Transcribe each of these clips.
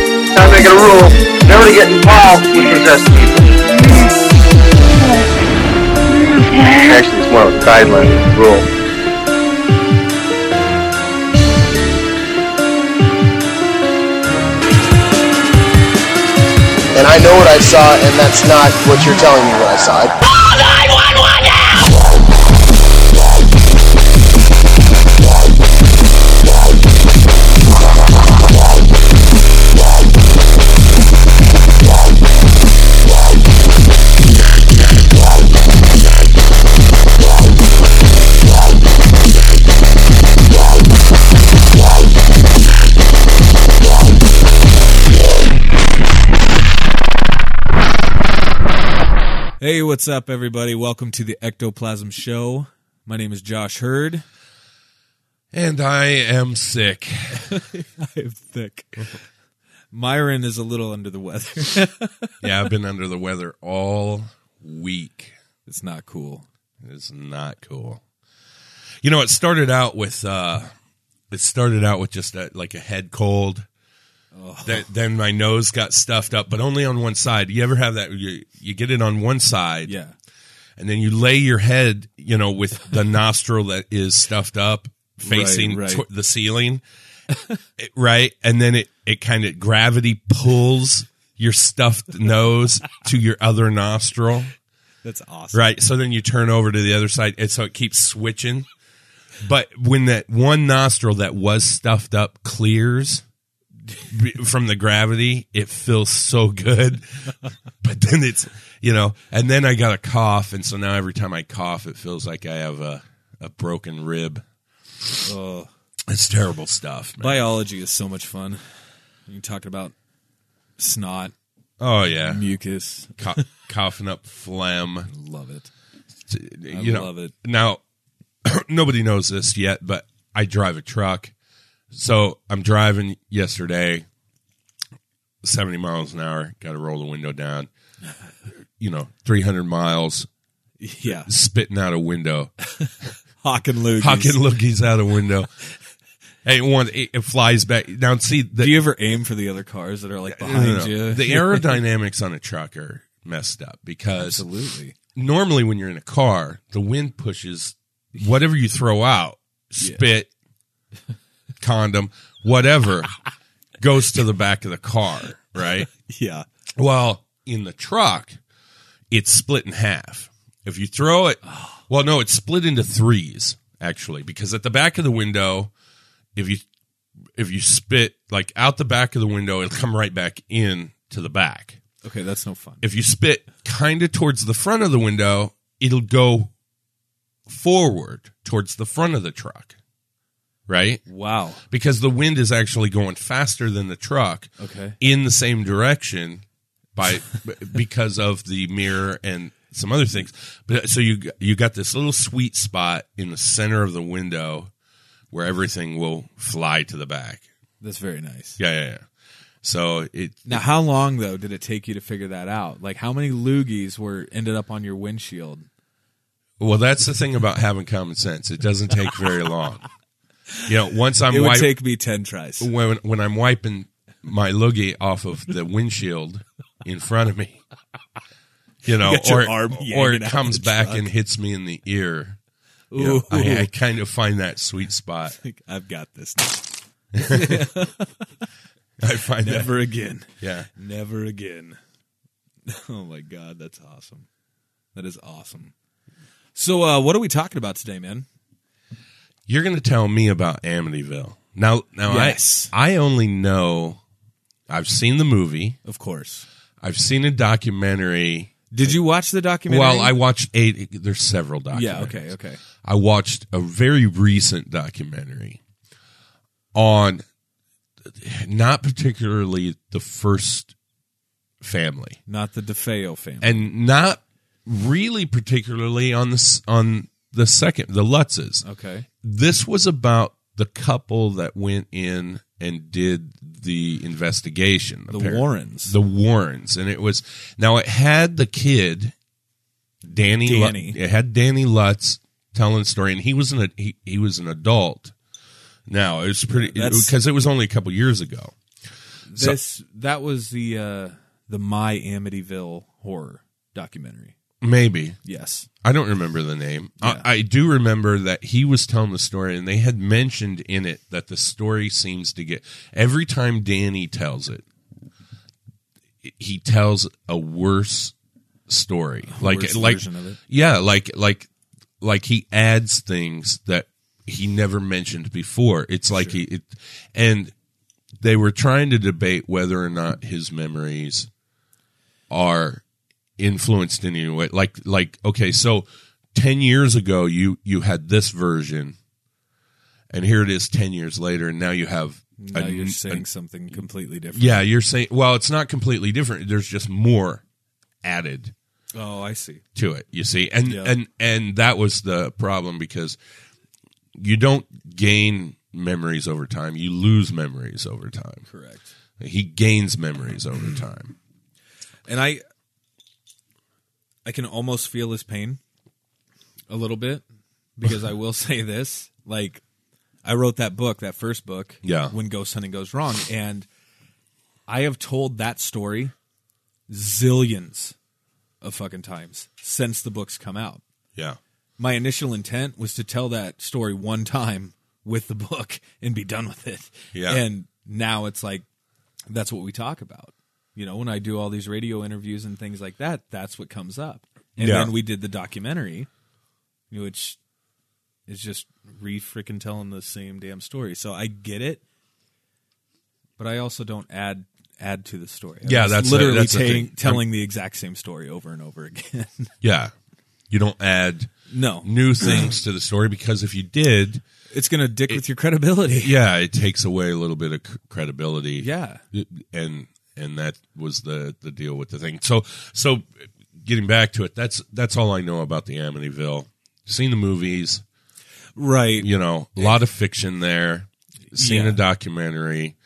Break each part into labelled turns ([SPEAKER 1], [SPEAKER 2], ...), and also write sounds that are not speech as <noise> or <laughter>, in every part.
[SPEAKER 1] it a rule never to get involved with possessed people. Actually, it's more of a guideline than a rule.
[SPEAKER 2] And I know what I saw, and that's not what you're telling me what I saw.
[SPEAKER 3] Hey, what's up, everybody? Welcome to the Ectoplasm Show. My name is Josh Hurd.
[SPEAKER 4] And I am sick.
[SPEAKER 3] <laughs> I am thick. Myron is a little under the weather. <laughs>
[SPEAKER 4] Yeah, I've been under the weather all week.
[SPEAKER 3] it's not cool.
[SPEAKER 4] It's not cool. You know, it started out with uh it started out with just a, like a head cold.
[SPEAKER 3] Oh,
[SPEAKER 4] Th- then my nose got stuffed up, but only on one side. You ever have that? You, you get it on one side,
[SPEAKER 3] Yeah.
[SPEAKER 4] and then you lay your head, you know, with
[SPEAKER 3] <laughs>
[SPEAKER 4] the nostril that is stuffed up facing
[SPEAKER 3] Right, right.
[SPEAKER 4] tw-
[SPEAKER 3] <laughs>
[SPEAKER 4] the ceiling, It- right? And then it it kind of gravity pulls your stuffed nose to your other nostril,
[SPEAKER 3] That's awesome.
[SPEAKER 4] right? So then you turn over to the other side, and so it keeps switching. But when that one nostril that was stuffed up clears b- from the gravity, it feels so good. <laughs> But then it's you know, and then I got a cough, and so now every time I cough, it feels like I have a a broken rib.
[SPEAKER 3] Oh,
[SPEAKER 4] It's terrible stuff. Man.
[SPEAKER 3] biology is so much fun. You're talking about snot,
[SPEAKER 4] Oh yeah,
[SPEAKER 3] mucus.
[SPEAKER 4] Cou- coughing up phlegm.
[SPEAKER 3] Love it.
[SPEAKER 4] you know,
[SPEAKER 3] love it.
[SPEAKER 4] Now, <clears throat> nobody knows this yet, but I drive a truck. So I'm driving yesterday, 70 miles an hour, got to roll the window down, you know, 300 miles,
[SPEAKER 3] <laughs> Yeah.
[SPEAKER 4] spitting out
[SPEAKER 3] <laughs>
[SPEAKER 4] a window,
[SPEAKER 3] Hawk and Luke.
[SPEAKER 4] hocking lookies out a window. And it, wants- it, it flies back. Now, see, the,
[SPEAKER 3] Do you ever aim for the other cars that are like
[SPEAKER 4] no, no,
[SPEAKER 3] behind
[SPEAKER 4] no.
[SPEAKER 3] you? <laughs>
[SPEAKER 4] the aerodynamics on a truck are messed up because
[SPEAKER 3] Absolutely.
[SPEAKER 4] normally when you're in a car, the wind pushes whatever you throw out, spit, condom, whatever, goes to the back of the car, right?
[SPEAKER 3] Yeah.
[SPEAKER 4] Well, in the truck, it's split in half. If you throw it, well, no, it's split into threes actually, because at the back of the window, if you if you spit like out the back of the window, it'll come right back in to the back
[SPEAKER 3] Okay, that's no fun.
[SPEAKER 4] if you spit kind of towards the front of the window, it'll go forward towards the front of the truck, right?
[SPEAKER 3] Wow.
[SPEAKER 4] Because the wind is actually going faster than the truck
[SPEAKER 3] Okay.
[SPEAKER 4] in the same direction by <laughs> b- because of the mirror and some other things. But so you g- you got this little sweet spot in the center of the window where everything will fly to the back.
[SPEAKER 3] That's very nice.
[SPEAKER 4] Yeah, yeah, yeah. So it
[SPEAKER 3] Now, how long though did it take you to figure that out? Like, how many loogies were ended up on your windshield?
[SPEAKER 4] Well, that's the thing about having common sense. It doesn't take very long. You know, once I'm
[SPEAKER 3] It would
[SPEAKER 4] wipe-
[SPEAKER 3] take me ten tries.
[SPEAKER 4] when when I'm wiping my loogie off of the windshield in front of me, you know,
[SPEAKER 3] got your
[SPEAKER 4] or
[SPEAKER 3] arm
[SPEAKER 4] or
[SPEAKER 3] hanging
[SPEAKER 4] it
[SPEAKER 3] out
[SPEAKER 4] comes
[SPEAKER 3] the
[SPEAKER 4] back and hits me in the ear. you know,
[SPEAKER 3] Ooh,
[SPEAKER 4] I, I
[SPEAKER 3] <laughs>
[SPEAKER 4] kind of find that sweet spot.
[SPEAKER 3] I've got this.
[SPEAKER 4] I find that
[SPEAKER 3] Never again.
[SPEAKER 4] yeah.
[SPEAKER 3] Never again. <laughs> Oh my god, that's awesome. That is awesome. So, uh, what are we talking about today, man?
[SPEAKER 4] You're going to tell me about Amityville. Now, now
[SPEAKER 3] Yes.
[SPEAKER 4] I I only know I've seen the movie.
[SPEAKER 3] Of course.
[SPEAKER 4] I've seen a documentary.
[SPEAKER 3] Did you watch the documentary?
[SPEAKER 4] Well, I watched eight. There's several documentaries.
[SPEAKER 3] yeah. Okay. Okay.
[SPEAKER 4] I watched a very recent documentary on not particularly the first family,
[SPEAKER 3] Not the DeFeo family.
[SPEAKER 4] and not really particularly on the s- on the second the Lutzes.
[SPEAKER 3] okay.
[SPEAKER 4] This was about the couple that went in and did the investigation.
[SPEAKER 3] The
[SPEAKER 4] apparently.
[SPEAKER 3] Warrens.
[SPEAKER 4] The Warrens, and it was now it had the kid, Danny. Lu-
[SPEAKER 3] Danny.
[SPEAKER 4] it had Danny Lutz telling the story, and he was an he, he was an adult. Now it was pretty
[SPEAKER 3] That's-
[SPEAKER 4] because it was only a couple years ago. So-
[SPEAKER 3] this that was the uh the My Amityville horror documentary.
[SPEAKER 4] Maybe.
[SPEAKER 3] Yes.
[SPEAKER 4] I don't remember the name.
[SPEAKER 3] Yeah.
[SPEAKER 4] I, I do remember that he was telling the story, and they had mentioned in it that the story seems to get every time Danny tells it, he tells a worse story, like
[SPEAKER 3] worse
[SPEAKER 4] like
[SPEAKER 3] version of it.
[SPEAKER 4] yeah, like like like he adds things that he never mentioned before. It's like he it, and they were trying to debate whether or not his memories are influenced in any way like like okay so 10 years ago you you had this version and here it is 10 years later and now you have a
[SPEAKER 3] Now you're
[SPEAKER 4] n-
[SPEAKER 3] saying something completely
[SPEAKER 4] a-
[SPEAKER 3] different.
[SPEAKER 4] yeah you're saying well it's not completely different there's just more added
[SPEAKER 3] Oh, I see.
[SPEAKER 4] to it you see and
[SPEAKER 3] Yeah.
[SPEAKER 4] and and that was the problem because you don't gain memories over time you lose memories over time
[SPEAKER 3] Correct.
[SPEAKER 4] he gains memories
[SPEAKER 3] <clears throat>
[SPEAKER 4] over time
[SPEAKER 3] And I I can almost feel his pain a little
[SPEAKER 4] <laughs>
[SPEAKER 3] bit because I will say this, like I wrote that book, that first book,
[SPEAKER 4] Yeah.
[SPEAKER 3] when ghost hunting goes wrong and I have told that story zillions of fucking times since the book's come out.
[SPEAKER 4] yeah
[SPEAKER 3] my initial intent was to tell that story one time with the book and be done with it.
[SPEAKER 4] Yeah.
[SPEAKER 3] And now it's like that's what we talk about. You know, when I do all these radio interviews and things like that, that's what comes up. And
[SPEAKER 4] Yeah.
[SPEAKER 3] then we did the documentary, which is just re freaking telling the same damn story. So I get it, but I also don't add add to the story. I'm
[SPEAKER 4] Yeah,
[SPEAKER 3] just
[SPEAKER 4] that's the-
[SPEAKER 3] literally
[SPEAKER 4] that's the
[SPEAKER 3] ta-
[SPEAKER 4] thing.
[SPEAKER 3] telling the exact same story over and over again. <laughs>
[SPEAKER 4] yeah you don't add
[SPEAKER 3] no,
[SPEAKER 4] new things to the story because if you did,
[SPEAKER 3] it's going to dick with your credibility.
[SPEAKER 4] yeah, it takes away a little bit of c- credibility.
[SPEAKER 3] <laughs> Yeah.
[SPEAKER 4] and and that was the the deal with the thing. So so getting back to it, that's that's all I know about the Amityville. Seen the movies,
[SPEAKER 3] Right.
[SPEAKER 4] you know, a lot of fiction there. Seen
[SPEAKER 3] Yeah.
[SPEAKER 4] a documentary.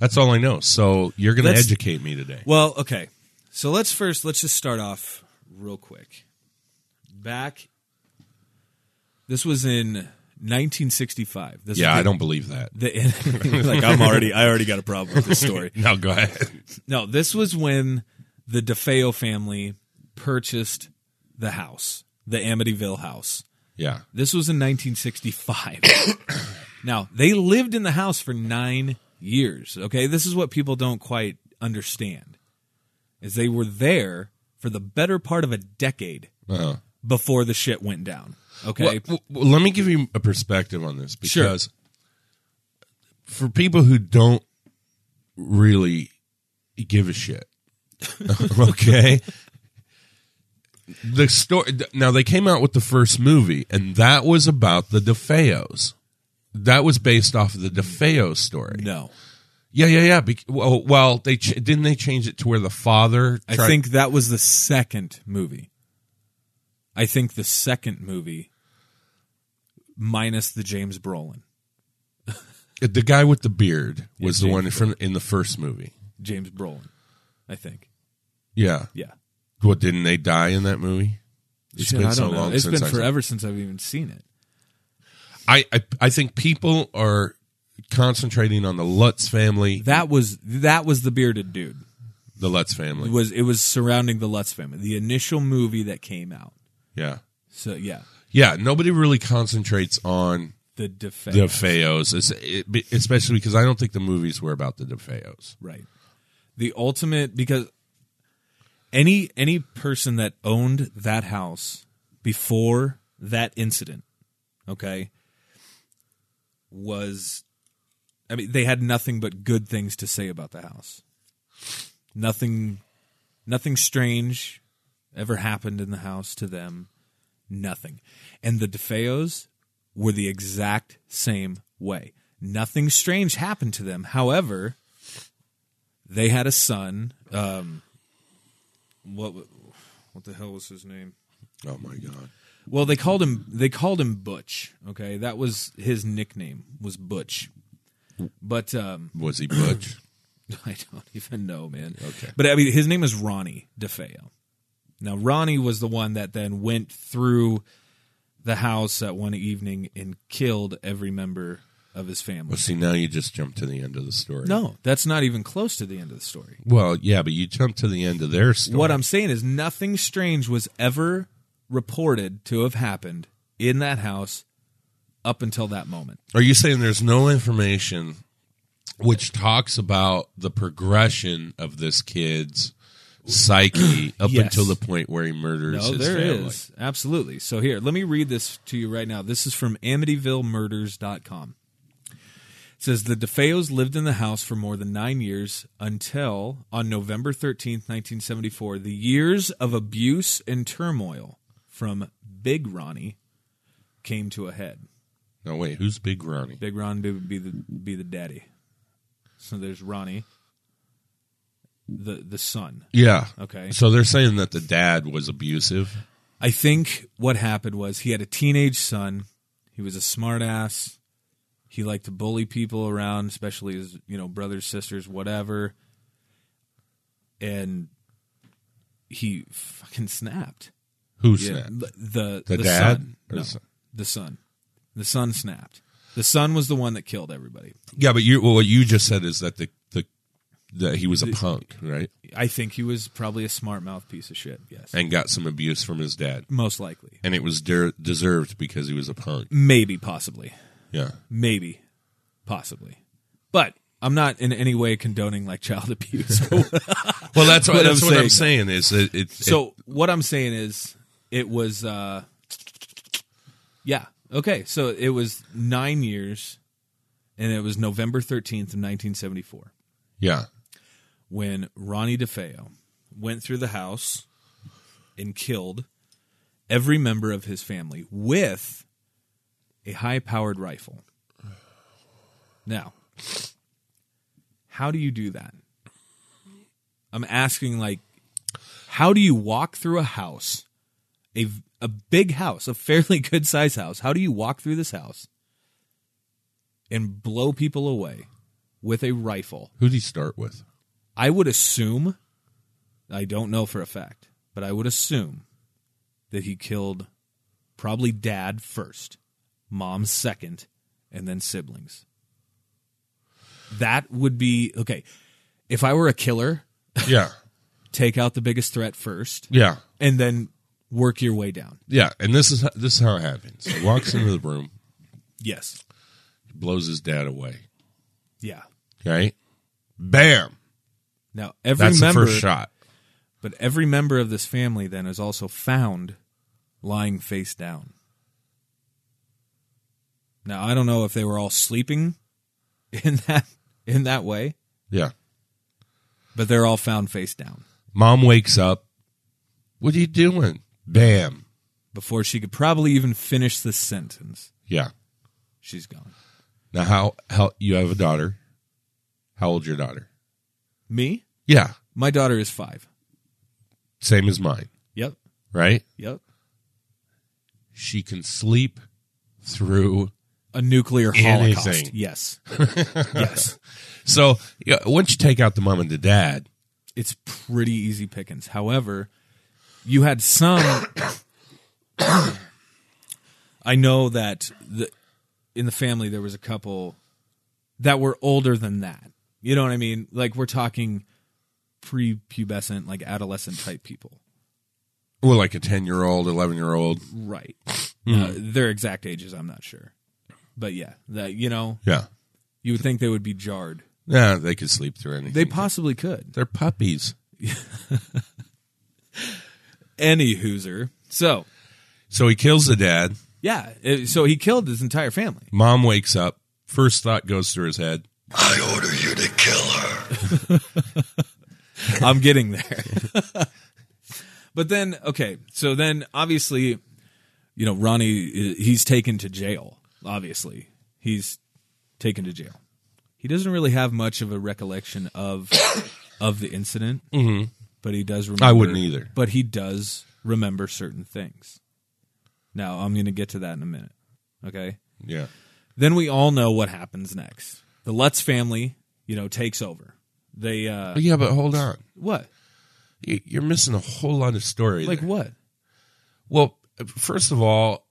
[SPEAKER 4] That's all I know. So you're going to
[SPEAKER 3] That's-
[SPEAKER 4] educate me today.
[SPEAKER 3] Well, okay. So let's first let's just start off real quick. Back This was in 1965. This
[SPEAKER 4] yeah,
[SPEAKER 3] was
[SPEAKER 4] I don't believe that.
[SPEAKER 3] <laughs>
[SPEAKER 4] <laughs>
[SPEAKER 3] the, the <laughs> like I'm already I already got a problem with this story.
[SPEAKER 4] No, go ahead.
[SPEAKER 3] No, this was when the DeFeo family purchased the house, the Amityville house.
[SPEAKER 4] Yeah,
[SPEAKER 3] This was in 1965. <coughs> now, they lived in the house for 9 years, okay? This is what people don't quite understand. Is they were there for the better part of a decade
[SPEAKER 4] uh-huh.
[SPEAKER 3] before the shit went down, okay?
[SPEAKER 4] Well, well, let me give you a perspective on this because for people who don't really give a shit, <laughs> okay, the story. Now they came out with the first movie, and that was about the DeFeos. That was based off of the DeFeo story.
[SPEAKER 3] no.
[SPEAKER 4] Yeah, yeah, yeah. Bec- well, well, they ch- didn't they change it to where the father.
[SPEAKER 3] I
[SPEAKER 4] tried-
[SPEAKER 3] think that was the second movie. I think the second movie minus the James Brolin.
[SPEAKER 4] the guy with the beard was
[SPEAKER 3] Yeah,
[SPEAKER 4] the one
[SPEAKER 3] James
[SPEAKER 4] from in the first movie.
[SPEAKER 3] James Brolin. I think.
[SPEAKER 4] Yeah.
[SPEAKER 3] Yeah.
[SPEAKER 4] What didn't they die in that movie? It's
[SPEAKER 3] Shit, I don't know. It's been
[SPEAKER 4] I-
[SPEAKER 3] forever since I've even seen it.
[SPEAKER 4] I, I I think people are concentrating on the Lutz family.
[SPEAKER 3] That was that was the bearded dude.
[SPEAKER 4] the Lutz
[SPEAKER 3] It
[SPEAKER 4] family.
[SPEAKER 3] was it was surrounding the Lutz family, the initial movie that came out.
[SPEAKER 4] yeah.
[SPEAKER 3] So yeah,
[SPEAKER 4] Yeah, nobody really concentrates on
[SPEAKER 3] the defense.
[SPEAKER 4] the DeFeos, es- it- be- especially because I don't think the movies were about the DeFeos.
[SPEAKER 3] right. The ultimate because any any person that owned that house before that incident, okay, was I mean they had nothing but good things to say about the house. Nothing nothing strange ever happened in the house to them. Nothing. And the DeFeos were the exact same way. Nothing strange happened to them. However, they had a son. Um, what w- what the hell was his name?
[SPEAKER 4] Oh my god.
[SPEAKER 3] Well, they called him they called him Butch. Okay, that was his nickname was Butch. But um, <laughs>
[SPEAKER 4] Was he Butch?
[SPEAKER 3] I don't even know, man.
[SPEAKER 4] Okay.
[SPEAKER 3] But I mean, his name is Ronnie DeFeo. Now, Ronnie was the one that then went through the house that one evening and killed every member of his family.
[SPEAKER 4] Well, see, now you just jump to the end of the story.
[SPEAKER 3] No, that's not even close to the end of the story.
[SPEAKER 4] Well, yeah, but you jump to the end of their story.
[SPEAKER 3] What I'm saying is nothing strange was ever reported to have happened in that house up until that moment.
[SPEAKER 4] Are you saying there's no information which talks about the progression of this kid's psyche up
[SPEAKER 3] Yes.
[SPEAKER 4] until the point where he murders
[SPEAKER 3] No,
[SPEAKER 4] his
[SPEAKER 3] there is
[SPEAKER 4] family?
[SPEAKER 3] Absolutely. So here, let me read this to you right now. This is from AmityvilleMurders.com. It says the DeFeos lived in the house for more than nine years until on November 13th, 1974, the years of abuse and turmoil from Big Ronnie came to a head.
[SPEAKER 4] No, wait, who's Big Ronnie?
[SPEAKER 3] Big Ron would be the be the daddy. So there's Ronnie, the the son.
[SPEAKER 4] Yeah.
[SPEAKER 3] Okay.
[SPEAKER 4] So they're saying that the dad was abusive.
[SPEAKER 3] I think what happened was he had a teenage son. He was a smartass. He liked to bully people around, especially his you know brothers, sisters, whatever. And he fucking snapped.
[SPEAKER 4] Who
[SPEAKER 3] Yeah,
[SPEAKER 4] snapped?
[SPEAKER 3] the the,
[SPEAKER 4] The
[SPEAKER 3] the
[SPEAKER 4] dad
[SPEAKER 3] son.
[SPEAKER 4] or
[SPEAKER 3] No,
[SPEAKER 4] son?
[SPEAKER 3] the son. The son snapped. The son was the one that killed everybody.
[SPEAKER 4] Yeah, but you well, what you just said is that the the that he was a punk, right?
[SPEAKER 3] I think he was probably a smart mouth piece of shit. Yes,
[SPEAKER 4] And got some abuse from his dad,
[SPEAKER 3] most likely,
[SPEAKER 4] and it was der- deserved because he was a punk.
[SPEAKER 3] maybe, possibly,
[SPEAKER 4] Yeah.
[SPEAKER 3] maybe, possibly. But I'm not in any way condoning like child <laughs> abuse.
[SPEAKER 4] Well, that's what,
[SPEAKER 3] What
[SPEAKER 4] that's
[SPEAKER 3] I'm
[SPEAKER 4] what I'm saying is that it, it-
[SPEAKER 3] so what I'm saying is, it was, uh yeah, okay. So it was nine years, and it was November 13th of 1974.
[SPEAKER 4] yeah.
[SPEAKER 3] when Ronnie DeFeo went through the house and killed every member of his family with a high powered rifle. Now, how do you do that? I'm asking, like, how do you walk through a house, a, a big house, a fairly <laughs> good sized house? How do you walk through this house and blow people away with a rifle?
[SPEAKER 4] Who would he start with?
[SPEAKER 3] I would assume, I don't know for a fact, but I would assume that he killed probably dad first, mom second, and then siblings. That would be okay. If I were a killer,
[SPEAKER 4] Yeah.
[SPEAKER 3] take out the biggest threat first
[SPEAKER 4] Yeah.
[SPEAKER 3] and then work your way down.
[SPEAKER 4] Yeah, and this is how, this is how it happens. He walks into the room,
[SPEAKER 3] Yes.
[SPEAKER 4] blows his dad away.
[SPEAKER 3] Yeah.
[SPEAKER 4] Right? Bam!
[SPEAKER 3] Now, every
[SPEAKER 4] That's
[SPEAKER 3] member
[SPEAKER 4] the first shot.
[SPEAKER 3] But every member of this family then is also found lying face down. Now I don't know if they were all sleeping <laughs> in that in that way,
[SPEAKER 4] Yeah.
[SPEAKER 3] but they're all found face down.
[SPEAKER 4] Mom wakes up. What are you doing? Bam!
[SPEAKER 3] Before she could probably even finish this sentence,
[SPEAKER 4] Yeah.
[SPEAKER 3] she's gone.
[SPEAKER 4] Now how how you have a daughter? How old's your daughter?
[SPEAKER 3] Me?
[SPEAKER 4] Yeah,
[SPEAKER 3] My daughter is 5.
[SPEAKER 4] same as mine,
[SPEAKER 3] Yep.
[SPEAKER 4] right?
[SPEAKER 3] Yep.
[SPEAKER 4] She can sleep through. <laughs>
[SPEAKER 3] A nuclear
[SPEAKER 4] Anything.
[SPEAKER 3] holocaust. Yes. yes.
[SPEAKER 4] So yeah, once you take out the mom and the dad,
[SPEAKER 3] it's pretty easy pickings. However, you had some. <coughs> I know that the, in the family there was a couple that were older than that. You know what I mean? Like we're talking prepubescent, like adolescent type people,
[SPEAKER 4] well, like a ten year old, eleven year old,
[SPEAKER 3] right? Now, their exact ages, I'm not sure, but yeah, that you know,
[SPEAKER 4] yeah,
[SPEAKER 3] you would think they would be jarred.
[SPEAKER 4] yeah, they could sleep through anything.
[SPEAKER 3] They possibly could.
[SPEAKER 4] They're puppies.
[SPEAKER 3] Any hooser. So
[SPEAKER 4] So he kills the dad.
[SPEAKER 3] yeah, it- so he killed his entire family.
[SPEAKER 4] Mom wakes up. First thought goes through his head.
[SPEAKER 5] I order you to kill her.
[SPEAKER 3] I'm getting there. <laughs> but then, okay, so then obviously, you know, Ronnie, i- he's taken to jail. Obviously, he's taken to jail. He doesn't really have much of a recollection of <coughs> of the incident, mm-hmm. but he does. remember.
[SPEAKER 4] I wouldn't either.
[SPEAKER 3] But he does remember certain things. Now I'm going to get to that in a minute. Okay.
[SPEAKER 4] Yeah,
[SPEAKER 3] Then we all know what happens next. The Lutz family, you know, takes over. They uh,
[SPEAKER 4] yeah, but hold on.
[SPEAKER 3] what?
[SPEAKER 4] You- You're missing a whole lot of story.
[SPEAKER 3] Like
[SPEAKER 4] there.
[SPEAKER 3] what?
[SPEAKER 4] Well, first of all,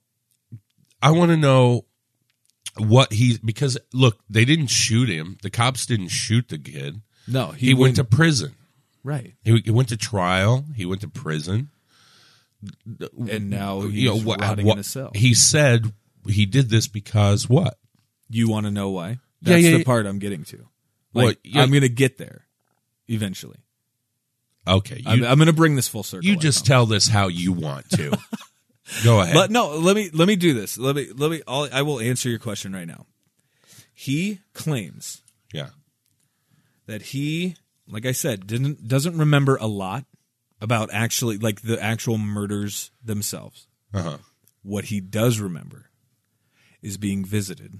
[SPEAKER 4] I want to know what he because look, they didn't shoot him. The cops didn't shoot the kid.
[SPEAKER 3] No,
[SPEAKER 4] He, went to prison.
[SPEAKER 3] right,
[SPEAKER 4] He, he went to trial. He went to prison.
[SPEAKER 3] and now Oh, he's
[SPEAKER 4] You know, what-
[SPEAKER 3] rotting
[SPEAKER 4] what-
[SPEAKER 3] in a cell.
[SPEAKER 4] He said he did this because what?
[SPEAKER 3] you want to know why?
[SPEAKER 4] Yeah,
[SPEAKER 3] That's
[SPEAKER 4] yeah,
[SPEAKER 3] the
[SPEAKER 4] yeah.
[SPEAKER 3] part I'm getting to. Like,
[SPEAKER 4] Well, yeah.
[SPEAKER 3] I'm going to get there eventually.
[SPEAKER 4] Okay, you,
[SPEAKER 3] I'm, I'm going to bring this full circle.
[SPEAKER 4] you
[SPEAKER 3] I
[SPEAKER 4] just
[SPEAKER 3] promise.
[SPEAKER 4] tell this how you want
[SPEAKER 3] <laughs>
[SPEAKER 4] to. Go ahead.
[SPEAKER 3] But no, let me let me do this. Let me let me. I'll, I will answer your question right now. He claims
[SPEAKER 4] yeah.
[SPEAKER 3] that he, like I said, didn't doesn't remember a lot about actually like the actual murders themselves.
[SPEAKER 4] Uh huh.
[SPEAKER 3] What he does remember is being visited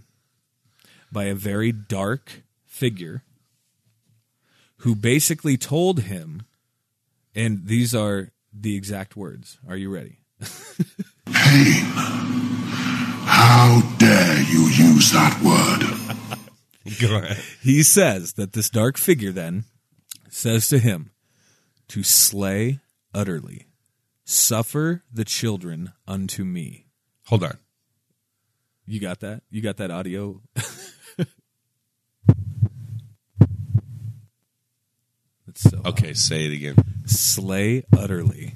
[SPEAKER 3] by a very dark figure who basically told him, and these are the exact words. Are you ready?
[SPEAKER 5] How dare you use that word?
[SPEAKER 4] Go ahead.
[SPEAKER 3] He says that this dark figure then says to him to slay utterly, suffer the children unto me.
[SPEAKER 4] Hold on.
[SPEAKER 3] You got that? You got that audio? <laughs> That's so loud.
[SPEAKER 4] Okay, say it again.
[SPEAKER 3] Slay utterly,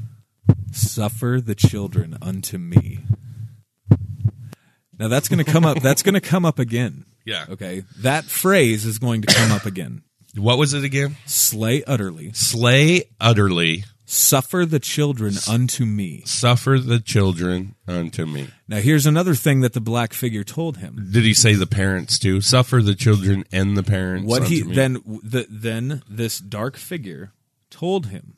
[SPEAKER 3] suffer the children unto me. Now that's going to come up. That's going to come up again.
[SPEAKER 4] Yeah.
[SPEAKER 3] Okay. That phrase is going to come up again.
[SPEAKER 4] What was it again?
[SPEAKER 3] Slay utterly,
[SPEAKER 4] Slay utterly,
[SPEAKER 3] suffer the children unto me.
[SPEAKER 4] suffer the children unto me.
[SPEAKER 3] Now here's another thing that the black figure told him.
[SPEAKER 4] Did he say the parents too? Suffer the children and the parents.
[SPEAKER 3] what he
[SPEAKER 4] unto me.
[SPEAKER 3] then the, then this dark figure told him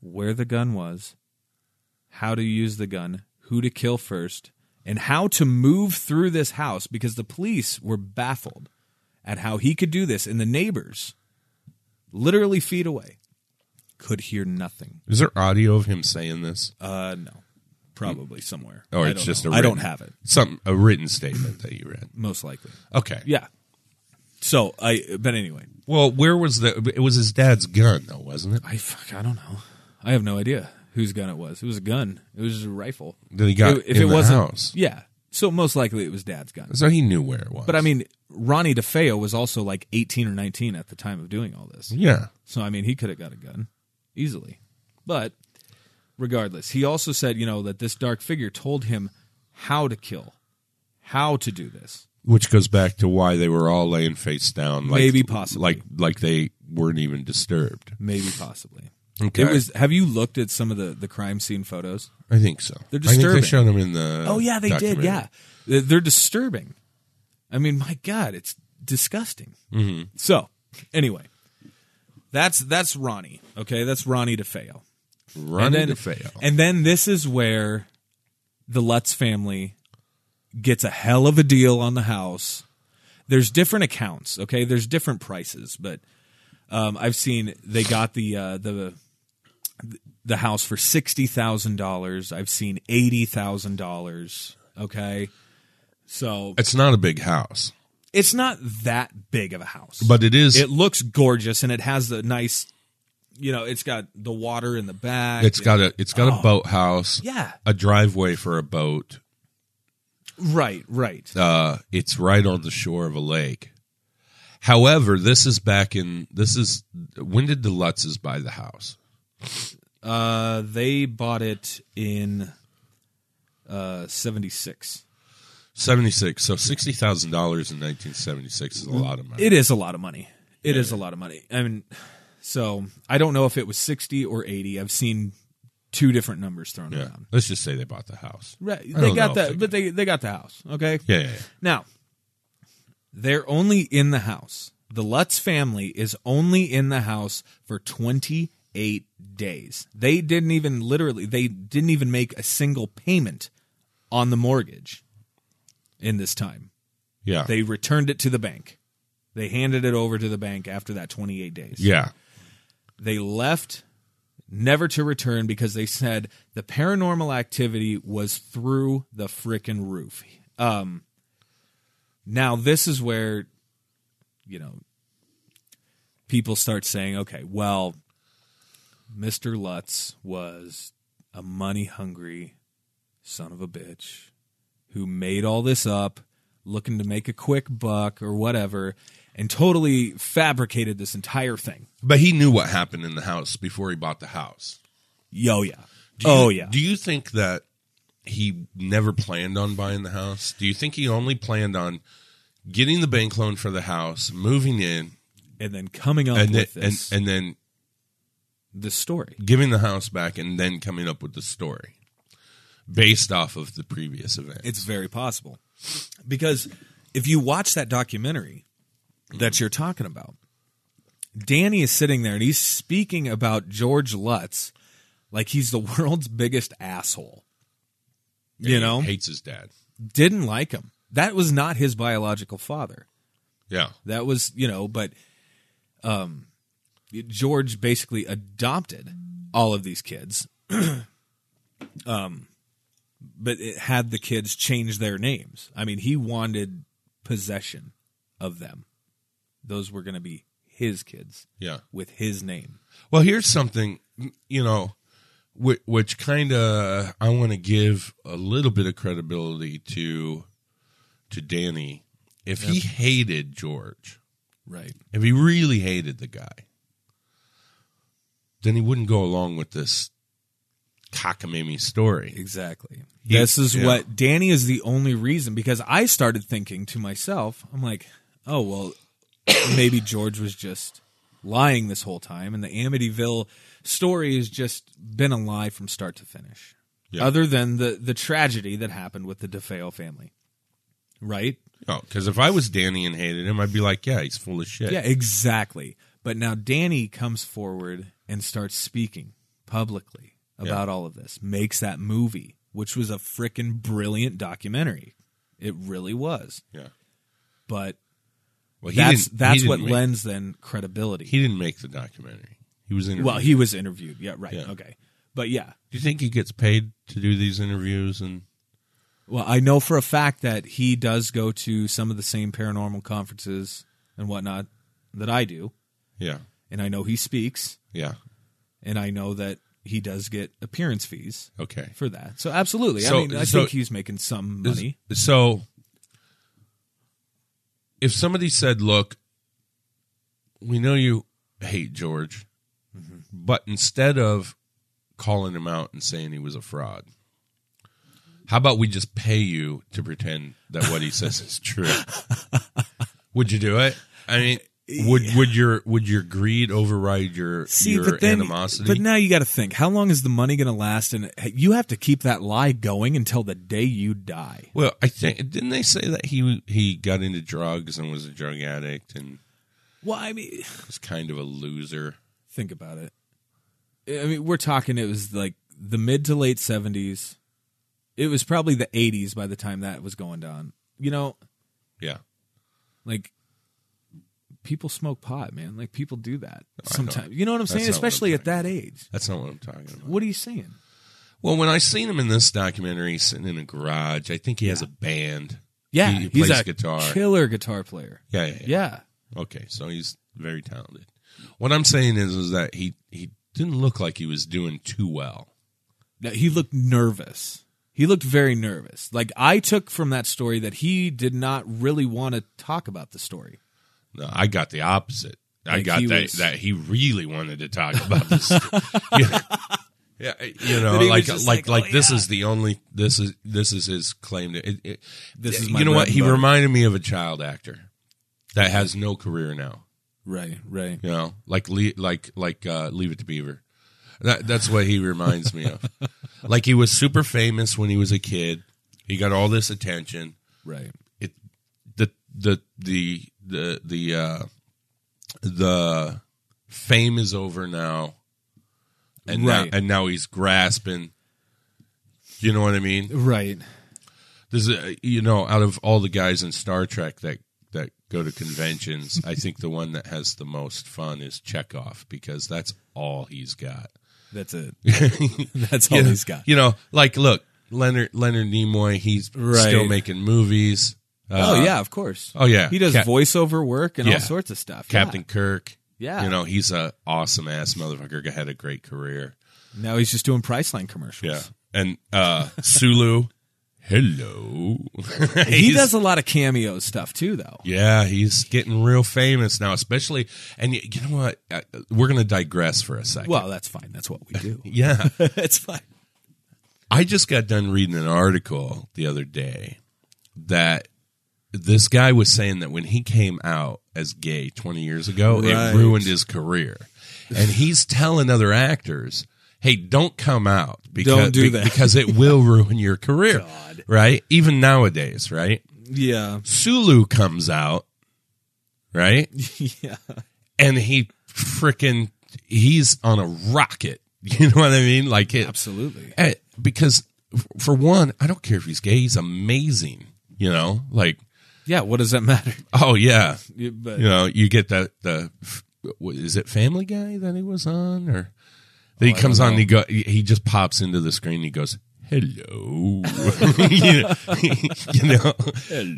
[SPEAKER 3] where the gun was how to use the gun who to kill first and how to move through this house because the police were baffled at how he could do this and the neighbors literally feet away could hear nothing
[SPEAKER 4] Is there audio of him saying this?
[SPEAKER 3] uh no probably somewhere
[SPEAKER 4] Or
[SPEAKER 3] I
[SPEAKER 4] it's
[SPEAKER 3] don't
[SPEAKER 4] just
[SPEAKER 3] know.
[SPEAKER 4] a
[SPEAKER 3] i don't
[SPEAKER 4] written-
[SPEAKER 3] have it
[SPEAKER 4] Some a written statement that you read.
[SPEAKER 3] most likely
[SPEAKER 4] Okay.
[SPEAKER 3] yeah so i but anyway
[SPEAKER 4] Well, where was the? It was his dad's gun, though, wasn't it?
[SPEAKER 3] I fuck, I don't know. I have no idea whose gun it was. It was a gun. It was a rifle.
[SPEAKER 4] That he got
[SPEAKER 3] It- if
[SPEAKER 4] in
[SPEAKER 3] it
[SPEAKER 4] the
[SPEAKER 3] wasn't,
[SPEAKER 4] house.
[SPEAKER 3] yeah. So most likely it was dad's gun.
[SPEAKER 4] So he knew where it was.
[SPEAKER 3] But I mean, Ronnie DeFeo was also like 18 or 19 at the time of doing all this.
[SPEAKER 4] yeah.
[SPEAKER 3] So I mean, he could have got a gun easily. But regardless, he also said, you know, that this dark figure told him how to kill, how to do this.
[SPEAKER 4] Which goes back to why they were all laying face down, like,
[SPEAKER 3] Maybe possibly.
[SPEAKER 4] like like they weren't even disturbed.
[SPEAKER 3] Maybe possibly.
[SPEAKER 4] Okay,
[SPEAKER 3] It was have you looked at some of the the crime scene photos?
[SPEAKER 4] I think so.
[SPEAKER 3] They're
[SPEAKER 4] I think
[SPEAKER 3] disturbing.
[SPEAKER 4] they showed him in the.
[SPEAKER 3] Oh yeah, they did.
[SPEAKER 4] documentary.
[SPEAKER 3] Yeah, they're, they're disturbing. I mean, my God, it's disgusting. Mm-hmm. So, anyway, that's that's Ronnie. Okay, that's Ronnie DeFeo.
[SPEAKER 4] Ronnie
[SPEAKER 3] and then,
[SPEAKER 4] DeFeo.
[SPEAKER 3] And then this is where the Lutz family gets a hell of a deal on the house. There's different accounts. Okay, there's different prices, but um, I've seen they got the uh, the the house for sixty thousand dollars. I've seen eighty thousand dollars. Okay, so
[SPEAKER 4] it's not a big house,
[SPEAKER 3] it's not that big of a house,
[SPEAKER 4] but it is.
[SPEAKER 3] it looks gorgeous and it has the nice, you know, it's got the water in the back.
[SPEAKER 4] it's got a. It's got a boathouse.
[SPEAKER 3] Oh. yeah,
[SPEAKER 4] A driveway for a boat.
[SPEAKER 3] right, right.
[SPEAKER 4] uh, it's right on the shore of a lake. However, this is back in this is when did the Lutzes buy the house?
[SPEAKER 3] Uh, they bought it in uh seventy six.
[SPEAKER 4] Seventy six. So sixty thousand dollars in nineteen seventy six is a lot of money.
[SPEAKER 3] It is a lot of money. It is a lot of money. I mean, so I don't know if it was sixty or eighty. I've seen two different numbers thrown
[SPEAKER 4] yeah.
[SPEAKER 3] around.
[SPEAKER 4] Let's just say they bought the house.
[SPEAKER 3] Right,
[SPEAKER 4] I
[SPEAKER 3] they
[SPEAKER 4] don't know
[SPEAKER 3] got
[SPEAKER 4] if
[SPEAKER 3] that,
[SPEAKER 4] they
[SPEAKER 3] but they they got the house. Okay,
[SPEAKER 4] Yeah, yeah, yeah.
[SPEAKER 3] Now, they're only in the house. The Lutz family is only in the house for 28 days. They didn't even literally, they didn't even make a single payment on the mortgage in this time.
[SPEAKER 4] Yeah.
[SPEAKER 3] They returned it to the bank. They handed it over to the bank after that 28 days.
[SPEAKER 4] yeah.
[SPEAKER 3] They left never to return because they said the paranormal activity was through the frickin' roof. Um, now this is where, you know, people start saying, okay, well, Mr. Lutz was a money hungry son of a bitch who made all this up looking to make a quick buck or whatever, and totally fabricated this entire thing.
[SPEAKER 4] But he knew what happened in the house before he bought the house.
[SPEAKER 3] Yo, yeah.
[SPEAKER 4] Do you-
[SPEAKER 3] oh, yeah.
[SPEAKER 4] Do you think that he never planned on buying the house? Do you think he only planned on getting the bank loan for the house, moving in,
[SPEAKER 3] and then coming up
[SPEAKER 4] and then,
[SPEAKER 3] Oh, with
[SPEAKER 4] and,
[SPEAKER 3] this,
[SPEAKER 4] and then
[SPEAKER 3] this story.
[SPEAKER 4] giving the house back, and then coming up with the story based off of the previous event?
[SPEAKER 3] It's very possible. Because if you watch that documentary that you're talking about, Danny is sitting there and he's speaking about George Lutz like he's the <laughs> world's biggest asshole. You know,
[SPEAKER 4] hates his dad.
[SPEAKER 3] didn't like him. That was not his biological father.
[SPEAKER 4] Yeah,
[SPEAKER 3] That was, you know, but um, George basically adopted all of these kids. <clears throat> um, but it had the kids change their names. I mean, he wanted possession of them. Those were going to be his kids
[SPEAKER 4] yeah.
[SPEAKER 3] with his name.
[SPEAKER 4] Well, here's something, you know, which, which kind of I want to give a little bit of credibility to to Danny. If he hated George,
[SPEAKER 3] Right.
[SPEAKER 4] if he really hated the guy, then he wouldn't go along with this cockamamie story.
[SPEAKER 3] Exactly.
[SPEAKER 4] Yeah,
[SPEAKER 3] this is
[SPEAKER 4] yeah.
[SPEAKER 3] what Danny is the only reason because I started thinking to myself, I'm like, oh, well, <coughs> maybe George was just lying this whole time and the Amityville story has just been a lie from start to finish.
[SPEAKER 4] Yeah.
[SPEAKER 3] Other than the, the tragedy that happened with the DeFeo family. Right?
[SPEAKER 4] Oh, because if I was Danny and hated him, I'd be like, yeah, he's full of shit.
[SPEAKER 3] Yeah, exactly. But now Danny comes forward and starts speaking publicly about all of this, makes that movie, which was a freaking brilliant documentary. It really was.
[SPEAKER 4] Yeah.
[SPEAKER 3] But
[SPEAKER 4] Well,
[SPEAKER 3] that's
[SPEAKER 4] didn't- he
[SPEAKER 3] that's
[SPEAKER 4] didn't
[SPEAKER 3] what
[SPEAKER 4] make-
[SPEAKER 3] lends then credibility.
[SPEAKER 4] He didn't make the documentary. He was interviewed.
[SPEAKER 3] well, he was interviewed. Yeah, right.
[SPEAKER 4] Yeah.
[SPEAKER 3] Okay. But yeah.
[SPEAKER 4] Do you think he gets paid to do these interviews and?
[SPEAKER 3] Well, I know for a fact that he does go to some of the same paranormal conferences and whatnot that I do.
[SPEAKER 4] Yeah,
[SPEAKER 3] And I know he speaks.
[SPEAKER 4] yeah.
[SPEAKER 3] And I know that he does get appearance fees.
[SPEAKER 4] Okay.
[SPEAKER 3] for that. So absolutely,
[SPEAKER 4] So-
[SPEAKER 3] I mean, I
[SPEAKER 4] so-
[SPEAKER 3] think he's making some money.
[SPEAKER 4] So, if somebody said, "Look, we know you hate George,
[SPEAKER 3] Mm-hmm.
[SPEAKER 4] but instead of calling him out and saying he was a fraud, how about we just pay you to pretend that what he
[SPEAKER 3] <laughs>
[SPEAKER 4] says is true?" would you do it? I mean, would would your would your greed override your your animosity?
[SPEAKER 3] but now you got to think: how long is the money going to last? And you have to keep that lie going until the day you die.
[SPEAKER 4] Well, I think didn't they say that he he got into drugs and was a drug addict and
[SPEAKER 3] Well, I mean,
[SPEAKER 4] was kind of a loser?
[SPEAKER 3] think about it. I mean, we're talking. It was like the mid to late seventies. It was probably the eighties by the time that was going down. You know,
[SPEAKER 4] Yeah,
[SPEAKER 3] like people smoke pot, man. Like people do that
[SPEAKER 4] I know.
[SPEAKER 3] sometimes. You know what I'm
[SPEAKER 4] That's
[SPEAKER 3] saying?
[SPEAKER 4] not what I'm
[SPEAKER 3] Especially at
[SPEAKER 4] saying.
[SPEAKER 3] that age.
[SPEAKER 4] that's not what I'm talking about.
[SPEAKER 3] What are you saying?
[SPEAKER 4] Well, when I seen him in this documentary sitting in a garage, I think he has a band.
[SPEAKER 3] Yeah,
[SPEAKER 4] he, he
[SPEAKER 3] he's
[SPEAKER 4] plays
[SPEAKER 3] a
[SPEAKER 4] guitar.
[SPEAKER 3] killer guitar player.
[SPEAKER 4] yeah, yeah, yeah.
[SPEAKER 3] Yeah.
[SPEAKER 4] Okay, so he's very talented. What I'm saying is, is that he he didn't look like he was doing too well.
[SPEAKER 3] Now, he looked nervous. He looked very nervous. Like I took from that story that he did not really want to talk about the story.
[SPEAKER 4] No, I got the opposite. I
[SPEAKER 3] Like
[SPEAKER 4] got
[SPEAKER 3] he
[SPEAKER 4] that
[SPEAKER 3] was-
[SPEAKER 4] that he really wanted to talk
[SPEAKER 3] <laughs>
[SPEAKER 4] about this. yeah, yeah, you know,
[SPEAKER 3] That he was
[SPEAKER 4] like like
[SPEAKER 3] just
[SPEAKER 4] like,
[SPEAKER 3] like, "Oh,
[SPEAKER 4] this
[SPEAKER 3] yeah."
[SPEAKER 4] is the only this is this is his claim to it, it-
[SPEAKER 3] This is my
[SPEAKER 4] you know
[SPEAKER 3] bread
[SPEAKER 4] what
[SPEAKER 3] and
[SPEAKER 4] he
[SPEAKER 3] butter.
[SPEAKER 4] reminded me of a child actor that has no career now.
[SPEAKER 3] Right, right.
[SPEAKER 4] You know, like Le- like like uh, Leave It to Beaver. That that's what he reminds
[SPEAKER 3] <laughs>
[SPEAKER 4] me of. Like he was super famous when he was a kid. He got all this attention
[SPEAKER 3] Right.
[SPEAKER 4] it the the the the the uh the fame is over now and
[SPEAKER 3] Right.
[SPEAKER 4] now and now he's grasping you know what i mean
[SPEAKER 3] Right.
[SPEAKER 4] there's a, you know out of all the guys in star trek that that go to conventions i think the one that has the most fun is chekhov because that's all he's got <laughs>
[SPEAKER 3] That's it. That's all
[SPEAKER 4] you know,
[SPEAKER 3] he's got.
[SPEAKER 4] you know like look leonard leonard nimoy he's
[SPEAKER 3] Right.
[SPEAKER 4] still making movies
[SPEAKER 3] oh
[SPEAKER 4] Uh,
[SPEAKER 3] yeah, of course.
[SPEAKER 4] oh yeah
[SPEAKER 3] He does
[SPEAKER 4] Cap-
[SPEAKER 3] voiceover work and
[SPEAKER 4] Yeah.
[SPEAKER 3] all sorts of stuff. Yeah.
[SPEAKER 4] Captain Kirk.
[SPEAKER 3] Yeah.
[SPEAKER 4] You know, he's a awesome ass motherfucker. Had a great career.
[SPEAKER 3] Now he's just doing Priceline commercials.
[SPEAKER 4] And uh Sulu Hello.
[SPEAKER 3] <laughs> He
[SPEAKER 4] He's-
[SPEAKER 3] does a lot of cameo stuff too, though.
[SPEAKER 4] Yeah, he's getting real famous now, especially. And you, you know what? Uh, We're going to digress for a second.
[SPEAKER 3] Well, that's fine. That's what we
[SPEAKER 4] <laughs>
[SPEAKER 3] do.
[SPEAKER 4] yeah.
[SPEAKER 3] <laughs> it's fine.
[SPEAKER 4] I just got done reading an article the other day that this guy was saying that when he came out as gay 20 years ago,
[SPEAKER 3] Right.
[SPEAKER 4] it ruined his career. And he's telling other actors, hey, don't come out because,
[SPEAKER 3] Don't do
[SPEAKER 4] be-
[SPEAKER 3] that."
[SPEAKER 4] because it will ruin your
[SPEAKER 3] <laughs>
[SPEAKER 4] career.
[SPEAKER 3] God.
[SPEAKER 4] Right? Even nowadays, right?
[SPEAKER 3] Yeah. <laughs>
[SPEAKER 4] Sulu comes out, right?
[SPEAKER 3] yeah.
[SPEAKER 4] and he freaking he's on a rocket. <laughs> You know what I mean? Like it,
[SPEAKER 3] Absolutely.
[SPEAKER 4] Eh, because f- for one, I don't care if he's gay. He's amazing. You know, like
[SPEAKER 3] Yeah. What does that matter? <laughs>
[SPEAKER 4] oh yeah,
[SPEAKER 3] Yeah, But
[SPEAKER 4] you know, you get that the f- what- is it Family Guy that he was on or that he comes on and he go he just pops into the screen and he goes. Hello, <laughs> you know, <laughs> you know?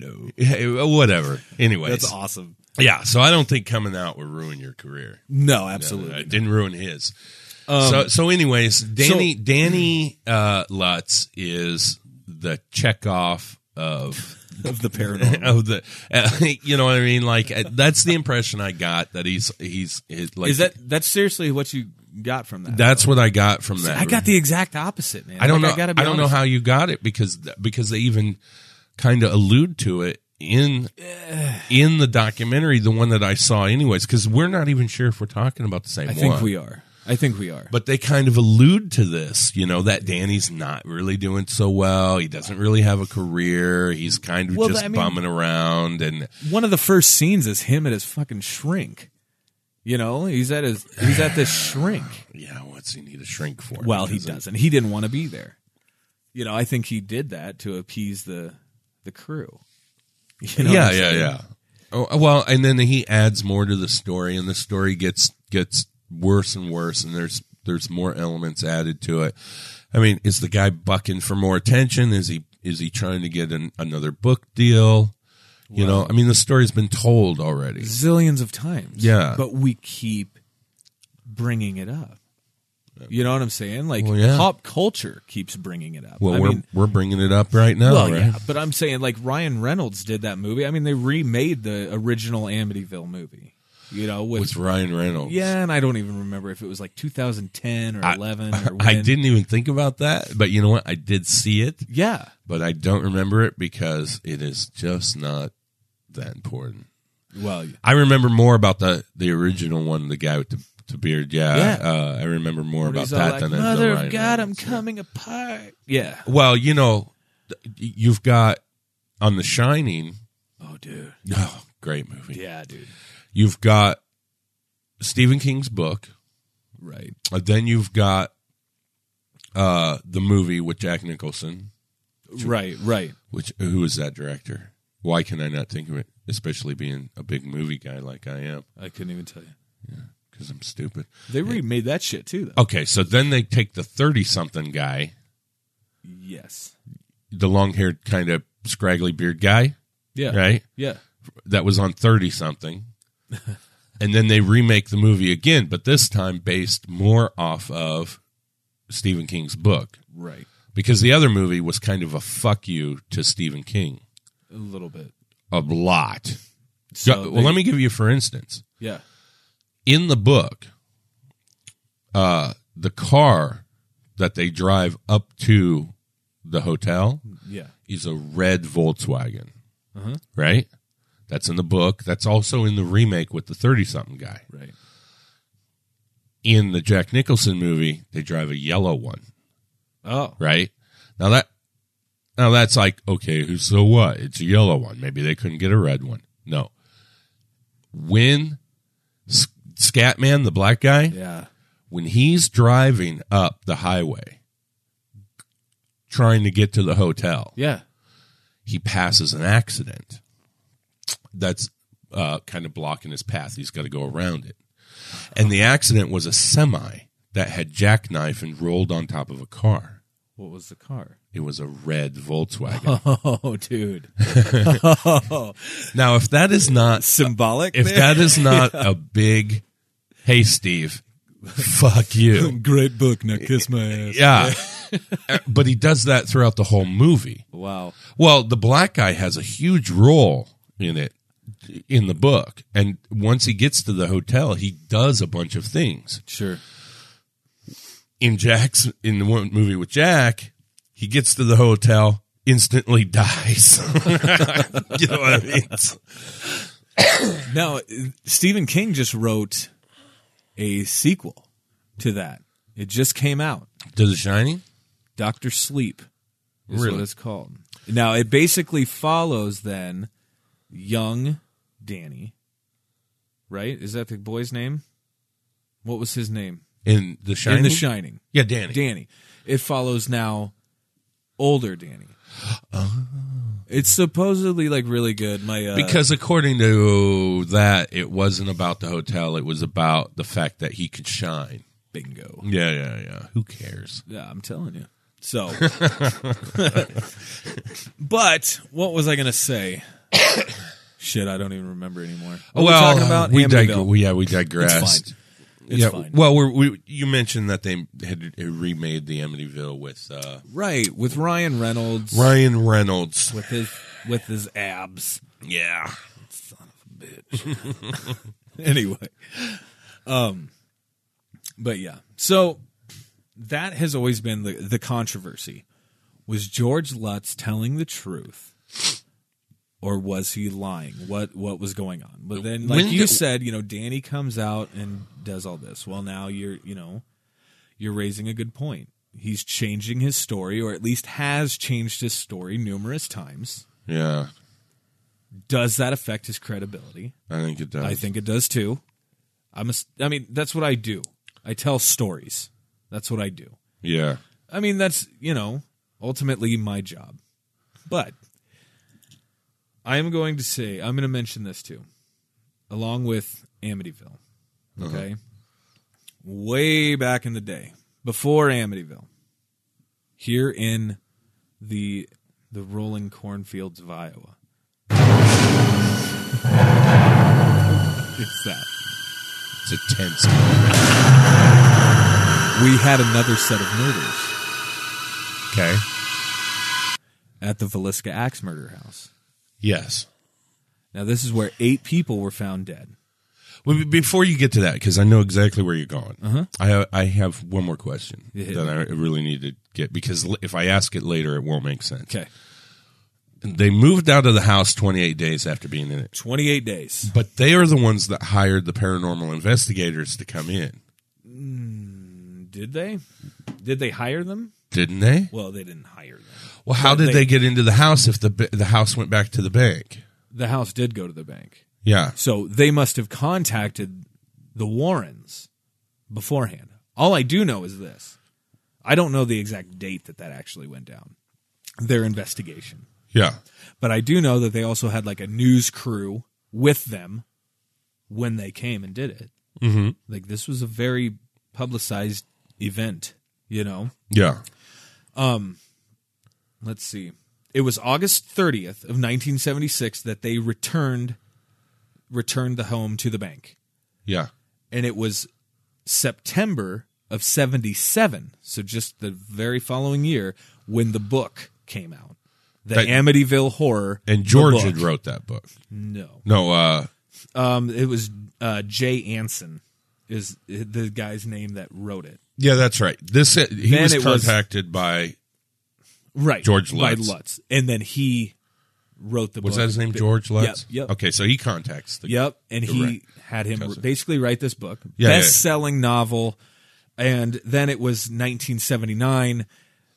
[SPEAKER 4] hello, whatever. Anyways,
[SPEAKER 3] that's awesome.
[SPEAKER 4] yeah. So I don't think coming out would ruin your career.
[SPEAKER 3] No,
[SPEAKER 4] Uh,
[SPEAKER 3] absolutely. Um,
[SPEAKER 4] it didn't ruin his. so, so anyways, Danny Danny uh, Lutz is the Chekhov
[SPEAKER 3] <laughs>
[SPEAKER 4] of
[SPEAKER 3] of the paranormal.
[SPEAKER 4] of the uh, <laughs> you know what I mean. Like uh, that's the impression I got that he's he's, he's like
[SPEAKER 3] Is that that's seriously what you got from that?
[SPEAKER 4] that's what I got from that.
[SPEAKER 3] I got the exact opposite, man.
[SPEAKER 4] I don't
[SPEAKER 3] Like,
[SPEAKER 4] know.
[SPEAKER 3] I, gotta be
[SPEAKER 4] I don't know
[SPEAKER 3] honest.
[SPEAKER 4] how you got it because th- because they even kind of allude to it
[SPEAKER 3] <sighs>
[SPEAKER 4] in in the documentary, the one that I saw, anyways. Because we're not even sure if we're talking about the same.
[SPEAKER 3] I think
[SPEAKER 4] one.
[SPEAKER 3] we are. I think we are.
[SPEAKER 4] but they kind of allude to this, you know, that Danny's not really doing so well. He doesn't really have a career. He's kind of
[SPEAKER 3] Well,
[SPEAKER 4] just
[SPEAKER 3] I mean-
[SPEAKER 4] bumming around and
[SPEAKER 3] one of the first scenes is him at his fucking shrink. You know, he's at his he's at this shrink.
[SPEAKER 4] yeah, what's he need a shrink for?
[SPEAKER 3] Well, he
[SPEAKER 4] Because
[SPEAKER 3] doesn't. He didn't want to be there. You know, I think he did that to appease the the crew. You know
[SPEAKER 4] yeah,
[SPEAKER 3] what I'm
[SPEAKER 4] yeah,
[SPEAKER 3] saying?
[SPEAKER 4] yeah. Oh, well, and then he adds more to the story, and the story gets gets worse and worse, and there's there's more elements added to it. I mean, is the guy bucking for more attention? Is he is he trying to get an, another book deal? You know, I mean, the story's been told already.
[SPEAKER 3] Zillions of times.
[SPEAKER 4] Yeah.
[SPEAKER 3] But we keep bringing it up. You know what I'm saying? Like
[SPEAKER 4] Well, yeah.
[SPEAKER 3] pop culture keeps bringing it up.
[SPEAKER 4] Well,
[SPEAKER 3] I
[SPEAKER 4] we're
[SPEAKER 3] mean,
[SPEAKER 4] we're bringing it up right now.
[SPEAKER 3] Well,
[SPEAKER 4] right?
[SPEAKER 3] yeah, but I'm saying like Ryan Reynolds did that movie. I mean, they remade the original Amityville movie. You know, with,
[SPEAKER 4] with Ryan Reynolds.
[SPEAKER 3] yeah, and I don't even remember if it was like 2010 or 11 or when.
[SPEAKER 4] <laughs> I didn't even think about that, but you know what? I did see it,
[SPEAKER 3] Yeah,
[SPEAKER 4] but I don't remember it because it is just not that important.
[SPEAKER 3] well,
[SPEAKER 4] I remember more about the the original one, the guy with the, the beard. Yeah,
[SPEAKER 3] Yeah.
[SPEAKER 4] Uh, I remember more about
[SPEAKER 3] he's all
[SPEAKER 4] that
[SPEAKER 3] like,
[SPEAKER 4] than I- the
[SPEAKER 3] Mother
[SPEAKER 4] Ryan
[SPEAKER 3] of God,
[SPEAKER 4] Reynolds.
[SPEAKER 3] I'm coming apart. Yeah.
[SPEAKER 4] Well, you know, th- you've got on The Shining.
[SPEAKER 3] Oh, dude.
[SPEAKER 4] Oh, great movie.
[SPEAKER 3] Yeah, dude.
[SPEAKER 4] You've got Stephen King's book.
[SPEAKER 3] Right.
[SPEAKER 4] Uh, then you've got uh, the movie with Jack Nicholson,
[SPEAKER 3] Right. Right.
[SPEAKER 4] which who is that director? Why can I not think of it? Especially being a big movie guy like I am,
[SPEAKER 3] I couldn't even tell you.
[SPEAKER 4] because I'm stupid.
[SPEAKER 3] They remade that shit too, though.
[SPEAKER 4] Okay, so then they take the thirty-something guy,
[SPEAKER 3] Yes.
[SPEAKER 4] the long-haired kind of scraggly beard guy,
[SPEAKER 3] Yeah.
[SPEAKER 4] right?
[SPEAKER 3] Yeah.
[SPEAKER 4] That was on thirty-something, and then they remake the movie again, but this time based more off of Stephen King's book,
[SPEAKER 3] Right.
[SPEAKER 4] because the other movie was kind of a fuck you to Stephen King.
[SPEAKER 3] A little bit.
[SPEAKER 4] a lot.
[SPEAKER 3] So
[SPEAKER 4] well,
[SPEAKER 3] they-
[SPEAKER 4] let me give you for instance.
[SPEAKER 3] Yeah.
[SPEAKER 4] In the book, uh, the car that they drive up to the hotel
[SPEAKER 3] Yeah.
[SPEAKER 4] is a red Volkswagen,
[SPEAKER 3] Uh-huh.
[SPEAKER 4] right? That's in the book. That's also in the remake with the thirty-something guy.
[SPEAKER 3] Right.
[SPEAKER 4] In the Jack Nicholson movie, they drive a yellow one,
[SPEAKER 3] Oh.
[SPEAKER 4] right? Now that, now that's like okay, so what? It's a yellow one. Maybe they couldn't get a red one. No, when S- Scatman, the black guy,
[SPEAKER 3] Yeah.
[SPEAKER 4] when he's driving up the highway, trying to get to the hotel,
[SPEAKER 3] Yeah.
[SPEAKER 4] he passes an accident that's uh, kind of blocking his path. He's got to go around it. And the accident was a semi that had jackknife and rolled on top of a car.
[SPEAKER 3] What was the car?
[SPEAKER 4] It was a red Volkswagen.
[SPEAKER 3] <laughs> Oh, dude.
[SPEAKER 4] <laughs> Now, if that is
[SPEAKER 3] <laughs>
[SPEAKER 4] not
[SPEAKER 3] Symbolic.
[SPEAKER 4] if
[SPEAKER 3] <laughs>
[SPEAKER 4] that <laughs> is not a big, hey Steve, fuck you. <laughs>
[SPEAKER 3] great book, now kiss my ass.
[SPEAKER 4] Yeah, <laughs> but he does that throughout the whole movie.
[SPEAKER 3] Wow.
[SPEAKER 4] Well, the black guy has a huge role in it in the book, and once he gets to the hotel, he does a bunch of things.
[SPEAKER 3] Sure.
[SPEAKER 4] In Jack's in the one movie with Jack, he gets to the hotel, instantly <laughs> dies. you know what I <laughs> mean? It's-
[SPEAKER 3] Now, Stephen King just wrote a sequel to that. It just came out.
[SPEAKER 4] To The Shining.
[SPEAKER 3] Doctor Sleep is
[SPEAKER 4] Really?
[SPEAKER 3] what it's called. Now it basically follows then young Danny. Right? Is that the boy's name? What was his name?
[SPEAKER 4] In The Shining.
[SPEAKER 3] In The Shining.
[SPEAKER 4] Yeah, Danny.
[SPEAKER 3] Danny. It follows now older
[SPEAKER 4] <gasps>
[SPEAKER 3] Danny. It's supposedly like really good. My uh,
[SPEAKER 4] Uh-huh. Because according to that, it wasn't about the hotel. It was about the fact that he could shine.
[SPEAKER 3] bingo.
[SPEAKER 4] Yeah, yeah, yeah. Who cares?
[SPEAKER 3] Yeah, I'm telling you.
[SPEAKER 4] <laughs>
[SPEAKER 3] So, but what was I going to say? Shit, I don't even remember anymore. What we're
[SPEAKER 4] well,
[SPEAKER 3] talking about
[SPEAKER 4] we
[SPEAKER 3] Amityville.
[SPEAKER 4] dig- we- yeah, we digressed.
[SPEAKER 3] It's fine. It's
[SPEAKER 4] yeah.
[SPEAKER 3] fine.
[SPEAKER 4] Well, we're, we you mentioned that they had remade the Amityville with uh,
[SPEAKER 3] right with Ryan Reynolds
[SPEAKER 4] Ryan Reynolds.
[SPEAKER 3] with his with his abs.
[SPEAKER 4] Yeah.
[SPEAKER 3] <laughs> anyway, um, but yeah, so that has always been the the controversy. Was George Lutz telling the truth, or was he lying? What what was going on? But then, like
[SPEAKER 4] When
[SPEAKER 3] you
[SPEAKER 4] did-
[SPEAKER 3] said, you know, Danny comes out and does all this. Well, now you're you know you're raising a good point. He's changing his story, or at least has changed his story numerous times.
[SPEAKER 4] Yeah.
[SPEAKER 3] Does that affect his credibility?
[SPEAKER 4] I think it does.
[SPEAKER 3] I think it does too. I'm a, s- I mean, that's what I do. I tell stories. That's what I do.
[SPEAKER 4] Yeah.
[SPEAKER 3] I mean, that's, you know, ultimately my job. But I am going to say, I'm going to mention this too, along with Amityville. Okay. Way back in the day, before Amityville, here in the the rolling cornfields of Iowa. it's that.
[SPEAKER 4] It's a tense.
[SPEAKER 3] We had another set of murders.
[SPEAKER 4] Okay.
[SPEAKER 3] at the Velisca Axe murder house.
[SPEAKER 4] Yes.
[SPEAKER 3] Now, this is where eight people were found dead.
[SPEAKER 4] Well, be- before you get to that, because I know exactly where you're going, I I have one more question
[SPEAKER 3] Uh-huh. Yeah.
[SPEAKER 4] that I really need to get because l- if I ask it later, it won't make sense.
[SPEAKER 3] Okay.
[SPEAKER 4] They moved out of the house 28 days after being in it,
[SPEAKER 3] 28 days.
[SPEAKER 4] but they are the ones that hired the paranormal investigators to come in,
[SPEAKER 3] Did they? Did they hire them?
[SPEAKER 4] didn't they?
[SPEAKER 3] Well, they didn't hire them.
[SPEAKER 4] Well, how did
[SPEAKER 3] they-
[SPEAKER 4] they get into the house if the ba- the house went back to the bank?
[SPEAKER 3] The house did go to the bank.
[SPEAKER 4] Yeah,
[SPEAKER 3] So they must have contacted the Warrens beforehand. All I do know is this I don't know the exact date that that actually went down, their investigation.
[SPEAKER 4] yeah,
[SPEAKER 3] But I do know that they also had like a news crew with them when they came and did it. Mm-hmm. Like this was a very publicized event, you know?
[SPEAKER 4] yeah.
[SPEAKER 3] Let's see. It was August 30th of 1976 that they returned returned the home to the bank.
[SPEAKER 4] Yeah.
[SPEAKER 3] And it was September of 77, so just the very following year when the book came out. The
[SPEAKER 4] That-
[SPEAKER 3] Amityville Horror
[SPEAKER 4] And George
[SPEAKER 3] the
[SPEAKER 4] had
[SPEAKER 3] book.
[SPEAKER 4] wrote that book.
[SPEAKER 3] No.
[SPEAKER 4] No, uh,
[SPEAKER 3] Um, it was uh, Jay Anson is the guy's name that wrote it.
[SPEAKER 4] yeah, that's right. This he
[SPEAKER 3] Then
[SPEAKER 4] was
[SPEAKER 3] it was-
[SPEAKER 4] contacted by
[SPEAKER 3] Right,
[SPEAKER 4] George
[SPEAKER 3] by
[SPEAKER 4] Lutz.
[SPEAKER 3] Lutz, and then he wrote the.
[SPEAKER 4] Was
[SPEAKER 3] book.
[SPEAKER 4] that his name, George Lutz?
[SPEAKER 3] Yep. Yep.
[SPEAKER 4] Okay, so he contacts the
[SPEAKER 3] Yep, and he
[SPEAKER 4] Correct.
[SPEAKER 3] had him
[SPEAKER 4] Cousin.
[SPEAKER 3] basically write this book,
[SPEAKER 4] Yeah, yeah, yeah.
[SPEAKER 3] best-selling novel, and then it was 1979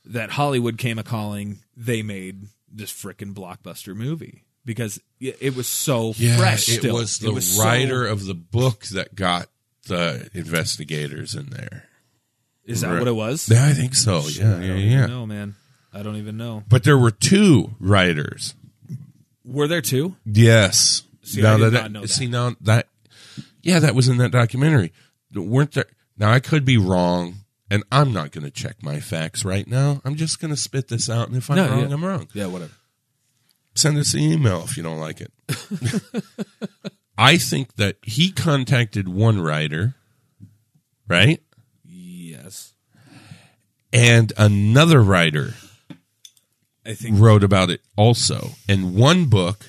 [SPEAKER 3] that Hollywood came a calling. They made this frickin' blockbuster movie because it it was so fresh.
[SPEAKER 4] It
[SPEAKER 3] still.
[SPEAKER 4] was the
[SPEAKER 3] so-
[SPEAKER 4] writer of the book that got the investigators in there.
[SPEAKER 3] is that what it was?
[SPEAKER 4] Yeah, I think so. yeah,
[SPEAKER 3] I
[SPEAKER 4] yeah,
[SPEAKER 3] don't
[SPEAKER 4] yeah.
[SPEAKER 3] even know, man. I don't even know.
[SPEAKER 4] But there were two writers.
[SPEAKER 3] Were there two?
[SPEAKER 4] Yes.
[SPEAKER 3] See, I did not
[SPEAKER 4] that,
[SPEAKER 3] know
[SPEAKER 4] see
[SPEAKER 3] that.
[SPEAKER 4] now that yeah, that was in that documentary. Weren't there? Now I could be wrong, and I'm not going to check my facts right now. I'm just going to spit this out, and if I'm
[SPEAKER 3] No,
[SPEAKER 4] wrong,
[SPEAKER 3] yeah.
[SPEAKER 4] I'm wrong.
[SPEAKER 3] Yeah, whatever.
[SPEAKER 4] send us an email if you don't like it. <laughs> I think that he contacted one writer, right?
[SPEAKER 3] Yes.
[SPEAKER 4] and another writer
[SPEAKER 3] I think
[SPEAKER 4] wrote about it also. And one book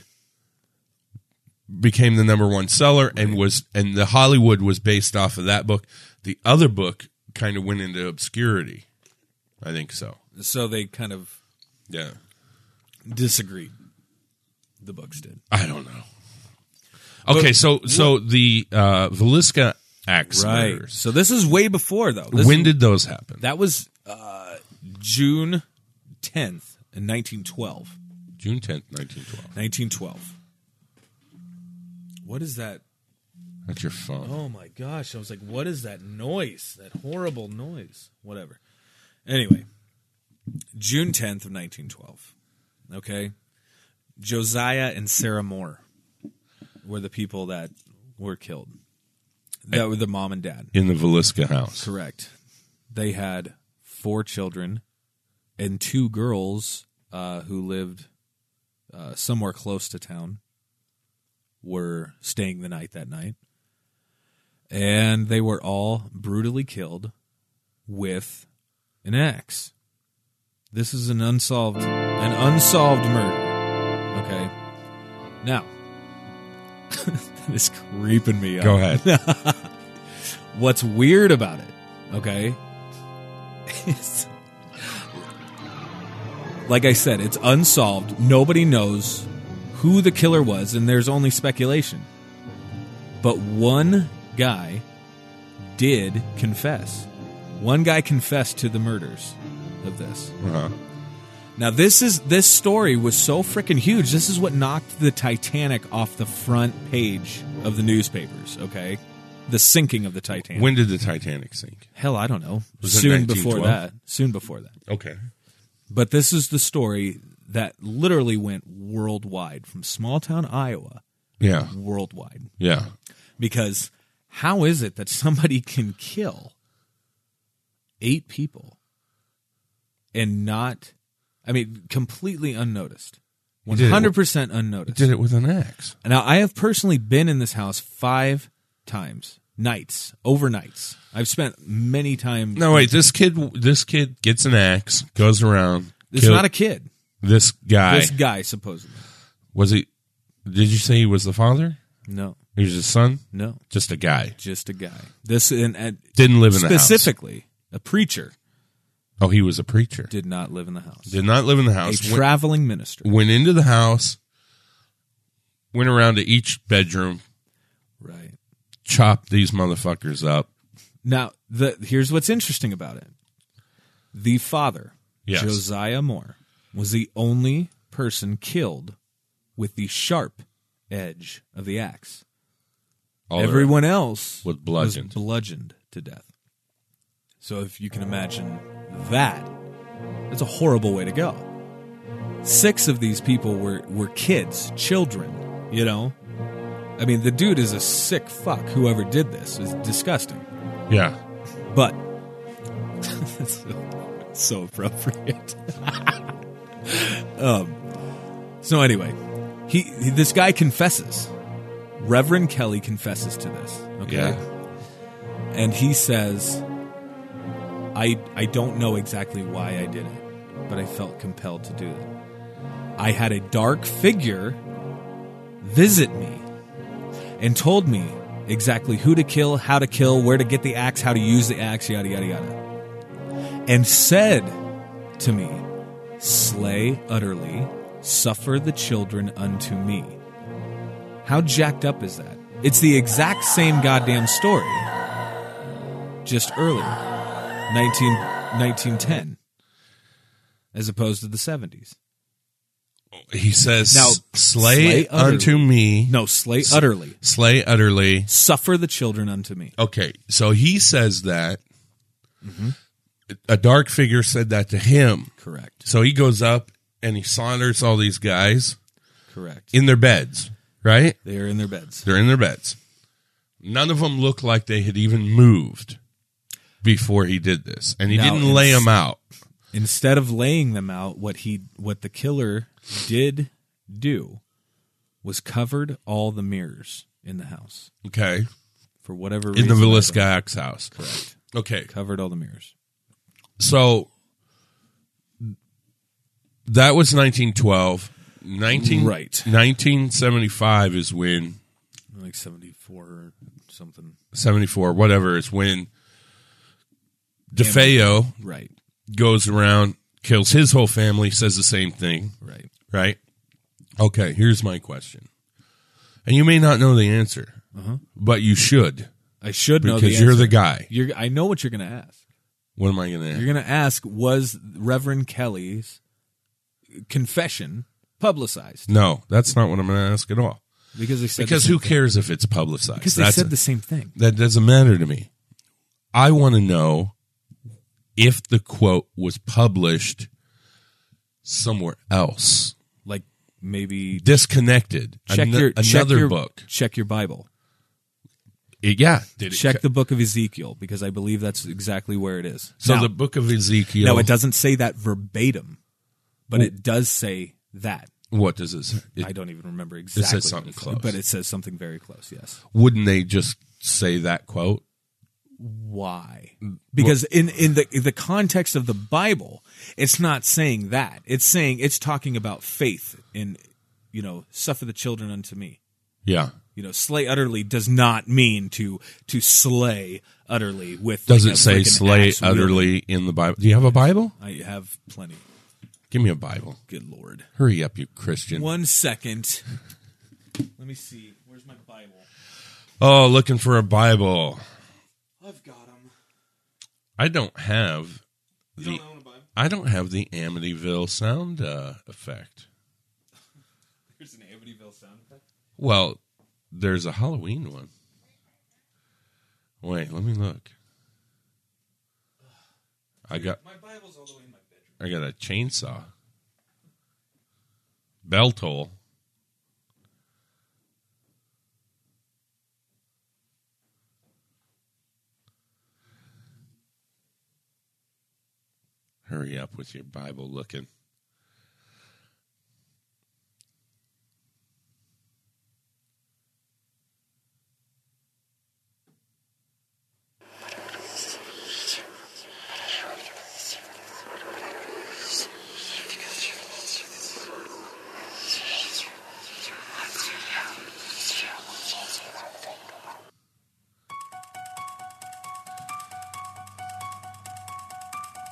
[SPEAKER 4] became the number one seller and was and the Hollywood was based off of that book. The other book kind of went into obscurity. I think so.
[SPEAKER 3] so. They kind of
[SPEAKER 4] Yeah.
[SPEAKER 3] disagreed. The books did.
[SPEAKER 4] I don't know. Okay, so so the uh Velisca axe murders.
[SPEAKER 3] So this is way before though. This-
[SPEAKER 4] when did those happen?
[SPEAKER 3] that was uh, June 10th in 1912.
[SPEAKER 4] June 10th, 1912.
[SPEAKER 3] 1912. What is that?
[SPEAKER 4] That's your phone.
[SPEAKER 3] Oh my gosh. I was like, what is that noise? That horrible noise. Whatever. Anyway, June 10th of 1912. Okay. Josiah and Sarah Moore were the people that were killed. That were the mom and dad.
[SPEAKER 4] In the Velisca house.
[SPEAKER 3] Correct. They had four children and two girls uh, who lived uh, somewhere close to town were staying the night that night. And they were all brutally killed with an axe. This is an unsolved an unsolved murder. Okay. Now <laughs> that is creeping me out.
[SPEAKER 4] Go ahead.
[SPEAKER 3] What's weird about it, okay? is- like I said, it's unsolved. Nobody knows who the killer was, and there's only speculation. But one guy did confess. One guy confessed to the murders of this.
[SPEAKER 4] <laughs> Uh-huh.
[SPEAKER 3] Now this is this story was so freaking huge. This is what knocked the Titanic off the front page of the newspapers, okay? The sinking of the Titanic.
[SPEAKER 4] When did the Titanic sink?
[SPEAKER 3] Hell, I don't know.
[SPEAKER 4] Was it
[SPEAKER 3] Soon before
[SPEAKER 4] 1912?
[SPEAKER 3] that. Soon before that.
[SPEAKER 4] Okay.
[SPEAKER 3] But this is the story that literally went worldwide from small town Iowa
[SPEAKER 4] Yeah.
[SPEAKER 3] worldwide.
[SPEAKER 4] Yeah.
[SPEAKER 3] Because how is it that somebody can kill eight people and not, I mean, completely unnoticed?
[SPEAKER 4] He did it-
[SPEAKER 3] 100%
[SPEAKER 4] He
[SPEAKER 3] unnoticed.
[SPEAKER 4] did it with an axe.
[SPEAKER 3] Now, I have personally been in this house five times, nights, overnights. I've spent many times.
[SPEAKER 4] No, wait. This kid. This kid gets an axe, goes around.
[SPEAKER 3] It's
[SPEAKER 4] kill-
[SPEAKER 3] not a kid.
[SPEAKER 4] This guy
[SPEAKER 3] This guy, supposedly.
[SPEAKER 4] was he? Did you say he was the father?
[SPEAKER 3] No,
[SPEAKER 4] He was his son.
[SPEAKER 3] no,
[SPEAKER 4] Just a guy.
[SPEAKER 3] just a guy. This and, and
[SPEAKER 4] Didn't live in the house.
[SPEAKER 3] specifically, a preacher
[SPEAKER 4] Oh, he was a preacher. Did,
[SPEAKER 3] did not live in the house.
[SPEAKER 4] not live in the
[SPEAKER 3] a
[SPEAKER 4] house. Went-
[SPEAKER 3] traveling minister,
[SPEAKER 4] went, into the house. Went around to each bedroom,
[SPEAKER 3] right?
[SPEAKER 4] chopped these motherfuckers up.
[SPEAKER 3] Now, the here's what's interesting about it: the father,
[SPEAKER 4] Yes.
[SPEAKER 3] Josiah Moore, was the only person killed with the sharp edge of the axe.
[SPEAKER 4] All
[SPEAKER 3] Everyone else
[SPEAKER 4] was bludgeoned.
[SPEAKER 3] was bludgeoned to death. So if you can imagine that, that's a horrible way to go. Six of these people were were kids, children. You know, I mean, the dude is a sick fuck. Whoever did this is disgusting.
[SPEAKER 4] their- yeah.
[SPEAKER 3] But <laughs> that's so, so appropriate. <laughs> um, so anyway, he, he- this guy confesses. Reverend Kelly confesses to this. Okay.
[SPEAKER 4] Yeah.
[SPEAKER 3] And he says, I I don't know exactly why I did it, but I felt compelled to do it. I had a dark figure visit me and told me exactly who to kill, how to kill, where to get the axe, how to use the axe, yada, yada, yada. And said to me, Slay utterly, suffer the children unto me. How jacked up is that? It's the exact same goddamn story, just earlier, 19, 1910, as opposed to the 70s.
[SPEAKER 4] He says,
[SPEAKER 3] Now,
[SPEAKER 4] slay,
[SPEAKER 3] slay
[SPEAKER 4] unto
[SPEAKER 3] utterly."
[SPEAKER 4] me,
[SPEAKER 3] No, slay utterly,
[SPEAKER 4] slay utterly."
[SPEAKER 3] suffer the children unto me.
[SPEAKER 4] Okay, so he says that
[SPEAKER 3] Mm-hmm.
[SPEAKER 4] a dark figure said that to him.
[SPEAKER 3] Correct.
[SPEAKER 4] So he goes up and he slaughters all these guys
[SPEAKER 3] Correct.
[SPEAKER 4] in their beds, right?
[SPEAKER 3] They are in their beds.
[SPEAKER 4] They're in their beds. None of them look like they had even moved before he did this, and he
[SPEAKER 3] Now,
[SPEAKER 4] didn't lay
[SPEAKER 3] it's-
[SPEAKER 4] them out.
[SPEAKER 3] Instead of laying them out, what he what the killer did do was covered all the mirrors in the house
[SPEAKER 4] Okay,
[SPEAKER 3] for whatever
[SPEAKER 4] in
[SPEAKER 3] reason.
[SPEAKER 4] the Velisca axe house.
[SPEAKER 3] Correct.
[SPEAKER 4] Okay,
[SPEAKER 3] Covered all the mirrors.
[SPEAKER 4] so that was 1912. 19,
[SPEAKER 3] Right.
[SPEAKER 4] 1975 is when
[SPEAKER 3] like seventy four or something.
[SPEAKER 4] 74 whatever is when DeFeo
[SPEAKER 3] Right,
[SPEAKER 4] goes around kills his whole family says the same thing
[SPEAKER 3] right.
[SPEAKER 4] right? Okay, here's my question. And you may not know the answer,
[SPEAKER 3] Uh-huh.
[SPEAKER 4] but you should
[SPEAKER 3] I should know
[SPEAKER 4] because
[SPEAKER 3] the
[SPEAKER 4] you're
[SPEAKER 3] answer.
[SPEAKER 4] the guy.
[SPEAKER 3] You're, I know what you're going to ask.
[SPEAKER 4] What am I going to
[SPEAKER 3] You're going to ask was Reverend Kelly's confession publicized?
[SPEAKER 4] No, that's not what I'm going to ask at all.
[SPEAKER 3] Because they said
[SPEAKER 4] Because
[SPEAKER 3] the
[SPEAKER 4] who
[SPEAKER 3] same thing.
[SPEAKER 4] cares if it's publicized?
[SPEAKER 3] Because they
[SPEAKER 4] That's-
[SPEAKER 3] said the same thing.
[SPEAKER 4] that doesn't matter to me. I want to know if the quote was published somewhere else,
[SPEAKER 3] Like maybe
[SPEAKER 4] disconnected.
[SPEAKER 3] check
[SPEAKER 4] Ano-
[SPEAKER 3] your check
[SPEAKER 4] another
[SPEAKER 3] your-
[SPEAKER 4] book.
[SPEAKER 3] check your Bible.
[SPEAKER 4] It- yeah, did it
[SPEAKER 3] check
[SPEAKER 4] co-
[SPEAKER 3] the book of Ezekiel because I believe that's exactly where it is.
[SPEAKER 4] so
[SPEAKER 3] now,
[SPEAKER 4] the book of Ezekiel.
[SPEAKER 3] no, it doesn't say that verbatim, but it does say that.
[SPEAKER 4] What does it say? It
[SPEAKER 3] I don't even remember exactly.
[SPEAKER 4] says
[SPEAKER 3] what
[SPEAKER 4] something
[SPEAKER 3] said,
[SPEAKER 4] close.
[SPEAKER 3] but it says something very close. Yes.
[SPEAKER 4] wouldn't they just say that quote?
[SPEAKER 3] Why? Because in in the in the context of the Bible, it's not saying that. It's saying it's talking about faith in, you know, suffer the children unto me.
[SPEAKER 4] Yeah.
[SPEAKER 3] You know, slay utterly does not mean to to slay utterly with.
[SPEAKER 4] Does
[SPEAKER 3] like,
[SPEAKER 4] it
[SPEAKER 3] a
[SPEAKER 4] say
[SPEAKER 3] freaking
[SPEAKER 4] slay
[SPEAKER 3] axe wielding.
[SPEAKER 4] utterly in the Bible? Do you have a Bible?
[SPEAKER 3] I have plenty.
[SPEAKER 4] Give me a Bible.
[SPEAKER 3] Good lord.
[SPEAKER 4] Hurry up, you Christian.
[SPEAKER 3] One second. Let me see. Where's my Bible?
[SPEAKER 4] Oh, looking for a Bible.
[SPEAKER 3] I've got them.
[SPEAKER 4] I don't have
[SPEAKER 3] You
[SPEAKER 4] the
[SPEAKER 3] don't own a Bible?
[SPEAKER 4] I don't have the Amityville sound uh, effect.
[SPEAKER 3] Here's an Amityville sound effect.
[SPEAKER 4] Well, there's a Halloween one. Wait, let me look. I got
[SPEAKER 3] My Bible's all the way in my bedroom.
[SPEAKER 4] I got a chainsaw. Bell toll. Hurry up with your Bible looking.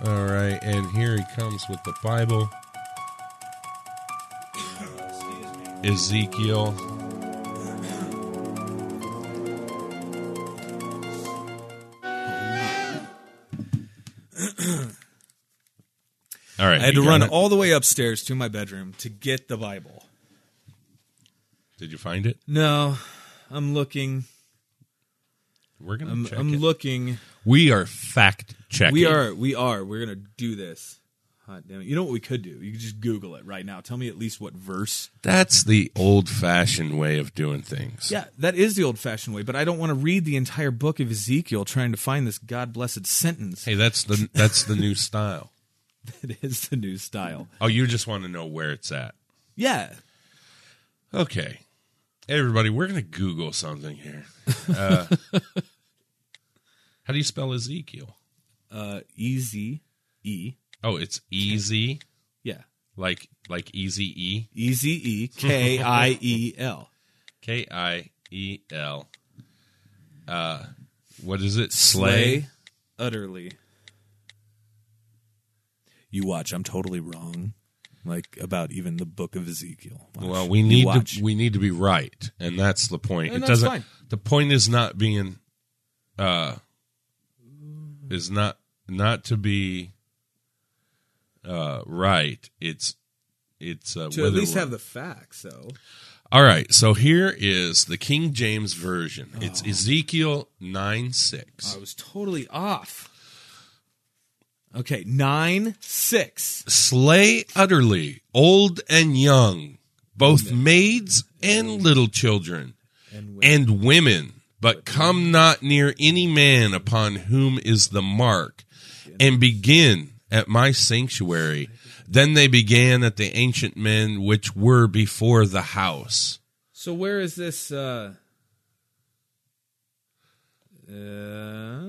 [SPEAKER 4] All right, and here he comes with the Bible. Ezekiel. All right,
[SPEAKER 3] I had to
[SPEAKER 4] you got
[SPEAKER 3] run
[SPEAKER 4] it?
[SPEAKER 3] all the way upstairs to my bedroom to get the Bible.
[SPEAKER 4] Did you find it?
[SPEAKER 3] No, I'm looking.
[SPEAKER 4] We're gonna
[SPEAKER 3] I'm,
[SPEAKER 4] check
[SPEAKER 3] I'm
[SPEAKER 4] it.
[SPEAKER 3] looking.
[SPEAKER 4] we are fact checking.
[SPEAKER 3] Um, We are. We are. We're gonna do this. Hot damn it! You know what we could do? You could just Google it right now. Tell me at least what verse.
[SPEAKER 4] That's the old fashioned way of doing things.
[SPEAKER 3] Yeah, that is the old-fashioned way. But I don't want to read the entire book of Ezekiel trying to find this god blessed sentence.
[SPEAKER 4] Hey, that's the that's the new style.
[SPEAKER 3] <laughs> It is the new style.
[SPEAKER 4] Oh, you just want to know where it's at.
[SPEAKER 3] Yeah.
[SPEAKER 4] Okay. Hey, everybody, we're going to Google something here. Uh, how do you spell Ezekiel?
[SPEAKER 3] Uh, easy E.
[SPEAKER 4] Oh, it's easy,
[SPEAKER 3] Yeah.
[SPEAKER 4] like like easy E.
[SPEAKER 3] Easy E K I E <laughs> L.
[SPEAKER 4] K I E L. Uh, what is it? Slay.
[SPEAKER 3] Slay utterly. You watch. I'm totally wrong. Like about even the book of Ezekiel. Watch.
[SPEAKER 4] Well, we
[SPEAKER 3] You
[SPEAKER 4] need
[SPEAKER 3] watch.
[SPEAKER 4] to, we need to be right, and that's the point.
[SPEAKER 3] And
[SPEAKER 4] it
[SPEAKER 3] that's
[SPEAKER 4] doesn't.
[SPEAKER 3] fine.
[SPEAKER 4] The point is not being, uh, is not not to be, uh, right. It's it's uh,
[SPEAKER 3] to at
[SPEAKER 4] whether
[SPEAKER 3] least
[SPEAKER 4] we're-
[SPEAKER 3] have the facts, though.
[SPEAKER 4] All right, so here is the King James version. It's
[SPEAKER 3] Oh.
[SPEAKER 4] Ezekiel nine six.
[SPEAKER 3] I was totally off. Okay, nine six.
[SPEAKER 4] Slay utterly old and young, both maids and little children.
[SPEAKER 3] And with
[SPEAKER 4] and women, but come not near any man upon whom is the mark, and begin at my sanctuary. Then they began at the ancient men which were before the house.
[SPEAKER 3] So where is this? Uh, uh,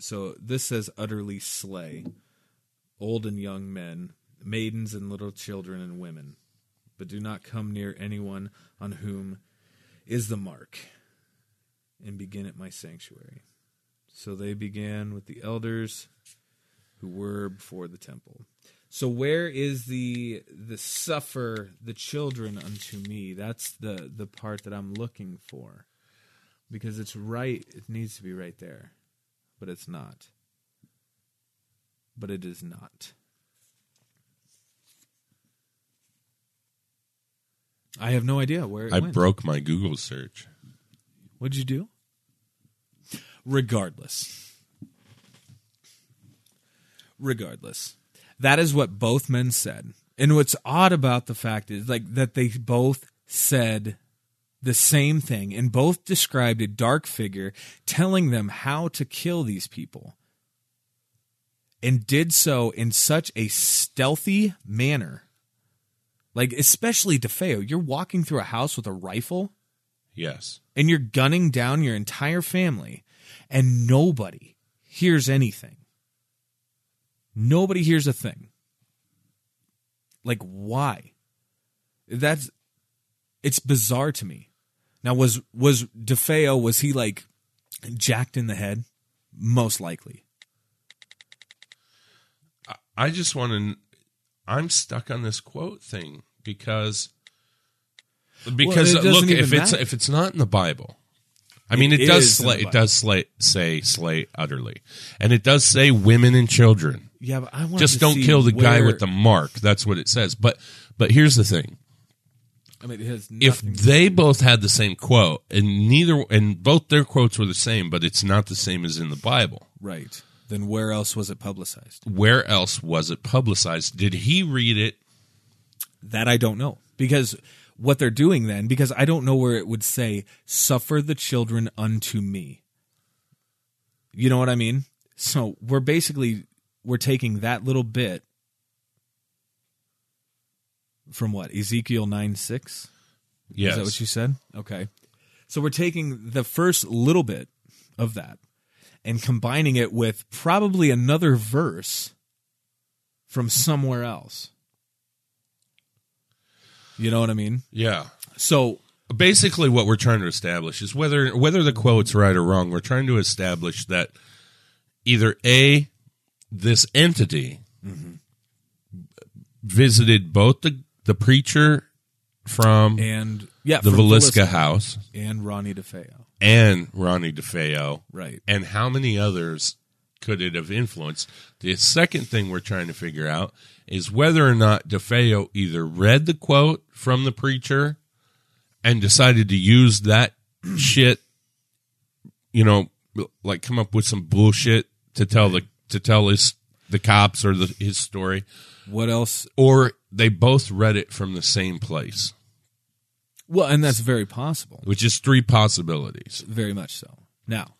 [SPEAKER 3] So this says utterly slay old and young men, maidens and little children and women, but do not come near anyone on whom is the mark, and begin at my sanctuary. So they began with the elders who were before the temple. So where is the the suffer the children unto me? That's the the part that I'm looking for. Because it's right it needs to be right there. But it's not. But it is not. I have no idea where it
[SPEAKER 4] I
[SPEAKER 3] went.
[SPEAKER 4] broke my Google search.
[SPEAKER 3] What'd you do? Regardless. Regardless. That is what both men said. And what's odd about the fact is like that they both said the same thing and both described a dark figure telling them how to kill these people. And did so in such a stealthy manner. Like especially DeFeo, you're walking through a house with a rifle
[SPEAKER 4] Yes.
[SPEAKER 3] and you're gunning down your entire family and nobody hears anything. Nobody hears a thing. Like why? That's it's bizarre to me. Now was was DeFeo was he like jacked in the head? Most likely.
[SPEAKER 4] I just want to. I'm stuck on this quote thing because because
[SPEAKER 3] it doesn't
[SPEAKER 4] look if
[SPEAKER 3] even
[SPEAKER 4] it's
[SPEAKER 3] matter.
[SPEAKER 4] if it's not in the Bible, I mean it,
[SPEAKER 3] It
[SPEAKER 4] does
[SPEAKER 3] is in
[SPEAKER 4] slay,
[SPEAKER 3] the
[SPEAKER 4] it does slay, say slay utterly, and it does say women and children.
[SPEAKER 3] Yeah, but I want
[SPEAKER 4] Just don't kill the guy with the mark. That's what it says. But but here's the thing:
[SPEAKER 3] I mean, it has
[SPEAKER 4] if
[SPEAKER 3] nothing-
[SPEAKER 4] they both had the same quote and neither and both their quotes were the same, but it's not the same as in the Bible.
[SPEAKER 3] right, then where else was it publicized?
[SPEAKER 4] Where else was it publicized? Did he read it?
[SPEAKER 3] That I don't know because what they're doing then, because I don't know where it would say, suffer the children unto me. You know what I mean? So we're basically, we're taking that little bit from what? Ezekiel 9 6?
[SPEAKER 4] Yes.
[SPEAKER 3] Is that what you said? Okay. So we're taking the first little bit of that and combining it with probably another verse from somewhere else. You know what I mean?
[SPEAKER 4] yeah.
[SPEAKER 3] So
[SPEAKER 4] basically what we're trying to establish is whether whether the quote's right or wrong we're trying to establish that either a this entity visited both the the preacher from
[SPEAKER 3] and yeah,
[SPEAKER 4] the
[SPEAKER 3] from
[SPEAKER 4] Velisca house
[SPEAKER 3] and Ronnie DeFeo.
[SPEAKER 4] and Ronnie DeFeo
[SPEAKER 3] Right.
[SPEAKER 4] and how many others could it have influenced the second thing we're trying to figure out is whether or not DeFeo either read the quote from the preacher and decided to use that <clears throat> shit you know like come up with some bullshit to tell the to tell his the cops or the, his story
[SPEAKER 3] What else?
[SPEAKER 4] or they both read it from the same place
[SPEAKER 3] Well, and that's very possible.
[SPEAKER 4] which is three possibilities
[SPEAKER 3] very much so. Now,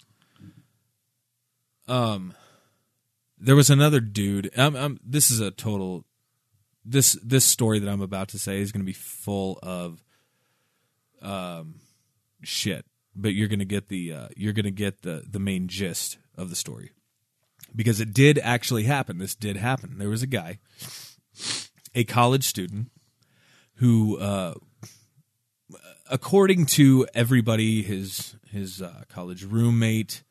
[SPEAKER 3] um, there was another dude. Um, um, this is a total. This this story that I'm about to say is going to be full of, um, shit. But you're going to get the uh, you're going to get the the main gist of the story, because it did actually happen. This did happen. There was a guy, a college student, who uh, according to everybody, his his uh, college roommate,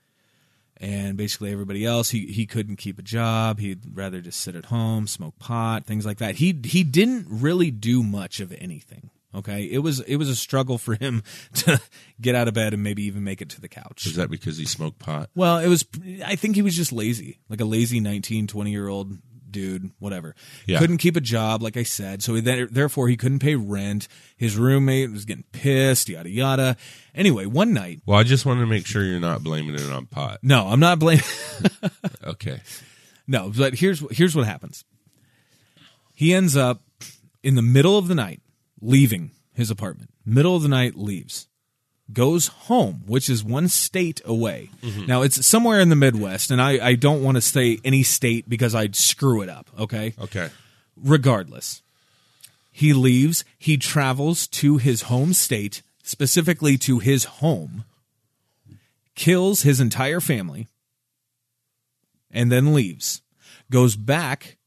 [SPEAKER 3] and basically everybody else, he he couldn't keep a job. He'd rather just sit at home, smoke pot, things like that. He he didn't really do much of anything. Okay, it was it was a struggle for him <laughs> to get out of bed and maybe even make it to the couch.
[SPEAKER 4] is that because he smoked pot
[SPEAKER 3] Well, it was. I think he was just lazy, like a lazy 19, 20 year old dude, whatever.
[SPEAKER 4] Yeah.
[SPEAKER 3] Couldn't keep a job, like I said. So he, then- therefore, he couldn't pay rent. His roommate was getting pissed, yada yada. Anyway, one night.
[SPEAKER 4] well i just wanted to make sure you're not blaming it on pot
[SPEAKER 3] No, I'm not blaming.
[SPEAKER 4] okay
[SPEAKER 3] No, but here's here's what happens. He ends up in the middle of the night leaving his apartment. Middle of the night leaves. Goes home, which is one state away. Now it's somewhere in the Midwest, and I, I don't want to say any state because I'd screw it up, okay?
[SPEAKER 4] okay
[SPEAKER 3] Regardless. He leaves, he travels to his home state, specifically to his home, kills his entire family, and then leaves. Goes back,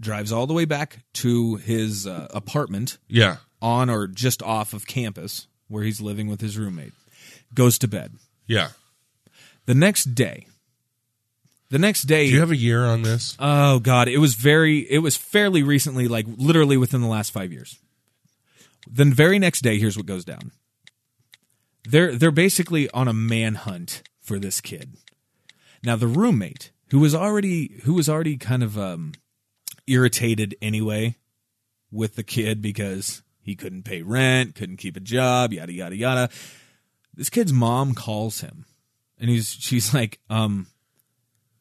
[SPEAKER 3] drives all the way back to his uh, apartment
[SPEAKER 4] Yeah.
[SPEAKER 3] on or just off of campus where he's living with his roommate. Goes to bed.
[SPEAKER 4] Yeah.
[SPEAKER 3] The next day, the next day,
[SPEAKER 4] Do you have a year on this?
[SPEAKER 3] oh god, it was very, it was fairly recently, like literally within the last five years. Then very next day, here's what goes down. They're they're basically on a manhunt for this kid. Now the roommate who was already who was already kind of um, irritated anyway with the kid because he couldn't pay rent, couldn't keep a job, yada yada yada. This kid's mom calls him and he's she's like, um,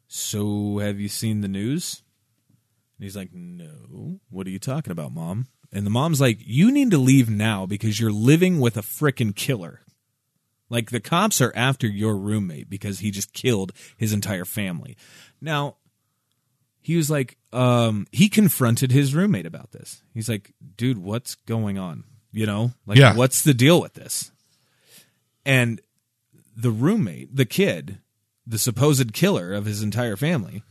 [SPEAKER 3] so have you seen the news? And he's like, no. What are you talking about, mom? And the mom's like, you need to leave now because you're living with a frickin' killer. Like the cops are after your roommate because he just killed his entire family. Now, he was like, um, he confronted his roommate about this. He's like, dude, what's going on? You know, like,
[SPEAKER 4] Yeah.
[SPEAKER 3] what's the deal with this? And the roommate, the kid, the supposed killer of his entire family,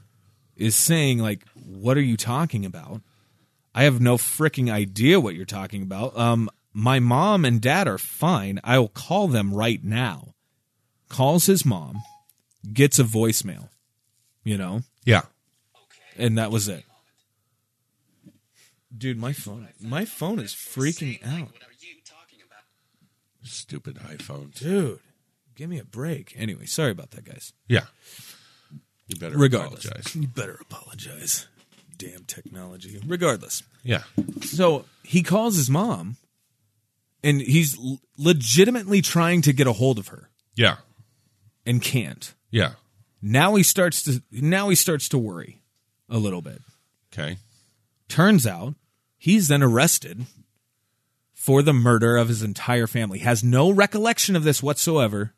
[SPEAKER 3] is saying like, "What are you talking about? I have no freaking idea what you're talking about. Um, my mom and dad are fine. I will call them right now." Calls his mom, gets a voicemail, you know,
[SPEAKER 4] Yeah.
[SPEAKER 3] and that was it. Dude, my phone, my phone is freaking out.
[SPEAKER 4] Stupid iPhone.
[SPEAKER 3] Dude, give me a break. Anyway, sorry about that, guys.
[SPEAKER 4] Yeah. You better
[SPEAKER 3] Regardless,
[SPEAKER 4] apologize.
[SPEAKER 3] you better apologize. Damn technology. Regardless,
[SPEAKER 4] Yeah.
[SPEAKER 3] so he calls his mom, and he's l- legitimately trying to get a hold of her
[SPEAKER 4] Yeah.
[SPEAKER 3] and can't.
[SPEAKER 4] Yeah.
[SPEAKER 3] Now he starts to now he starts to worry a little bit.
[SPEAKER 4] Okay.
[SPEAKER 3] Turns out he's then arrested for the murder of his entire family. Has no recollection of this whatsoever,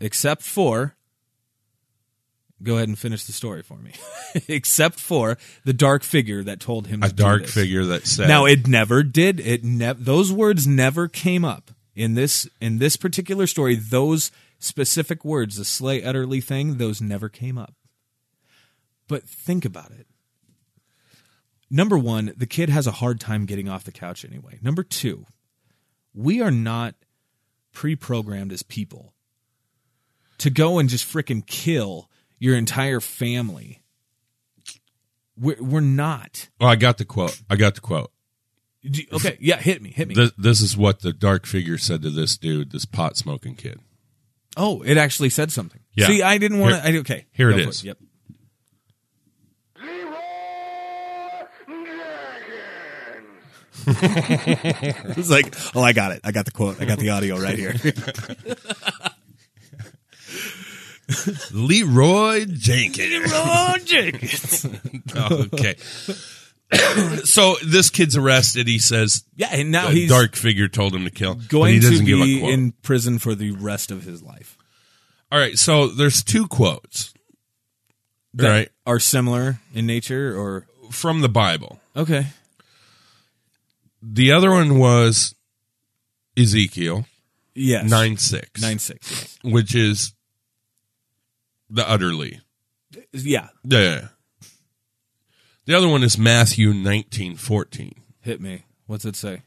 [SPEAKER 3] except for. Go ahead and finish the story for me. <laughs> except for the dark figure that told him
[SPEAKER 4] A
[SPEAKER 3] to do
[SPEAKER 4] dark
[SPEAKER 3] this.
[SPEAKER 4] figure that said.
[SPEAKER 3] Now it never did. It ne- those words never came up in this in this particular story. Those specific words, the slay utterly thing, those never came up. But think about it. Number one, the kid has a hard time getting off the couch anyway. Number two, we are not pre-programmed as people to go and just frickin' kill your entire family. We're, we're not.
[SPEAKER 4] Oh, I got the quote. I got the quote.
[SPEAKER 3] Do- Okay, yeah, hit me, hit me.
[SPEAKER 4] This, this is what the dark figure said to this dude, this pot smoking kid.
[SPEAKER 3] Oh, it actually said something.
[SPEAKER 4] Yeah.
[SPEAKER 3] See, I didn't want
[SPEAKER 4] Here-
[SPEAKER 3] to. Okay,
[SPEAKER 4] here
[SPEAKER 3] go
[SPEAKER 4] it
[SPEAKER 3] for
[SPEAKER 4] is.
[SPEAKER 3] Yep.
[SPEAKER 6] It's like, oh, I got it. I got the quote. I got the audio right here.
[SPEAKER 4] Leroy Jenkins. <laughs>
[SPEAKER 3] Oh,
[SPEAKER 4] okay. <coughs> so this kid's arrested. He says
[SPEAKER 3] Yeah, and now
[SPEAKER 4] a
[SPEAKER 3] he's
[SPEAKER 4] dark figure told him to kill. but he
[SPEAKER 3] going to
[SPEAKER 4] doesn't give a
[SPEAKER 3] be
[SPEAKER 4] quote.
[SPEAKER 3] in prison for the rest of his life.
[SPEAKER 4] All right. So there's two quotes.
[SPEAKER 3] That
[SPEAKER 4] right.
[SPEAKER 3] Are similar in nature, or
[SPEAKER 4] From the Bible.
[SPEAKER 3] okay,
[SPEAKER 4] The other one was Ezekiel
[SPEAKER 3] yes,
[SPEAKER 4] 9 6,
[SPEAKER 3] nine six.
[SPEAKER 4] which is the utterly.
[SPEAKER 3] Yes. Yeah,
[SPEAKER 4] Yeah. The other one is Matthew nineteen fourteen.
[SPEAKER 3] hit me. What's it say?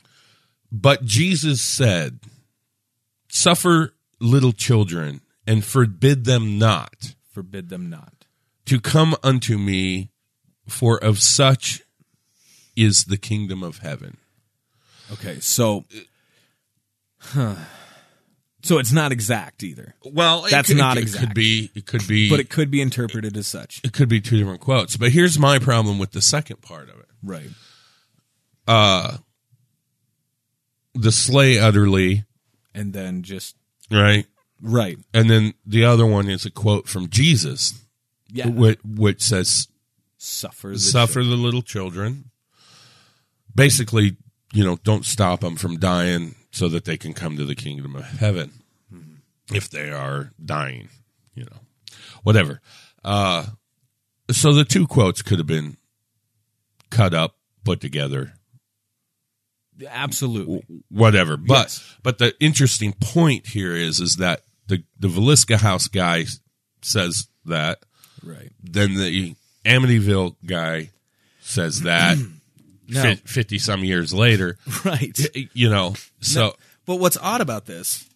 [SPEAKER 4] But Jesus said, Suffer little children and forbid them not
[SPEAKER 3] Forbid them not.
[SPEAKER 4] to come unto me, for of such is the kingdom of heaven.
[SPEAKER 3] Okay, so, huh. so it's not exact either,
[SPEAKER 4] Well,
[SPEAKER 3] That's
[SPEAKER 4] could,
[SPEAKER 3] not
[SPEAKER 4] it
[SPEAKER 3] exact.
[SPEAKER 4] Could be, it could be,
[SPEAKER 3] but it could be interpreted as such.
[SPEAKER 4] it could be two different quotes. But here's my problem with the second part of it.
[SPEAKER 3] Right.
[SPEAKER 4] Uh, The slay utterly,
[SPEAKER 3] And then just
[SPEAKER 4] right?
[SPEAKER 3] right.
[SPEAKER 4] And then the other one is a quote from Jesus,
[SPEAKER 3] Yeah.
[SPEAKER 4] which, which says,
[SPEAKER 3] suffer. The
[SPEAKER 4] suffer the little children. Basically, you know, don't stop them from dying so that they can come to the kingdom of heaven if they are dying, you know, whatever. Uh, so the two quotes could have been cut up, put together,
[SPEAKER 3] children. Absolutely.
[SPEAKER 4] whatever. But
[SPEAKER 3] Yes.
[SPEAKER 4] but the interesting point here is is that the the Velisca House guy says that
[SPEAKER 3] Right.
[SPEAKER 4] Then the Amityville guy says <clears throat> that
[SPEAKER 3] No.
[SPEAKER 4] fifty some years <laughs> later.
[SPEAKER 3] Right.
[SPEAKER 4] You know, so
[SPEAKER 3] But what's odd about this,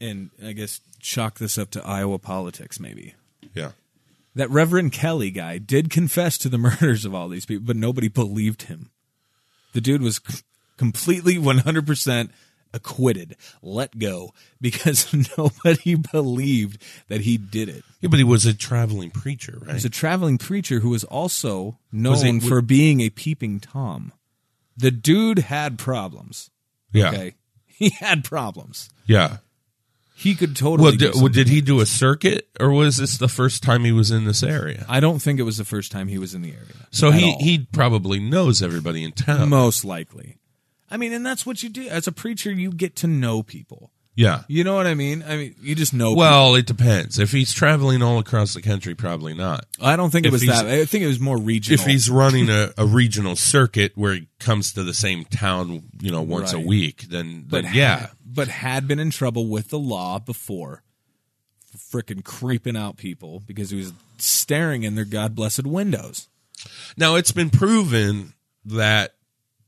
[SPEAKER 3] and I guess chalk this up to Iowa politics maybe,
[SPEAKER 4] yeah,
[SPEAKER 3] that Reverend Kelly guy did confess to the <laughs> murders of all these people, but nobody believed him. The dude was c- completely 100% acquitted, let go, because <laughs> nobody believed that he did it.
[SPEAKER 4] yeah, but he was a traveling preacher, right?
[SPEAKER 3] He was a traveling preacher who was also known
[SPEAKER 4] Was he-
[SPEAKER 3] for being a peeping Tom. The dude had problems.
[SPEAKER 4] yeah,
[SPEAKER 3] Okay. <laughs> He had problems.
[SPEAKER 4] yeah.
[SPEAKER 3] He could totally.
[SPEAKER 4] Well,
[SPEAKER 3] do
[SPEAKER 4] did, well,
[SPEAKER 3] something.
[SPEAKER 4] did he do a circuit, or was this the first time he was in this area?
[SPEAKER 3] I don't think it was the first time he was in the area.
[SPEAKER 4] So
[SPEAKER 3] at
[SPEAKER 4] he
[SPEAKER 3] all.
[SPEAKER 4] he probably knows everybody in town.
[SPEAKER 3] most likely. I mean, and that's what you do as a preacher. You get to know people.
[SPEAKER 4] yeah.
[SPEAKER 3] You know what I mean? I mean, you just know.
[SPEAKER 4] Well, it depends. If he's traveling all across the country, probably not.
[SPEAKER 3] people. I don't think it
[SPEAKER 4] if
[SPEAKER 3] was
[SPEAKER 4] he's-
[SPEAKER 3] that. I think it was more regional.
[SPEAKER 4] If he's running a, a regional circuit where he comes to the same town, you know, once a
[SPEAKER 3] Right.
[SPEAKER 4] week, then, then
[SPEAKER 3] but
[SPEAKER 4] yeah,
[SPEAKER 3] had, but had been in trouble with the law before, for frickin' creeping out people because he was staring in their god blessed windows.
[SPEAKER 4] Now it's been proven that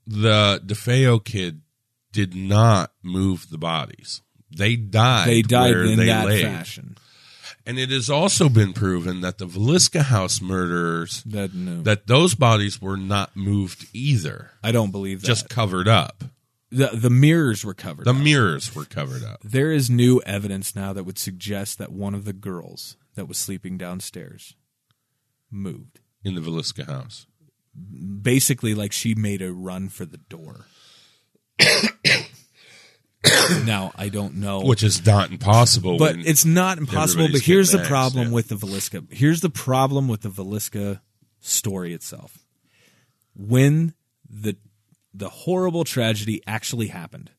[SPEAKER 4] the DeFeo kid did not move the bodies. They died.
[SPEAKER 3] They died
[SPEAKER 4] where
[SPEAKER 3] in
[SPEAKER 4] they
[SPEAKER 3] that
[SPEAKER 4] lay.
[SPEAKER 3] fashion.
[SPEAKER 4] And it has also been proven that the Velisca House murderers
[SPEAKER 3] That no,
[SPEAKER 4] that those bodies were not moved either,
[SPEAKER 3] I don't believe that.
[SPEAKER 4] just covered up.
[SPEAKER 3] the the mirrors were covered.
[SPEAKER 4] The
[SPEAKER 3] up.
[SPEAKER 4] mirrors were covered up.
[SPEAKER 3] There is new evidence now that would suggest that one of the girls that was sleeping downstairs moved.
[SPEAKER 4] in the Velisca house.
[SPEAKER 3] Basically, like she made a run for the door. <coughs> now, I don't know.
[SPEAKER 4] Which is not impossible.
[SPEAKER 3] but
[SPEAKER 4] when-
[SPEAKER 3] it's not impossible. But
[SPEAKER 4] everybody's
[SPEAKER 3] here's the
[SPEAKER 4] getting axed,
[SPEAKER 3] problem
[SPEAKER 4] yeah.
[SPEAKER 3] with the Velisca. Here's the problem with the Velisca story itself. When the the horrible tragedy actually happened,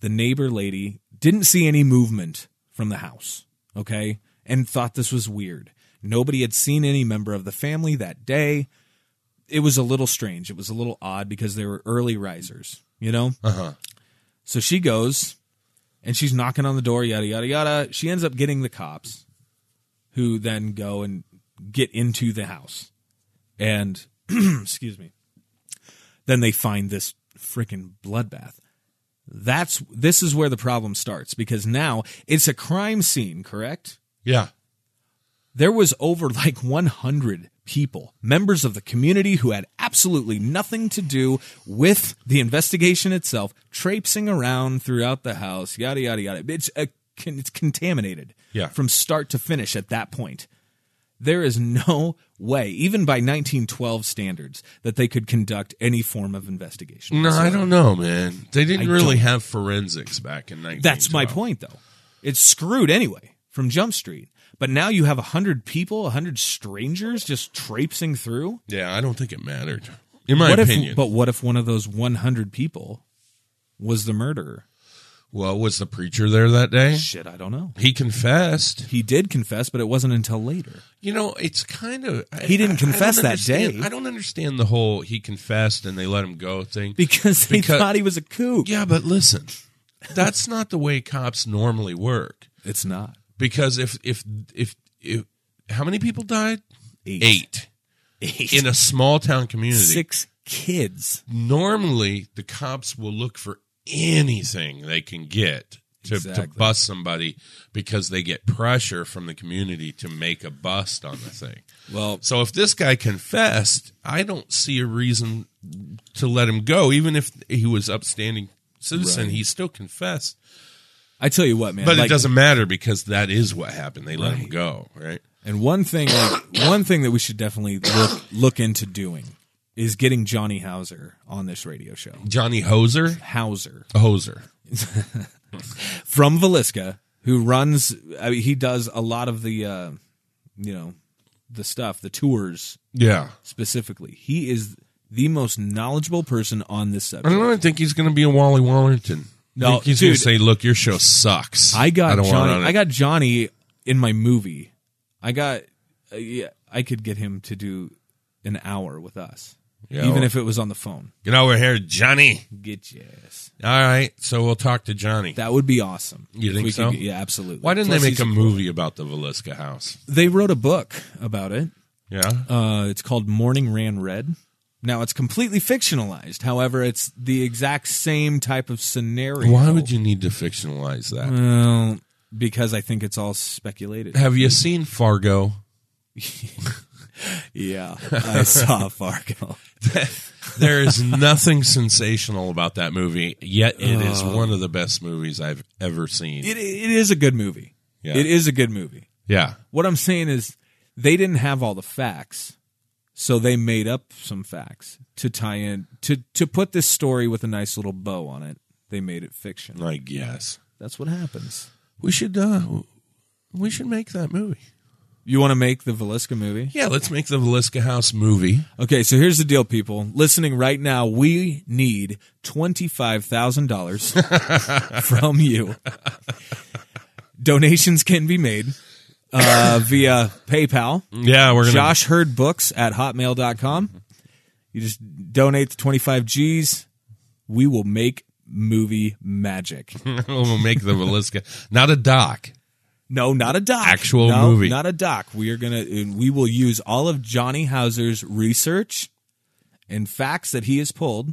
[SPEAKER 3] the neighbor lady didn't see any movement from the house, okay? And thought this was weird. Nobody had seen any member of the family that day. It was a little strange. It was a little odd because they were early risers, you know?
[SPEAKER 4] Uh-huh.
[SPEAKER 3] So she goes and she's knocking on the door, yada, yada, yada. She ends up getting the cops who then go and get into the house. And, <clears throat> excuse me, then they find this freaking bloodbath. That's this is where the problem starts because now it's a crime scene, correct?
[SPEAKER 4] yeah,
[SPEAKER 3] There was over <laughs> like 100 people, members of the community who had absolutely nothing to do with the investigation itself, traipsing around throughout the house, yada yada yada. It's a, con- it's contaminated
[SPEAKER 4] Yeah.
[SPEAKER 3] from start to finish at that point. There is no way, even by 1912 standards, that they could conduct any form of investigation.
[SPEAKER 4] no, I don't know, man. They didn't
[SPEAKER 3] I
[SPEAKER 4] really
[SPEAKER 3] don't-
[SPEAKER 4] have forensics back in 19.
[SPEAKER 3] That's my point, though. It's screwed anyway from Jump Street. But now you have a hundred people, a hundred strangers just traipsing through.
[SPEAKER 4] Yeah, I don't think it mattered. In my
[SPEAKER 3] what
[SPEAKER 4] opinion,
[SPEAKER 3] If, but what if one of those 100 people was the murderer?
[SPEAKER 4] well, was the preacher there that day?
[SPEAKER 3] Shit, I don't know.
[SPEAKER 4] He confessed.
[SPEAKER 3] He did confess, but it wasn't until later.
[SPEAKER 4] You know, it's kind of I-
[SPEAKER 3] He didn't
[SPEAKER 4] I- I don't
[SPEAKER 3] confess that
[SPEAKER 4] understand-
[SPEAKER 3] day.
[SPEAKER 4] I don't understand the whole he confessed and they let him go thing.
[SPEAKER 3] <laughs> Because they
[SPEAKER 4] Because-
[SPEAKER 3] thought he was a kook.
[SPEAKER 4] yeah, but listen, that's not the way cops normally work.
[SPEAKER 3] It's not.
[SPEAKER 4] Because if if if, if how many people died?
[SPEAKER 3] Eight.
[SPEAKER 4] Eight. in a small town community,
[SPEAKER 3] Six kids.
[SPEAKER 4] normally the cops will look for anything they can get to,
[SPEAKER 3] Exactly.
[SPEAKER 4] to bust somebody because they get pressure from the community to make a bust on the thing.
[SPEAKER 3] Well,
[SPEAKER 4] So if this guy confessed, I don't see a reason to let him go, even if he was upstanding citizen.
[SPEAKER 3] Right.
[SPEAKER 4] He still confessed,
[SPEAKER 3] I tell you what, man.
[SPEAKER 4] but
[SPEAKER 3] like-
[SPEAKER 4] it doesn't matter because that is what happened. They let him go, right?
[SPEAKER 3] And one thing, like, one thing that we should definitely look look into doing is getting Johnny Hauser on this radio show.
[SPEAKER 4] Johnny Hoser,
[SPEAKER 3] Hauser
[SPEAKER 4] Hoser,
[SPEAKER 3] from Velisca, who runs, I mean, he does a lot of the, uh, you know, the stuff, the tours
[SPEAKER 4] yeah.
[SPEAKER 3] specifically. He is the most knowledgeable person on this
[SPEAKER 4] I don't
[SPEAKER 3] subject.
[SPEAKER 4] know. I think he's going to be a Wally Wallerton.
[SPEAKER 3] No,
[SPEAKER 4] No, he's
[SPEAKER 3] dude.
[SPEAKER 4] going to say, "Look, your show sucks."
[SPEAKER 3] I got
[SPEAKER 4] don't want
[SPEAKER 3] Johnny.
[SPEAKER 4] on it."
[SPEAKER 3] I got Johnny in my movie. I got, uh, yeah, I could get him to do an hour with us.
[SPEAKER 4] Yeah,
[SPEAKER 3] even
[SPEAKER 4] well-
[SPEAKER 3] if it was on the phone.
[SPEAKER 4] Get over here, Johnny.
[SPEAKER 3] Get your ass.
[SPEAKER 4] All right, so we'll talk to Johnny.
[SPEAKER 3] That would be awesome.
[SPEAKER 4] You
[SPEAKER 3] If
[SPEAKER 4] think
[SPEAKER 3] we
[SPEAKER 4] so?
[SPEAKER 3] Could, yeah, absolutely.
[SPEAKER 4] Why didn't
[SPEAKER 3] Plus
[SPEAKER 4] they make a
[SPEAKER 3] he's-
[SPEAKER 4] movie about the Velisca house?
[SPEAKER 3] They wrote a book about it.
[SPEAKER 4] Yeah,
[SPEAKER 3] Uh, it's called Morning Ran Red. Now it's completely fictionalized. However, it's the exact same type of scenario.
[SPEAKER 4] why would you need to fictionalize that?
[SPEAKER 3] Well, because I think it's all
[SPEAKER 4] <laughs>
[SPEAKER 3] speculated.
[SPEAKER 4] Have you seen Fargo?
[SPEAKER 3] Yeah, I saw <laughs> Fargo.
[SPEAKER 4] There is nothing sensational about that movie, yet it is one of the best movies I've ever seen.
[SPEAKER 3] It, it is a good movie.
[SPEAKER 4] Yeah.
[SPEAKER 3] It is a good movie.
[SPEAKER 4] yeah,
[SPEAKER 3] What I'm saying is they didn't have all the facts, so they made up some facts to tie in to to put this story with a nice little bow on it. They made it fiction.
[SPEAKER 4] I guess
[SPEAKER 3] That's what happens.
[SPEAKER 4] we should uh, we should make that movie.
[SPEAKER 3] You want to make the Velisca movie?
[SPEAKER 4] Yeah, let's make the Velisca house movie.
[SPEAKER 3] Okay, so here's the deal, people. Listening right now, we need $25,000 <laughs> from you. Donations can be made uh, via PayPal,
[SPEAKER 4] Yeah, we're gonna
[SPEAKER 3] Josh Heard Books at hotmail.com. You just donate the 25 G's. We will make movie
[SPEAKER 4] <laughs>
[SPEAKER 3] magic.
[SPEAKER 4] <laughs> we'll make the Velisca not a doc.
[SPEAKER 3] No, not a doc.
[SPEAKER 4] Actual
[SPEAKER 3] No,
[SPEAKER 4] movie.
[SPEAKER 3] Not a doc. We are gonna. We will use all of Johnny Hauser's research and facts that he has pulled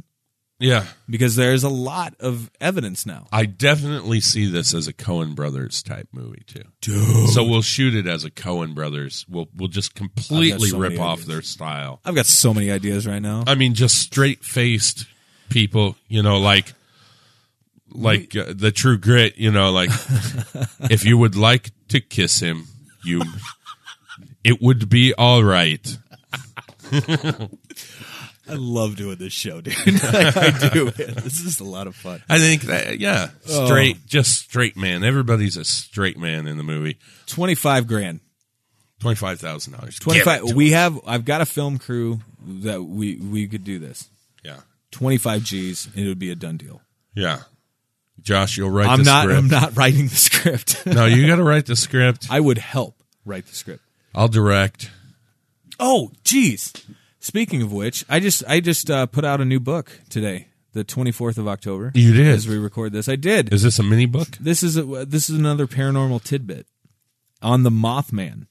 [SPEAKER 4] Yeah,
[SPEAKER 3] because there's a lot of evidence now.
[SPEAKER 4] I definitely see this as a Cohen Brothers type movie too. So we'll shoot it as a Cohen Brothers. We'll we'll just completely
[SPEAKER 3] so
[SPEAKER 4] rip
[SPEAKER 3] many
[SPEAKER 4] off
[SPEAKER 3] ideas.
[SPEAKER 4] their style.
[SPEAKER 3] I've got so many ideas right now.
[SPEAKER 4] I mean, just straight faced people. You know, like like uh, the True Grit. You
[SPEAKER 3] <laughs>
[SPEAKER 4] know, like if you would like to kiss him, you it would be all right.
[SPEAKER 6] I love doing this show,
[SPEAKER 3] <laughs>
[SPEAKER 6] dude. Like, I do. man. This is a lot of fun.
[SPEAKER 4] I think that yeah,
[SPEAKER 3] Oh.
[SPEAKER 4] straight, just straight man. Everybody's a straight man in the movie.
[SPEAKER 3] Twenty five grand.
[SPEAKER 4] Twenty five thousand dollars.
[SPEAKER 3] Twenty five. We have. I've got a film crew that we we could do this.
[SPEAKER 4] yeah,
[SPEAKER 3] Twenty five G's and it would be a done deal.
[SPEAKER 4] yeah. Josh, you'll write.
[SPEAKER 3] I'm
[SPEAKER 4] the
[SPEAKER 3] not.
[SPEAKER 4] Script.
[SPEAKER 3] I'm not writing the script.
[SPEAKER 4] <laughs> no, you got to write the script.
[SPEAKER 3] I would help write the script.
[SPEAKER 4] I'll direct.
[SPEAKER 3] Oh, geez. Speaking of which, I just I just uh, put out a new book today, the twenty fourth of October.
[SPEAKER 4] You did.
[SPEAKER 3] as we record this. I did.
[SPEAKER 4] Is this a mini book?
[SPEAKER 3] this is a, this is another paranormal tidbit on the Mothman.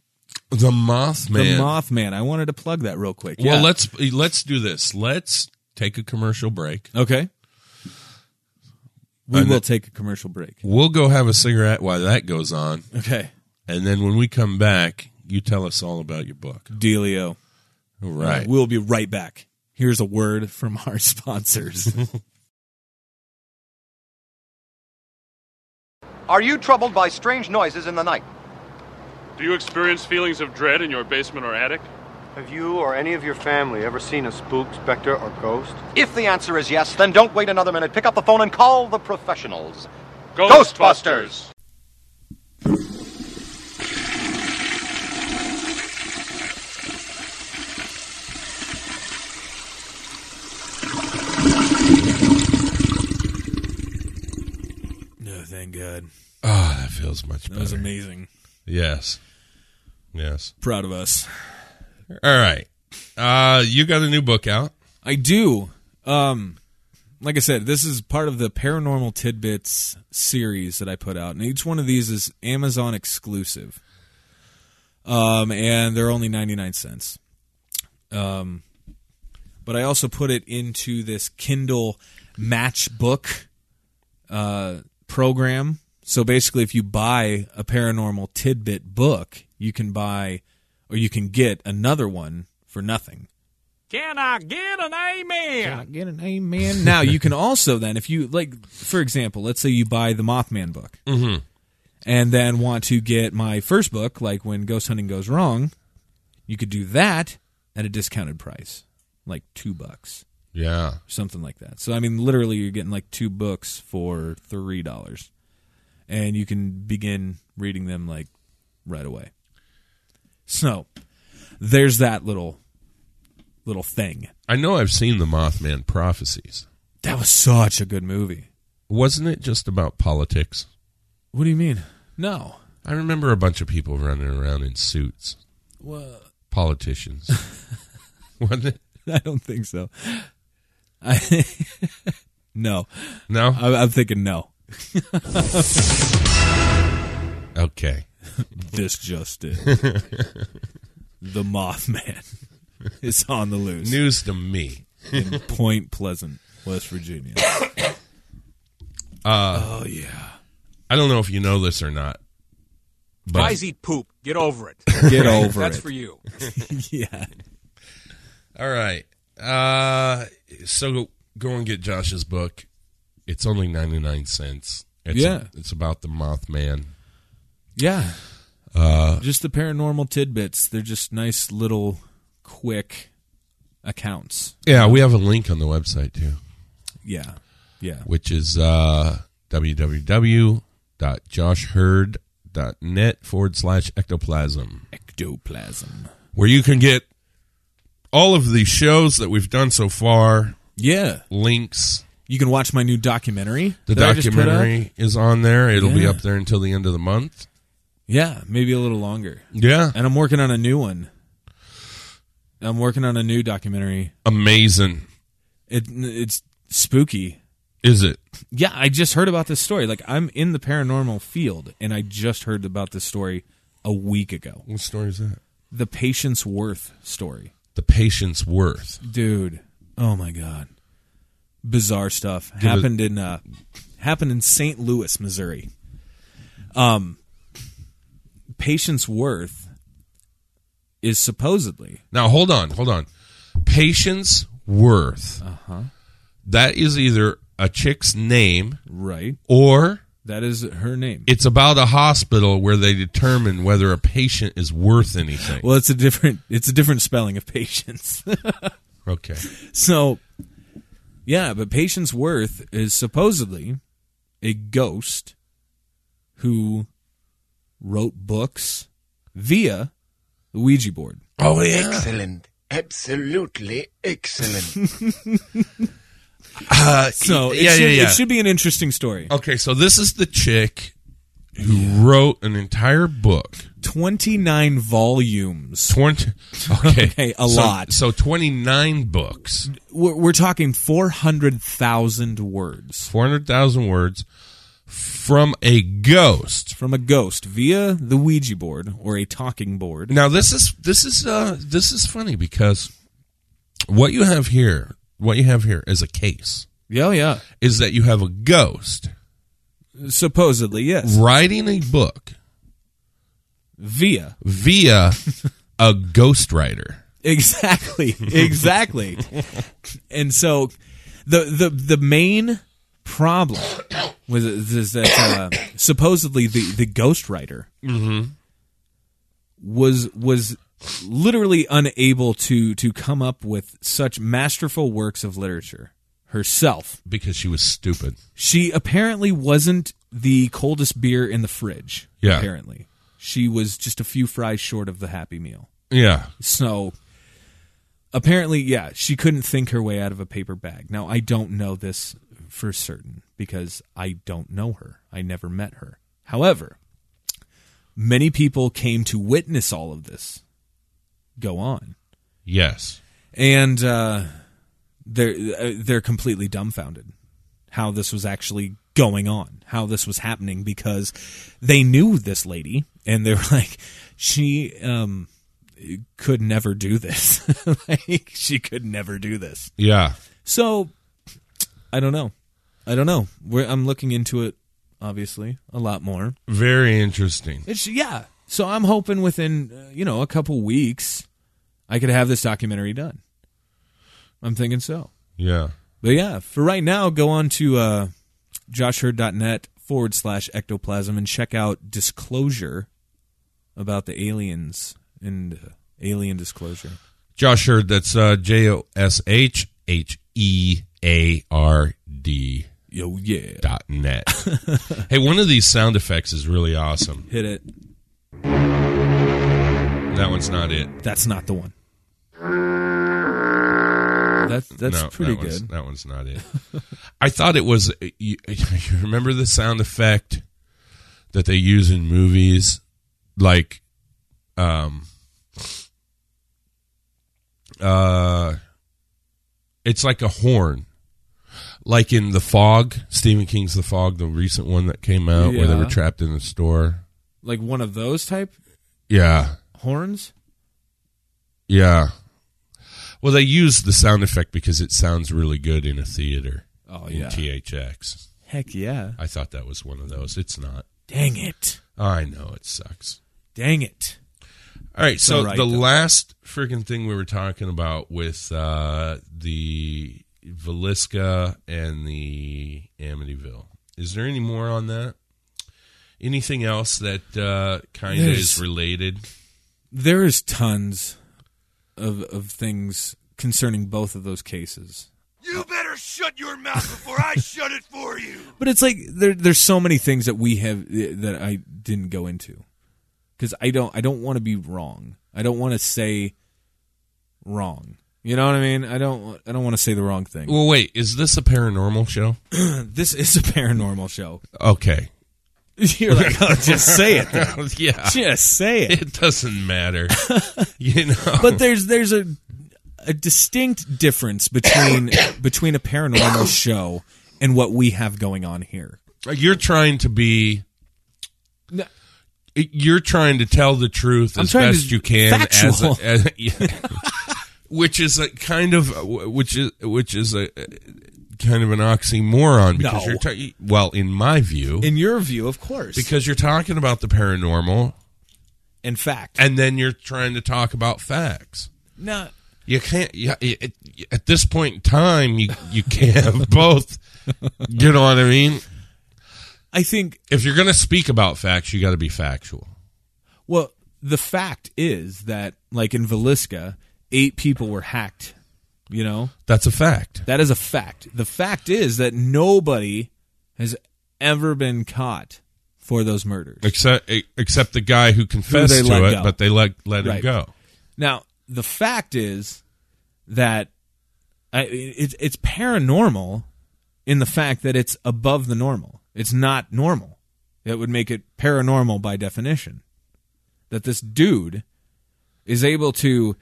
[SPEAKER 4] The Mothman.
[SPEAKER 3] The Mothman. I wanted to plug that real quick.
[SPEAKER 4] Well,
[SPEAKER 3] Yeah.
[SPEAKER 4] let's let's do this. Let's take a commercial break.
[SPEAKER 3] okay. We
[SPEAKER 4] And
[SPEAKER 3] will
[SPEAKER 4] it-
[SPEAKER 3] take a commercial break.
[SPEAKER 4] We'll go have a cigarette while that goes on,
[SPEAKER 3] Okay,
[SPEAKER 4] and then when we come back, you tell us all about your book.
[SPEAKER 3] Delio.
[SPEAKER 4] All right.
[SPEAKER 3] We'll be right back. Here's a word from <laughs> our sponsors.
[SPEAKER 4] <laughs>
[SPEAKER 7] Are you troubled by strange noises in the night?
[SPEAKER 8] Do you experience feelings of dread in your basement or attic?
[SPEAKER 9] Have you or any of your family ever seen a spook, specter, or ghost?
[SPEAKER 7] If the answer is yes, then don't wait another minute. Pick up the phone and call the professionals. Ghostbusters!
[SPEAKER 3] no, thank God.
[SPEAKER 4] Oh, that feels much
[SPEAKER 3] That was
[SPEAKER 4] better.
[SPEAKER 3] amazing.
[SPEAKER 4] Yes. Yes.
[SPEAKER 3] Proud of us.
[SPEAKER 4] All right. Uh, you got a new book out.
[SPEAKER 3] I do. Um, like I said, this is part of the paranormal tidbits series that I put out, and each one of these is Amazon exclusive. Um, and they're only ninety nine cents. Um, but I also put it into this Kindle Matchbook uh, program. So basically, if you buy a paranormal tidbit book, you can buy or you can get another one for nothing.
[SPEAKER 8] Can I get an amen?
[SPEAKER 3] Not get an amen. Now you can also then, if you like, for example, let's say you buy the Mothman book, and then want to get my first book, like when Ghost Hunting Goes Wrong, you could do that at a discounted price, like two bucks,
[SPEAKER 4] Yeah.
[SPEAKER 3] something like that. So I mean, literally, you're getting like two books for three dollars, and you can begin reading them like right away. So there's that little little thing.
[SPEAKER 4] I know I've seen the Mothman prophecies.
[SPEAKER 3] That was such a good movie.
[SPEAKER 4] Wasn't it just about politics?
[SPEAKER 3] What do you mean? No.
[SPEAKER 4] I remember a bunch of people running around in suits.
[SPEAKER 3] Well,
[SPEAKER 4] Politicians. Wasn't it?
[SPEAKER 3] <laughs> I don't think so. I <laughs> no.
[SPEAKER 4] No.
[SPEAKER 3] I, I'm thinking no.
[SPEAKER 4] okay.
[SPEAKER 3] This just <laughs> did. the Mothman <laughs> is on the loose
[SPEAKER 4] News to me.
[SPEAKER 3] in Point Pleasant, West Virginia. <coughs> oh yeah.
[SPEAKER 4] I don't know if you know this or not, but
[SPEAKER 10] Guys eat poop. Get over it.
[SPEAKER 3] Get over
[SPEAKER 10] That's
[SPEAKER 3] it.
[SPEAKER 10] for you.
[SPEAKER 3] <laughs> yeah.
[SPEAKER 4] All right. Uh, so go and get Josh's book. It's only ninety nine cents. It's
[SPEAKER 3] Yeah.
[SPEAKER 4] it's about the Mothman.
[SPEAKER 3] Yeah. just the paranormal tidbits. They're just nice little quick accounts.
[SPEAKER 4] Yeah, we have a link on the website too,
[SPEAKER 3] Yeah. Yeah.
[SPEAKER 4] which is uh, www.joshherd.net forward slash ectoplasm,
[SPEAKER 3] Ectoplasm.
[SPEAKER 4] where you can get all of the shows that we've done so far,
[SPEAKER 3] Yeah.
[SPEAKER 4] links.
[SPEAKER 3] You can watch my new documentary.
[SPEAKER 4] The
[SPEAKER 3] that I just put up.
[SPEAKER 4] documentary is on there. It'll be
[SPEAKER 3] Yeah.
[SPEAKER 4] up there until the end of the month.
[SPEAKER 3] Yeah, maybe a little longer.
[SPEAKER 4] Yeah.
[SPEAKER 3] And I'm working on a new one. I'm working on a new documentary.
[SPEAKER 4] Amazing.
[SPEAKER 3] It it's spooky.
[SPEAKER 4] Is it?
[SPEAKER 3] Yeah, I just heard about this story. Like I'm in the paranormal field and I just heard about this story a week ago.
[SPEAKER 4] What story is that?
[SPEAKER 3] The patient's worth story.
[SPEAKER 4] The patient's worth.
[SPEAKER 3] Dude, oh my god. Bizarre stuff
[SPEAKER 4] it-
[SPEAKER 3] happened in uh happened in St. Louis, Missouri. Um patient's worth is supposedly
[SPEAKER 4] Now hold on, hold on. Patient's worth. Uh-huh. is either a chick's name
[SPEAKER 3] Right.
[SPEAKER 4] or
[SPEAKER 3] That is her name.
[SPEAKER 4] it's about a hospital where they determine whether a patient is worth anything.
[SPEAKER 3] Well, it's a different it's a different spelling of patience. <laughs>
[SPEAKER 4] okay.
[SPEAKER 3] so yeah, but patience worth is supposedly a ghost who wrote books via the Ouija board.
[SPEAKER 4] Oh yeah.
[SPEAKER 2] Excellent. Absolutely excellent.
[SPEAKER 3] <laughs> So it,
[SPEAKER 4] Uh, yeah,
[SPEAKER 3] should,
[SPEAKER 4] yeah, yeah.
[SPEAKER 3] it should be an interesting story.
[SPEAKER 4] Okay, so this is the chick who wrote an entire book.
[SPEAKER 3] Twenty nine volumes. <laughs>
[SPEAKER 4] Twenty. Okay,
[SPEAKER 3] Okay, a
[SPEAKER 4] So-
[SPEAKER 3] lot.
[SPEAKER 4] So twenty nine books,
[SPEAKER 3] We're, we're talking four hundred thousand words
[SPEAKER 4] four hundred thousand words from a ghost.
[SPEAKER 3] from a ghost via the Ouija board or a talking board.
[SPEAKER 4] Now this is this is uh this is funny because what you have here, what you have here is a case
[SPEAKER 3] Yeah, yeah.
[SPEAKER 4] is that you have a ghost
[SPEAKER 3] Supposedly, yes.
[SPEAKER 4] writing a book
[SPEAKER 3] Via. <laughs>
[SPEAKER 4] via a ghostwriter.
[SPEAKER 3] Exactly. Exactly. and so the the the main problem was is that uh, supposedly the the ghostwriter was was literally unable to to come up with such masterful works of literature herself.
[SPEAKER 4] because she was stupid.
[SPEAKER 3] She apparently wasn't the coldest beer in the fridge.
[SPEAKER 4] Yeah.
[SPEAKER 3] Apparently. She was just a few fries short of the happy meal.
[SPEAKER 4] Yeah.
[SPEAKER 3] So apparently, yeah, she couldn't think her way out of a paper bag. Now, I don't know this for certain because I don't know her. I never met her. However, many people came to witness all of this go on.
[SPEAKER 4] Yes.
[SPEAKER 3] And uh, they're uh, they're completely dumbfounded how this was actually going on, how this was happening because they knew this lady and they're <laughs> like she um could never do this. <laughs> like she could never do this.
[SPEAKER 4] Yeah.
[SPEAKER 3] So I don't know. I don't know. We're, I'm looking into it obviously a lot more.
[SPEAKER 4] Very interesting.
[SPEAKER 3] It's yeah. So I'm hoping within uh, you know a couple weeks I could have this documentary done. I'm thinking so.
[SPEAKER 4] Yeah.
[SPEAKER 3] But yeah, for right now, go on to uh, joshherd.net forward slash ectoplasm and check out disclosure about the aliens and uh, alien disclosure.
[SPEAKER 4] Josh Hurd, that's uh J O S H H E A R D
[SPEAKER 3] Yo, yeah.
[SPEAKER 4] dot net. hey, one of these sound effects is really awesome.
[SPEAKER 3] Hit it.
[SPEAKER 4] That one's not it.
[SPEAKER 3] That's not the one. That, that's
[SPEAKER 4] No,
[SPEAKER 3] pretty
[SPEAKER 4] that one's-
[SPEAKER 3] good.
[SPEAKER 4] That one's not it. I thought it was. You, <laughs> you remember the sound effect that they use in movies, like, um, uh, It's like a horn. Like in The Fog, Stephen King's The Fog, the recent one that came out where they
[SPEAKER 3] Yeah.
[SPEAKER 4] were trapped in a store.
[SPEAKER 3] Like one of those type
[SPEAKER 4] Yeah.
[SPEAKER 3] horns?
[SPEAKER 4] Yeah. Well, they used the sound effect because it sounds really good in a theater.
[SPEAKER 3] Oh,
[SPEAKER 4] in
[SPEAKER 3] yeah.
[SPEAKER 4] THX.
[SPEAKER 6] Heck yeah.
[SPEAKER 4] I thought that was one of those. It's not.
[SPEAKER 3] Dang it.
[SPEAKER 4] I know it sucks.
[SPEAKER 3] Dang it.
[SPEAKER 4] All right, so
[SPEAKER 3] all right,
[SPEAKER 4] the
[SPEAKER 3] though.
[SPEAKER 4] last freaking thing we were talking about with uh, the Velisca and the Amityville. Is there any more on that? Anything else that uh, kind of
[SPEAKER 3] There's-
[SPEAKER 4] is related?
[SPEAKER 3] There is tons of of things concerning both of those cases.
[SPEAKER 5] You better shut your mouth before I shut it for you.
[SPEAKER 3] <laughs> But it's like there there's so many things that we have that I didn't go into. Cuz I don't I don't want to be wrong. I don't want to say wrong. You know what I mean? I don't I don't want to say the wrong thing.
[SPEAKER 4] Well, wait, is this a paranormal show?
[SPEAKER 3] this is a paranormal show. <laughs>
[SPEAKER 4] Okay.
[SPEAKER 3] You're like, oh, just say it.
[SPEAKER 4] <laughs>
[SPEAKER 3] then.
[SPEAKER 4] yeah,
[SPEAKER 3] Just say it.
[SPEAKER 4] it doesn't matter. <laughs> you know?
[SPEAKER 3] But there's there's a a distinct difference between between a paranormal show and what we have going on here.
[SPEAKER 4] You're trying to be.
[SPEAKER 3] No.
[SPEAKER 4] You're trying to tell the truth
[SPEAKER 3] I'm
[SPEAKER 4] as
[SPEAKER 3] trying to-
[SPEAKER 4] best you can, as, a,
[SPEAKER 3] factual.
[SPEAKER 4] <laughs> as yeah. which is a kind of which is which is a kind of an oxymoron because
[SPEAKER 3] No.
[SPEAKER 4] you're ta- well, in my view,
[SPEAKER 3] In your view, of course.
[SPEAKER 4] because you're talking about the paranormal
[SPEAKER 3] in fact,
[SPEAKER 4] and then you're trying to talk about facts.
[SPEAKER 3] no,
[SPEAKER 4] You can't. You, it, at this point in time, you you can't <laughs> have both. You know what I mean?
[SPEAKER 3] I think
[SPEAKER 4] If you're going to speak about facts, you got to be factual.
[SPEAKER 3] well, the fact is that like in Velisca, eight people were hacked. You know,
[SPEAKER 4] That's a fact.
[SPEAKER 3] that is a fact. The fact is that nobody has ever been caught for those murders.
[SPEAKER 4] except e, except the guy who confessed
[SPEAKER 3] Who they
[SPEAKER 4] to
[SPEAKER 3] let
[SPEAKER 4] it,
[SPEAKER 3] go.
[SPEAKER 4] but they let let him
[SPEAKER 3] Right.
[SPEAKER 4] go.
[SPEAKER 3] Now, the fact is that I, it's it's paranormal in the fact that it's above the normal. It's not normal. That would make it paranormal by definition. That this dude is able to,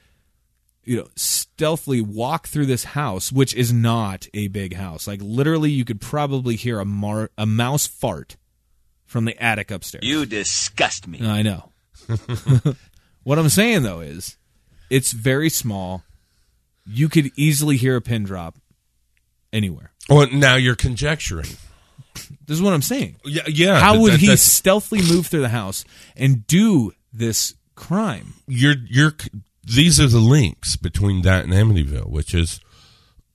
[SPEAKER 3] you know, stealthily walk through this house, which is not a big house. Like literally, you could probably hear a mar- a mouse fart from the attic upstairs.
[SPEAKER 6] You disgust me.
[SPEAKER 3] I know. <laughs> what I'm saying though is, it's very small. You could easily hear a pin drop anywhere.
[SPEAKER 4] Well, Oh, now you're conjecturing.
[SPEAKER 3] This is what I'm saying.
[SPEAKER 4] Yeah, yeah.
[SPEAKER 3] How
[SPEAKER 4] that-
[SPEAKER 3] would
[SPEAKER 4] that-
[SPEAKER 3] he
[SPEAKER 4] that's-
[SPEAKER 3] stealthily move through the house and do this crime?
[SPEAKER 4] You're you're. These are the links between that and Amityville, which is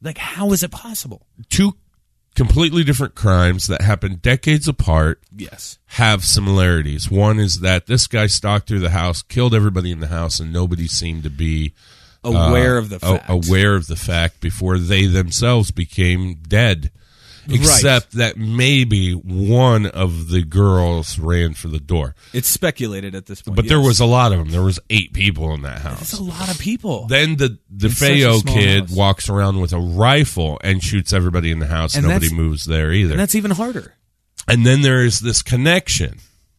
[SPEAKER 3] Like, how is it possible?
[SPEAKER 4] two completely different crimes that happened decades apart
[SPEAKER 3] Yes.
[SPEAKER 4] have similarities. One is that this guy stalked through the house, killed everybody in the house, and nobody seemed to be uh,
[SPEAKER 3] Aware of the
[SPEAKER 4] a-
[SPEAKER 3] fact.
[SPEAKER 4] aware of the fact before they themselves became dead. Except that maybe one of the girls ran for the door,
[SPEAKER 3] It's speculated at this point.
[SPEAKER 4] but there
[SPEAKER 3] yes.
[SPEAKER 4] was a lot of them. There was eight people in that
[SPEAKER 3] That's
[SPEAKER 4] house.
[SPEAKER 3] a lot of people.
[SPEAKER 4] Then the the
[SPEAKER 3] such a
[SPEAKER 4] Feo
[SPEAKER 3] small
[SPEAKER 4] kid
[SPEAKER 3] house.
[SPEAKER 4] walks around with a rifle and shoots everybody in the house.
[SPEAKER 3] And
[SPEAKER 4] Nobody
[SPEAKER 3] that's-
[SPEAKER 4] moves there either.
[SPEAKER 3] and that's even harder.
[SPEAKER 4] and then there is this connection,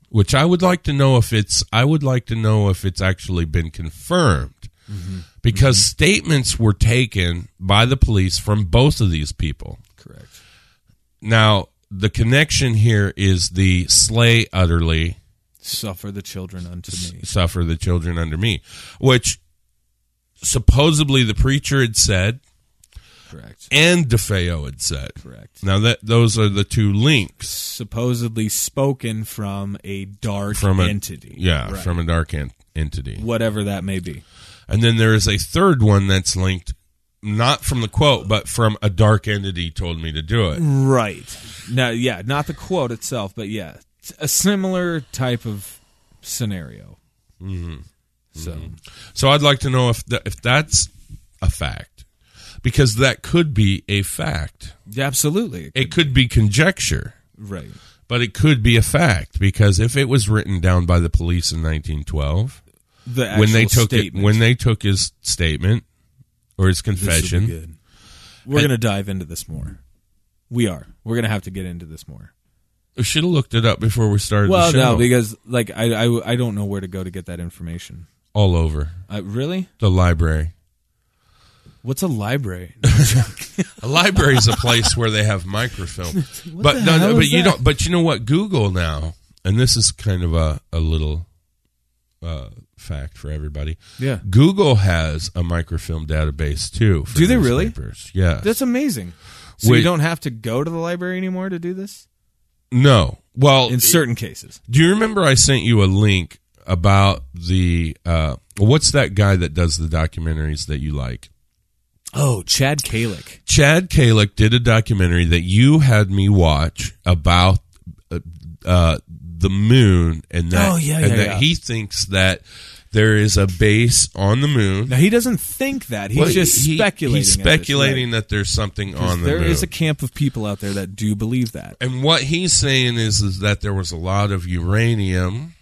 [SPEAKER 4] which I would like to know if it's. I would like to know if it's actually been confirmed.
[SPEAKER 3] Mm-hmm.
[SPEAKER 4] Because statements were taken by the police from both of these people.
[SPEAKER 3] Correct.
[SPEAKER 4] Now, the connection here is the slay utterly,
[SPEAKER 3] Suffer the children unto me.
[SPEAKER 4] suffer the children under me, which supposedly the preacher had said
[SPEAKER 3] Correct.
[SPEAKER 4] and DeFeo had said.
[SPEAKER 3] Correct.
[SPEAKER 4] Now that those are the two links
[SPEAKER 3] Supposedly spoken from a dark
[SPEAKER 4] from a
[SPEAKER 3] entity.
[SPEAKER 4] yeah,
[SPEAKER 3] Right.
[SPEAKER 4] from a dark en- entity.
[SPEAKER 3] whatever that may be.
[SPEAKER 4] And then there is a third one that's linked not from the quote, but from a dark entity told me to do
[SPEAKER 3] Mm.
[SPEAKER 4] it.
[SPEAKER 3] Right. Now, yeah, not the quote itself, but yeah, it's a similar type of scenario. Mm-hmm. So,
[SPEAKER 4] So I'd like to know if th- if that's a fact, because that could be a fact.
[SPEAKER 3] yeah, absolutely.
[SPEAKER 4] It could be conjecture,
[SPEAKER 3] Right.
[SPEAKER 4] but it could be a fact because if it was written down by the police in 1912,
[SPEAKER 3] The
[SPEAKER 4] when they
[SPEAKER 3] actual
[SPEAKER 4] took
[SPEAKER 3] statement.
[SPEAKER 4] it, when they took his statement or his confession,
[SPEAKER 3] Good. We're going to dive into this more. We are. We're going to have to get into this more.
[SPEAKER 4] we should have looked it up before we started.
[SPEAKER 3] Well,
[SPEAKER 4] the show.
[SPEAKER 3] no, because like I, I, I don't know where to go to get that information.
[SPEAKER 4] all over
[SPEAKER 3] I, really?
[SPEAKER 4] the library.
[SPEAKER 3] Uh, What's a library?
[SPEAKER 4] A library is a place where they
[SPEAKER 3] <laughs>
[SPEAKER 4] have microfilm. but
[SPEAKER 3] the
[SPEAKER 4] no, no,
[SPEAKER 3] hell
[SPEAKER 4] but
[SPEAKER 3] is
[SPEAKER 4] you
[SPEAKER 3] that?
[SPEAKER 4] don't. But you know what? Google now, and this is kind of a a little uh, fact for everybody.
[SPEAKER 3] Yeah.
[SPEAKER 4] Google has a microfilm database too. for
[SPEAKER 3] Do they really?
[SPEAKER 4] newspapers. Yeah.
[SPEAKER 3] That's amazing. So
[SPEAKER 4] Wait.
[SPEAKER 3] you don't have to go to the library anymore to do this?
[SPEAKER 4] no. Well,
[SPEAKER 3] In certain cases.
[SPEAKER 4] do you remember I sent you a link about the uh, what's that guy that does the documentaries that you like?
[SPEAKER 3] Oh, Chad Kalick.
[SPEAKER 4] Chad Kalick did a documentary that you had me watch about uh, uh, the moon, and that,
[SPEAKER 3] Oh, yeah,
[SPEAKER 4] and
[SPEAKER 3] yeah,
[SPEAKER 4] that
[SPEAKER 3] yeah.
[SPEAKER 4] he thinks that there is a base on the moon.
[SPEAKER 3] Now he doesn't think that. He's
[SPEAKER 4] Well,
[SPEAKER 3] just
[SPEAKER 4] he-
[SPEAKER 3] speculating.
[SPEAKER 4] He's
[SPEAKER 3] at this,
[SPEAKER 4] speculating
[SPEAKER 3] right?
[SPEAKER 4] that there's something
[SPEAKER 3] 'Cause
[SPEAKER 4] on the
[SPEAKER 3] there
[SPEAKER 4] moon.
[SPEAKER 3] is a camp of people out there that do believe that.
[SPEAKER 4] and what he's saying is, is that there was a lot of uranium,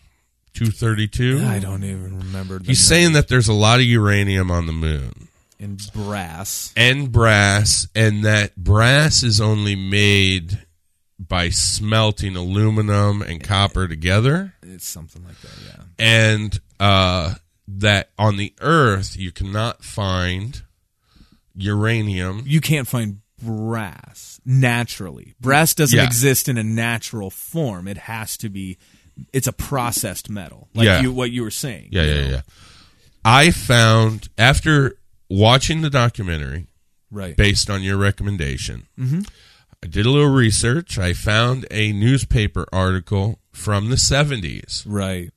[SPEAKER 4] two thirty two.
[SPEAKER 3] I don't even remember. the
[SPEAKER 4] He's saying that there's a lot of uranium on the moon
[SPEAKER 3] in brass.
[SPEAKER 4] and brass, and that brass is only made by smelting aluminum and copper together,
[SPEAKER 3] It's something like that. Yeah.
[SPEAKER 4] and uh, that on the Earth you cannot find uranium.
[SPEAKER 3] You can't find brass naturally. Brass doesn't
[SPEAKER 4] Yeah.
[SPEAKER 3] exist in a natural form. It has to be. It's a processed metal, like
[SPEAKER 4] Yeah.
[SPEAKER 3] you, what you were saying.
[SPEAKER 4] Yeah, yeah, yeah. I found after watching the documentary,
[SPEAKER 3] Right.
[SPEAKER 4] based on your recommendation. I did a little research. I found a newspaper article from the 70s,
[SPEAKER 3] Right.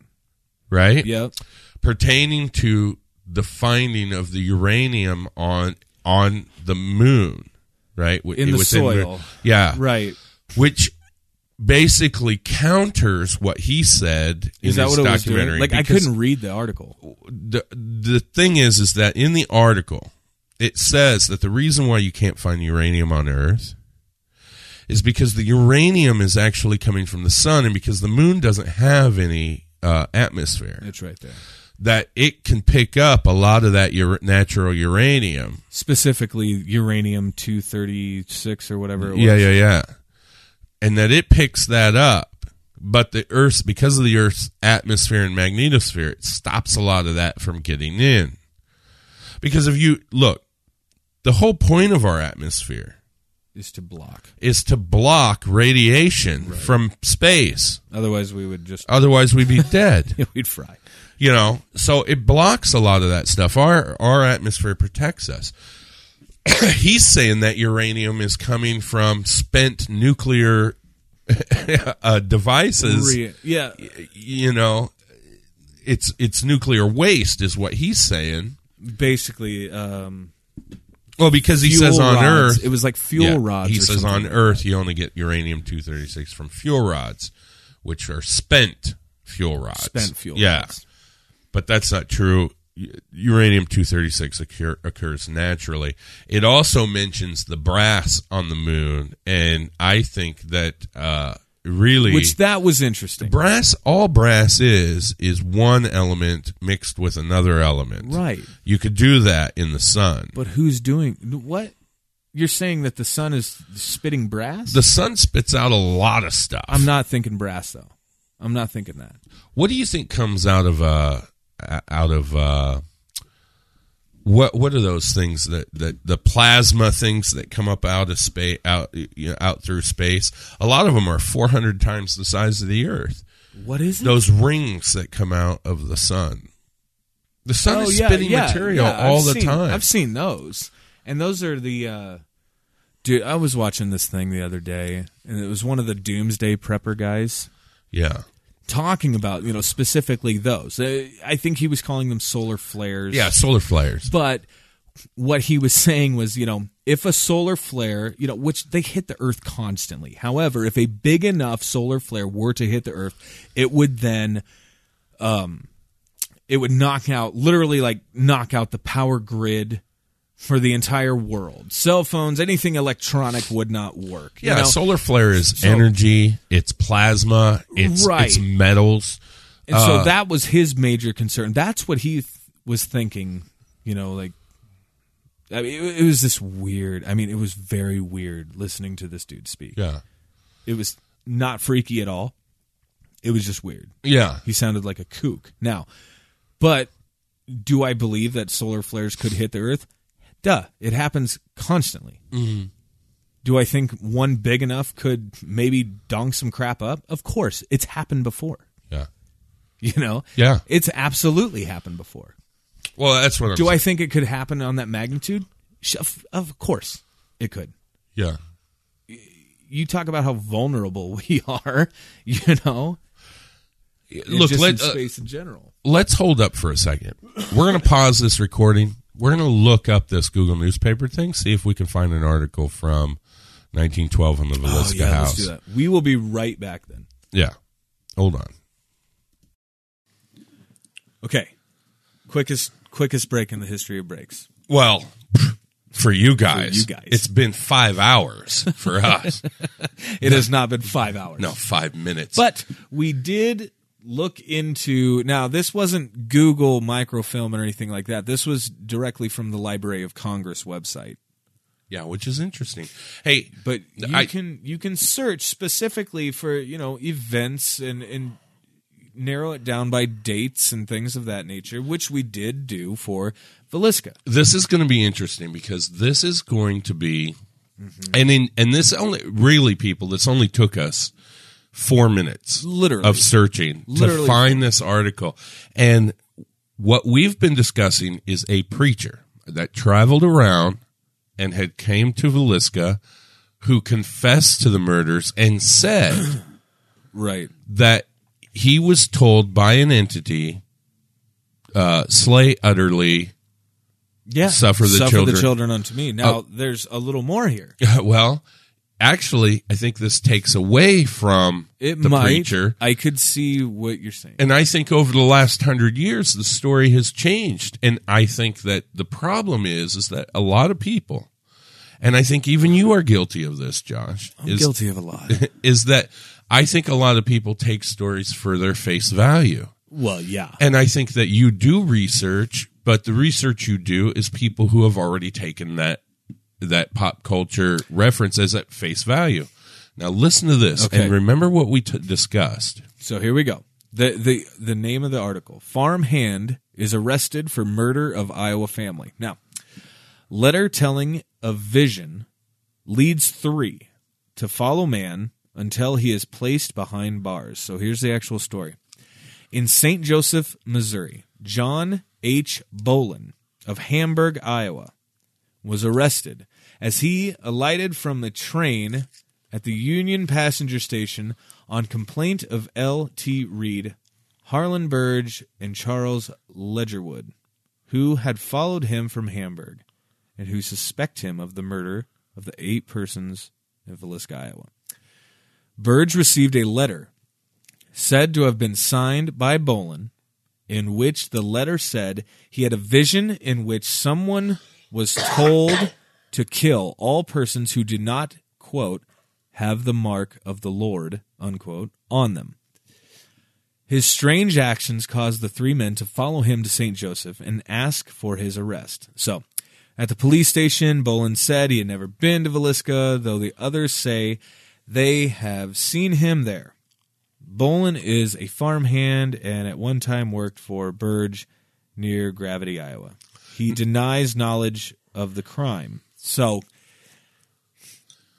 [SPEAKER 4] right?
[SPEAKER 3] Yep.
[SPEAKER 4] Pertaining to the finding of the uranium on on the moon, right? Wi-
[SPEAKER 3] In the
[SPEAKER 4] within
[SPEAKER 3] soil.
[SPEAKER 4] yeah.
[SPEAKER 3] Right.
[SPEAKER 4] Which basically counters what he said
[SPEAKER 3] Is
[SPEAKER 4] in
[SPEAKER 3] that
[SPEAKER 4] his
[SPEAKER 3] what it was
[SPEAKER 4] documentary.
[SPEAKER 3] doing? Like I
[SPEAKER 4] because-
[SPEAKER 3] couldn't read the article.
[SPEAKER 4] the the thing is is that in the article it says that the reason why you can't find uranium on earth is because the uranium is actually coming from the sun and because the moon doesn't have any uh, atmosphere
[SPEAKER 3] It's right there.
[SPEAKER 4] that it can pick up a lot of that ur- natural uranium
[SPEAKER 3] Specifically, uranium two thirty six or whatever. It was.
[SPEAKER 4] yeah yeah yeah and that it picks that up but the earth's because of the earth's atmosphere and magnetosphere it stops a lot of that from getting in because if you look the whole point of our atmosphere
[SPEAKER 3] Is to block.
[SPEAKER 4] is to block radiation from space
[SPEAKER 3] Otherwise, we would just
[SPEAKER 4] otherwise we'd <laughs> be dead
[SPEAKER 3] <laughs> we'd fry.
[SPEAKER 4] you know so it blocks a lot of that stuff our our atmosphere protects us <coughs> he's saying that uranium is coming from spent nuclear <laughs> uh, devices
[SPEAKER 3] Re- yeah.
[SPEAKER 4] you know it's it's nuclear waste is what he's saying
[SPEAKER 3] Basically, um,
[SPEAKER 4] well because he says on
[SPEAKER 3] rods.
[SPEAKER 4] earth
[SPEAKER 3] It was like fuel
[SPEAKER 4] Yeah,
[SPEAKER 3] rods.
[SPEAKER 4] he
[SPEAKER 3] or
[SPEAKER 4] says on
[SPEAKER 3] something.
[SPEAKER 4] earth you only get uranium 236 from fuel rods which are spent fuel rods
[SPEAKER 3] spent fuel.
[SPEAKER 4] yeah
[SPEAKER 3] rods.
[SPEAKER 4] but that's not true. U- Uranium 236 occur, occurs naturally. It also mentions the brass on the moon, and I think that uh, really,
[SPEAKER 3] Which that was interesting.
[SPEAKER 4] brass, all brass is, is one element mixed with another element.
[SPEAKER 3] Right.
[SPEAKER 4] You could do that in the sun.
[SPEAKER 3] But who's doing what? You're saying that the sun is spitting brass?
[SPEAKER 4] The sun spits out a lot of stuff.
[SPEAKER 3] I'm not thinking brass though. I'm not thinking that.
[SPEAKER 4] What do you think comes out of uh uh, out of uh what what are those things that, that the plasma things that come up out of space out you know, out through space? A lot of them are 400 times the size of the Earth.
[SPEAKER 3] What is it?
[SPEAKER 4] Those rings that come out of the sun. The sun
[SPEAKER 3] oh,
[SPEAKER 4] is
[SPEAKER 3] yeah,
[SPEAKER 4] spitting
[SPEAKER 3] yeah,
[SPEAKER 4] material
[SPEAKER 3] yeah, I've
[SPEAKER 4] all the
[SPEAKER 3] seen-
[SPEAKER 4] time.
[SPEAKER 3] I've seen those, and those are the. Uh, dude, I was watching this thing the other day, and it was one of the doomsday prepper guys.
[SPEAKER 4] yeah.
[SPEAKER 3] talking about, you know, specifically those. Uh, I think he was calling them solar flares.
[SPEAKER 4] Yeah, solar flares.
[SPEAKER 3] But what he was <laughs> saying was, you know, if a solar flare, you know, which they hit the earth constantly. However, if a big enough solar flare were to hit the earth, it would then um it would knock out literally like knock out the power grid for the entire world. Cell phones, anything electronic would not work. you
[SPEAKER 4] Yeah,
[SPEAKER 3] know?
[SPEAKER 4] solar flare is energy, it's plasma, it's it's
[SPEAKER 3] Right.
[SPEAKER 4] metals.
[SPEAKER 3] And so that was his major concern. That's what he th- was thinking. You know, like I mean, it, it was this weird. I mean, it was very weird listening to this dude speak.
[SPEAKER 4] Yeah.
[SPEAKER 3] It was not freaky at all. It was just weird.
[SPEAKER 4] Yeah.
[SPEAKER 3] He sounded like a kook. Now, but do I believe that solar flares could hit the Earth? Duh, it happens constantly. Do I think one big enough could maybe dong some crap up? Of course, it's happened before.
[SPEAKER 4] Yeah.
[SPEAKER 3] <laughs> You know,
[SPEAKER 4] Yeah.
[SPEAKER 3] it's absolutely happened before.
[SPEAKER 4] Well, that's what I'm
[SPEAKER 3] Do I
[SPEAKER 4] saying.
[SPEAKER 3] think it could happen on that magnitude? Sh- Of of course, it could.
[SPEAKER 4] Yeah.
[SPEAKER 3] You talk about how vulnerable <laughs> we are, you know. and
[SPEAKER 4] Look,
[SPEAKER 3] just in
[SPEAKER 4] let, uh,
[SPEAKER 3] space in general.
[SPEAKER 4] let's hold up for a second. We're going to pause this recording. We're going to look up this Google newspaper thing, see if we can find an article from 1912 on the Velisca House.
[SPEAKER 3] Oh, let's do that. We will be right back then.
[SPEAKER 4] Yeah. Hold on.
[SPEAKER 3] Okay, quickest quickest break in the history of breaks.
[SPEAKER 4] Well, for you guys,
[SPEAKER 3] you guys.
[SPEAKER 4] it's been five hours
[SPEAKER 3] <laughs>
[SPEAKER 4] for us.
[SPEAKER 3] It has not been five hours.
[SPEAKER 4] no, five minutes.
[SPEAKER 3] But we did look into now this wasn't Google microfilm or anything like that. This was directly from the Library of Congress website.
[SPEAKER 4] yeah, which is interesting. Hey,
[SPEAKER 3] But you
[SPEAKER 4] I-
[SPEAKER 3] can you can search specifically for, you know, events and and narrow it down by dates and things of that nature, which we did do for Velisca.
[SPEAKER 4] this is going to be interesting because this is going to be
[SPEAKER 3] Mm-hmm.
[SPEAKER 4] and in and this only really people this only took us four minutes
[SPEAKER 3] Literally.
[SPEAKER 4] of searching to
[SPEAKER 3] Literally.
[SPEAKER 4] find this article and what we've been discussing is a preacher that traveled around and had came to Velisca who confessed to the murders and said <coughs>
[SPEAKER 3] Right.
[SPEAKER 4] that he was told by an entity uh, slay utterly <laughs>
[SPEAKER 3] Yeah.
[SPEAKER 4] Suffer the
[SPEAKER 3] Suffer
[SPEAKER 4] children.
[SPEAKER 3] the children unto me. Now
[SPEAKER 4] Oh.
[SPEAKER 3] there's a little more here.
[SPEAKER 4] well, actually, I think this takes away from
[SPEAKER 3] It
[SPEAKER 4] the
[SPEAKER 3] might
[SPEAKER 4] preacher.
[SPEAKER 3] I could see what you're saying.
[SPEAKER 4] And I think over the last hundred years, the story has changed. And I think that the problem is, is that a lot of people, and I think even you are guilty of this, Josh,
[SPEAKER 3] I'm
[SPEAKER 4] is,
[SPEAKER 3] guilty of a <laughs> lot.
[SPEAKER 4] is that I think a lot of people take stories for their face value.
[SPEAKER 3] well, yeah.
[SPEAKER 4] And I think that you do research, but the research you do is people who have already taken that that pop culture reference as at face value. Now listen to this
[SPEAKER 3] Okay.
[SPEAKER 4] and remember what we t- discussed.
[SPEAKER 3] So here we go. The the the name of the article. Farm hand is arrested for murder of Iowa family. Now, letter telling of vision leads 3 to follow man until he is placed behind bars. So here's the actual story. In St. Joseph, Missouri, John H. Bolin of Hamburg, Iowa, was arrested as he alighted from the train at the Union Passenger Station on complaint of L.T. Reed, Harlan Burge, and Charles Ledgerwood, who had followed him from Hamburg and who suspect him of the murder of the eight persons in Villisca, Iowa. Burge received a letter said to have been signed by Bolin in which the letter said he had a vision in which someone was told to kill all persons who did not, quote, have the mark of the Lord, unquote, on them. His strange actions caused the three men to follow him to St. Joseph and ask for his arrest. So, at the police station, Bolin said he had never been to Velisca, though the others say they have seen him there. Bolin is a farmhand and at one time worked for Burge near Gravity, Iowa.
[SPEAKER 4] <laughs>
[SPEAKER 3] He denies knowledge of the crime. So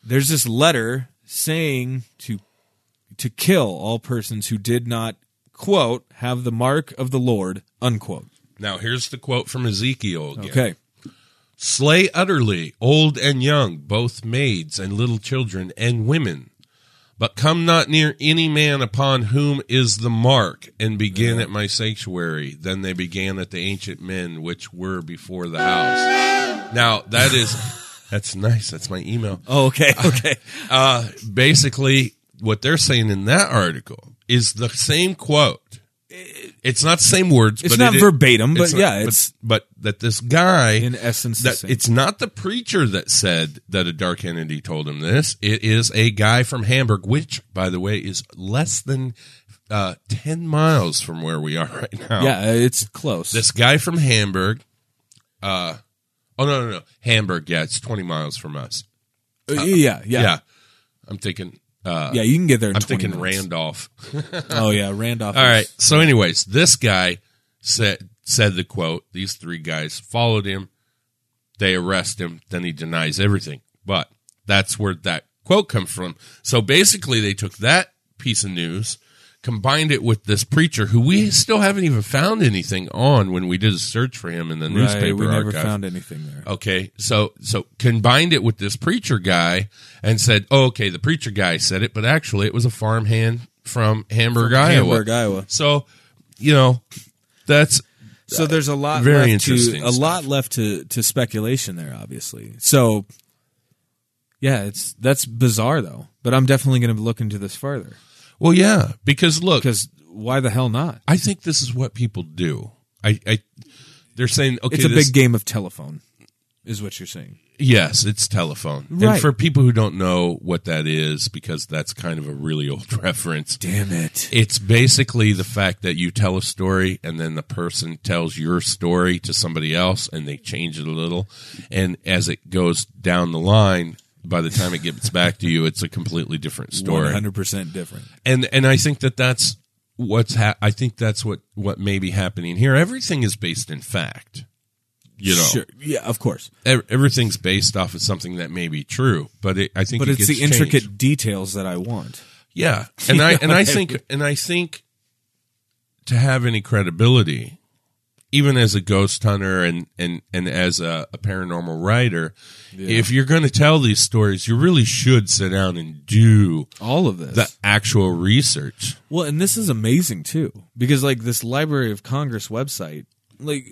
[SPEAKER 3] there's this letter saying to to kill all persons who did not quote have the mark of the Lord unquote.
[SPEAKER 4] Now here's the quote from Ezekiel again.
[SPEAKER 3] Okay.
[SPEAKER 4] Slay utterly old and young, both maids and little children and women. But come not near any man upon whom is the mark, and begin at my sanctuary. Then they began at the ancient men which were before the house. Now that
[SPEAKER 3] <laughs>
[SPEAKER 4] is, that's nice. That's my email.
[SPEAKER 3] Oh, okay. Okay.
[SPEAKER 4] <laughs> Uh, basically, what they're saying in that article is the same quote. It's not the same words.
[SPEAKER 3] It's
[SPEAKER 4] but
[SPEAKER 3] not
[SPEAKER 4] it-
[SPEAKER 3] verbatim, but
[SPEAKER 4] not-
[SPEAKER 3] yeah, it's-
[SPEAKER 4] but, but that this guy
[SPEAKER 3] In essence, the
[SPEAKER 4] that
[SPEAKER 3] same.
[SPEAKER 4] it's not the preacher that said that a dark entity told him this. It is a guy from Hamburg, which, by the way, is less than uh, ten miles from where we are right now.
[SPEAKER 3] yeah, it's close.
[SPEAKER 4] oh. this guy from Hamburg. Uh, oh no, no, no, Hamburg. Yeah, it's twenty miles from us.
[SPEAKER 3] Uh, yeah, yeah,
[SPEAKER 4] Yeah,
[SPEAKER 3] yeah.
[SPEAKER 4] I'm thinking. Uh,
[SPEAKER 3] you can get there in
[SPEAKER 4] I'm
[SPEAKER 3] 20
[SPEAKER 4] thinking
[SPEAKER 3] minutes.
[SPEAKER 4] Randolph.
[SPEAKER 3] Oh yeah, Randolph.
[SPEAKER 4] All
[SPEAKER 3] is-
[SPEAKER 4] right. So, anyways, this guy said said the quote. These three guys followed him They arrest him. Then he denies everything. But that's where that quote comes from. So basically, they took that piece of news, combined it with this preacher who we still haven't even found anything on when we did a search for him in the newspaper
[SPEAKER 3] right, we never
[SPEAKER 4] archive.
[SPEAKER 3] found anything there.
[SPEAKER 4] Okay, so so combined it with this preacher guy and said, oh, okay, the preacher guy said it, but actually it was a farmhand from Hamburg, Iowa.
[SPEAKER 3] Hamburg, Iowa.
[SPEAKER 4] So, you know, that's
[SPEAKER 3] So there's a lot
[SPEAKER 4] Very
[SPEAKER 3] left
[SPEAKER 4] interesting
[SPEAKER 3] to a
[SPEAKER 4] stuff.
[SPEAKER 3] lot left to to speculation there, obviously. So yeah, it's that's bizarre though. But I'm definitely going to look into this further
[SPEAKER 4] well, yeah, because look,
[SPEAKER 3] because why the hell not?
[SPEAKER 4] I think this is what people do. I, I they're saying, okay,
[SPEAKER 3] It's a
[SPEAKER 4] this-
[SPEAKER 3] big game of telephone, is what you're saying.
[SPEAKER 4] Yes, it's telephone. And
[SPEAKER 3] Right.
[SPEAKER 4] for people who don't know what that is, because that's kind of a really old <laughs> reference,
[SPEAKER 3] Damn it!
[SPEAKER 4] it's basically the fact that you tell a story and then the person tells your story to somebody else and they change it a little. And as it goes down the line, by the time it gets back to you, it's a completely different story
[SPEAKER 3] 100 percent different.
[SPEAKER 4] and and I think that that's what's ha- I think that's what what may be happening here. Everything is based in fact, you know.
[SPEAKER 3] sure. Yeah, of course.
[SPEAKER 4] Ev- everything's based off of something that may be true, but it, I think
[SPEAKER 3] But
[SPEAKER 4] it
[SPEAKER 3] it's
[SPEAKER 4] gets
[SPEAKER 3] the intricate
[SPEAKER 4] changed.
[SPEAKER 3] details that I want. <laughs>
[SPEAKER 4] yeah. And I and I think and I think to have any credibility, even as a ghost hunter and and and as a, a paranormal writer, if you're going to tell these stories, you really should sit down and do
[SPEAKER 3] All of this.
[SPEAKER 4] the actual research.
[SPEAKER 3] Well, and this is amazing too, because like this Library of Congress website, like,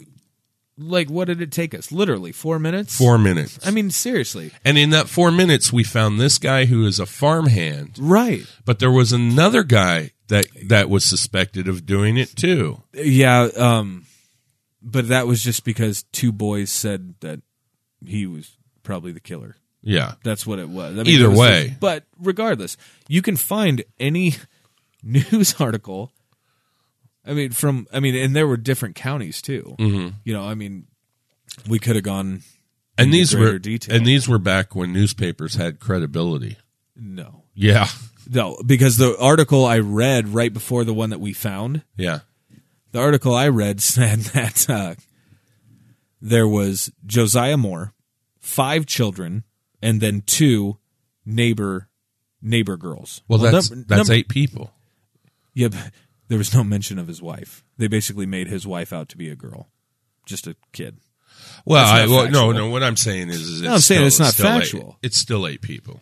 [SPEAKER 3] like what did it take us? Literally four minutes.
[SPEAKER 4] Four minutes.
[SPEAKER 3] I mean, seriously.
[SPEAKER 4] And in that four minutes, we found this guy who is a farmhand,
[SPEAKER 3] Right.
[SPEAKER 4] but there was another guy that that was suspected of doing it too.
[SPEAKER 3] Yeah. Um, but that was just because two boys said that he was probably the killer.
[SPEAKER 4] Yeah,
[SPEAKER 3] That's what it was. I
[SPEAKER 4] Either
[SPEAKER 3] it was
[SPEAKER 4] way.
[SPEAKER 3] just- but regardless, you can find any <laughs> news article. I mean, from I mean, and there were different counties too. Mm-hmm. You know, I mean, we could have gone
[SPEAKER 4] and
[SPEAKER 3] Into
[SPEAKER 4] these
[SPEAKER 3] greater
[SPEAKER 4] were
[SPEAKER 3] detail.
[SPEAKER 4] and these were back when newspapers had credibility.
[SPEAKER 3] no,
[SPEAKER 4] Yeah,
[SPEAKER 3] no, because the article I read right before the one that we found,
[SPEAKER 4] yeah,
[SPEAKER 3] the article I read <laughs> said that uh, there was Josiah Moore, five children, and then two neighbor neighbor girls.
[SPEAKER 4] well, that's
[SPEAKER 3] num-
[SPEAKER 4] that's
[SPEAKER 3] num-
[SPEAKER 4] eight people.
[SPEAKER 3] Yeah, but <laughs> there was no mention of his wife. They basically made his wife out to be a girl, just a kid.
[SPEAKER 4] Well, I,
[SPEAKER 3] That's not
[SPEAKER 4] well no,
[SPEAKER 3] factual.
[SPEAKER 4] no. What I'm saying is, is it's
[SPEAKER 3] No, I'm saying
[SPEAKER 4] still-
[SPEAKER 3] it's not
[SPEAKER 4] still eight-
[SPEAKER 3] factual.
[SPEAKER 4] it's still eight people.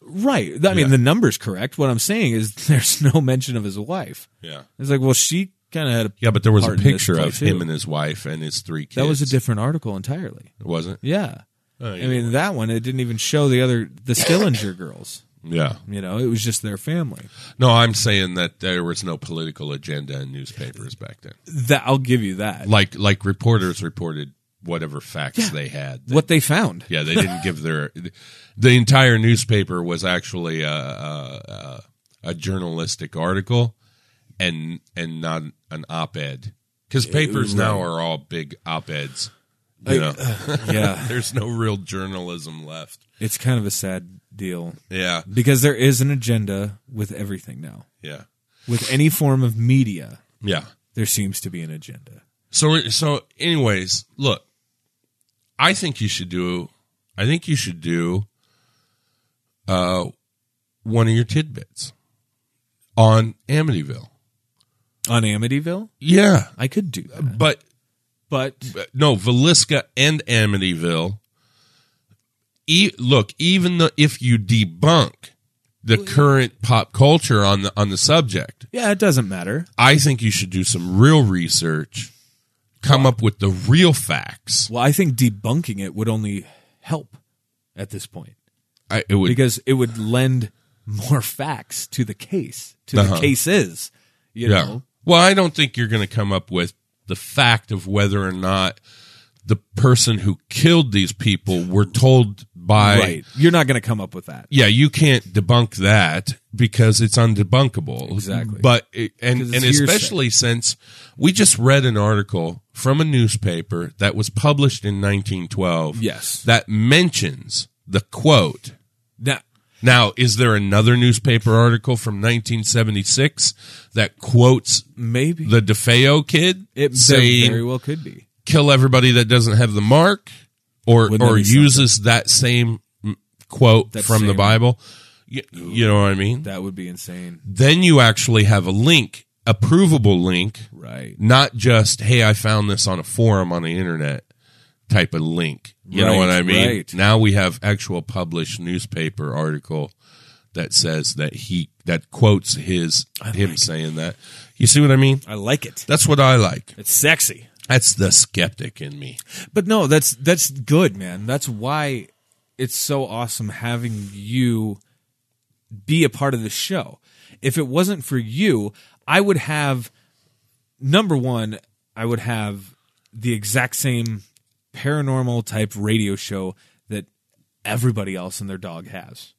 [SPEAKER 3] Right. I mean,
[SPEAKER 4] Yeah.
[SPEAKER 3] the number's correct. What I'm saying is <laughs> there's no mention of his wife.
[SPEAKER 4] Yeah,
[SPEAKER 3] It's like, well, she kind of had a
[SPEAKER 4] yeah, but there was
[SPEAKER 3] part
[SPEAKER 4] a
[SPEAKER 3] in this
[SPEAKER 4] picture
[SPEAKER 3] play,
[SPEAKER 4] of
[SPEAKER 3] too.
[SPEAKER 4] him and his wife and his three kids.
[SPEAKER 3] That was a different article entirely.
[SPEAKER 4] wasn't. it?
[SPEAKER 3] Yeah.
[SPEAKER 4] Oh, yeah.
[SPEAKER 3] I mean, that one, it didn't even show the other, the Stillinger girls.
[SPEAKER 4] yeah.
[SPEAKER 3] You know, it was just their family.
[SPEAKER 4] No, I'm saying that there was no political agenda in newspapers back then.
[SPEAKER 3] That I'll give you that.
[SPEAKER 4] like like reporters reported whatever facts they had.
[SPEAKER 3] what they
[SPEAKER 4] <laughs>
[SPEAKER 3] found.
[SPEAKER 4] yeah, they didn't give their. The entire newspaper was actually a a, a, a journalistic article, and and not an op-ed because papers now are all big op-eds. You know,
[SPEAKER 3] yeah.
[SPEAKER 4] <laughs> there's no real journalism left.
[SPEAKER 3] <laughs> It's kind of a sad deal
[SPEAKER 4] Yeah,
[SPEAKER 3] because there is an agenda with everything now.
[SPEAKER 4] yeah,
[SPEAKER 3] With any form of media,
[SPEAKER 4] yeah.
[SPEAKER 3] there seems to be an agenda.
[SPEAKER 4] So so anyways, look. I think you should do I think you should do uh one of your tidbits on Amityville.
[SPEAKER 3] On Amityville,
[SPEAKER 4] Yeah.
[SPEAKER 3] I could do that.
[SPEAKER 4] But
[SPEAKER 3] But
[SPEAKER 4] but no, Velisca and Amityville. E- look, even the, if you debunk the current pop culture on the on the subject,
[SPEAKER 3] yeah, it doesn't matter.
[SPEAKER 4] I think you should do some real research, come up with the real facts.
[SPEAKER 3] Well, I think debunking it would only help at this point
[SPEAKER 4] I, it would
[SPEAKER 3] because it would lend more facts to the case, to
[SPEAKER 4] Uh-huh.
[SPEAKER 3] the cases, you know.
[SPEAKER 4] Well, I don't think you're going to come up with the fact of whether or not the person who killed these people were told by.
[SPEAKER 3] right. You're not going to come up with that.
[SPEAKER 4] Yeah, you can't debunk that because it's undebunkable.
[SPEAKER 3] Exactly.
[SPEAKER 4] But it, and
[SPEAKER 3] Because
[SPEAKER 4] and
[SPEAKER 3] it's hearsay.
[SPEAKER 4] especially since we just read an article from a newspaper that was published in 1912.
[SPEAKER 3] Yes.
[SPEAKER 4] That mentions the quote
[SPEAKER 3] Now,
[SPEAKER 4] now, is there another newspaper article from 1976 that quotes
[SPEAKER 3] maybe
[SPEAKER 4] the DeFeo kid
[SPEAKER 3] it
[SPEAKER 4] saying,
[SPEAKER 3] very well could be.
[SPEAKER 4] kill everybody that doesn't have the mark? or
[SPEAKER 3] Wouldn't that
[SPEAKER 4] or
[SPEAKER 3] be something?
[SPEAKER 4] uses that same mm, quote
[SPEAKER 3] That
[SPEAKER 4] from the
[SPEAKER 3] same-
[SPEAKER 4] Bible. You, you know what I mean?
[SPEAKER 3] That would be insane.
[SPEAKER 4] then you actually have a link, a provable link,
[SPEAKER 3] Right.
[SPEAKER 4] not just hey, I found this on a forum on the internet type of link. You know
[SPEAKER 3] Right,
[SPEAKER 4] what I mean?
[SPEAKER 3] right.
[SPEAKER 4] Now we have actual published newspaper article that says that he that quotes his him saying that. You see what I mean?
[SPEAKER 3] I like it.
[SPEAKER 4] That's what I like.
[SPEAKER 3] It's sexy.
[SPEAKER 4] That's the skeptic in me.
[SPEAKER 3] But no, that's that's good, man. That's why it's so awesome having you be a part of the show. If it wasn't for you, I would have number one, I would have the exact same paranormal type radio show that everybody else and their dog has.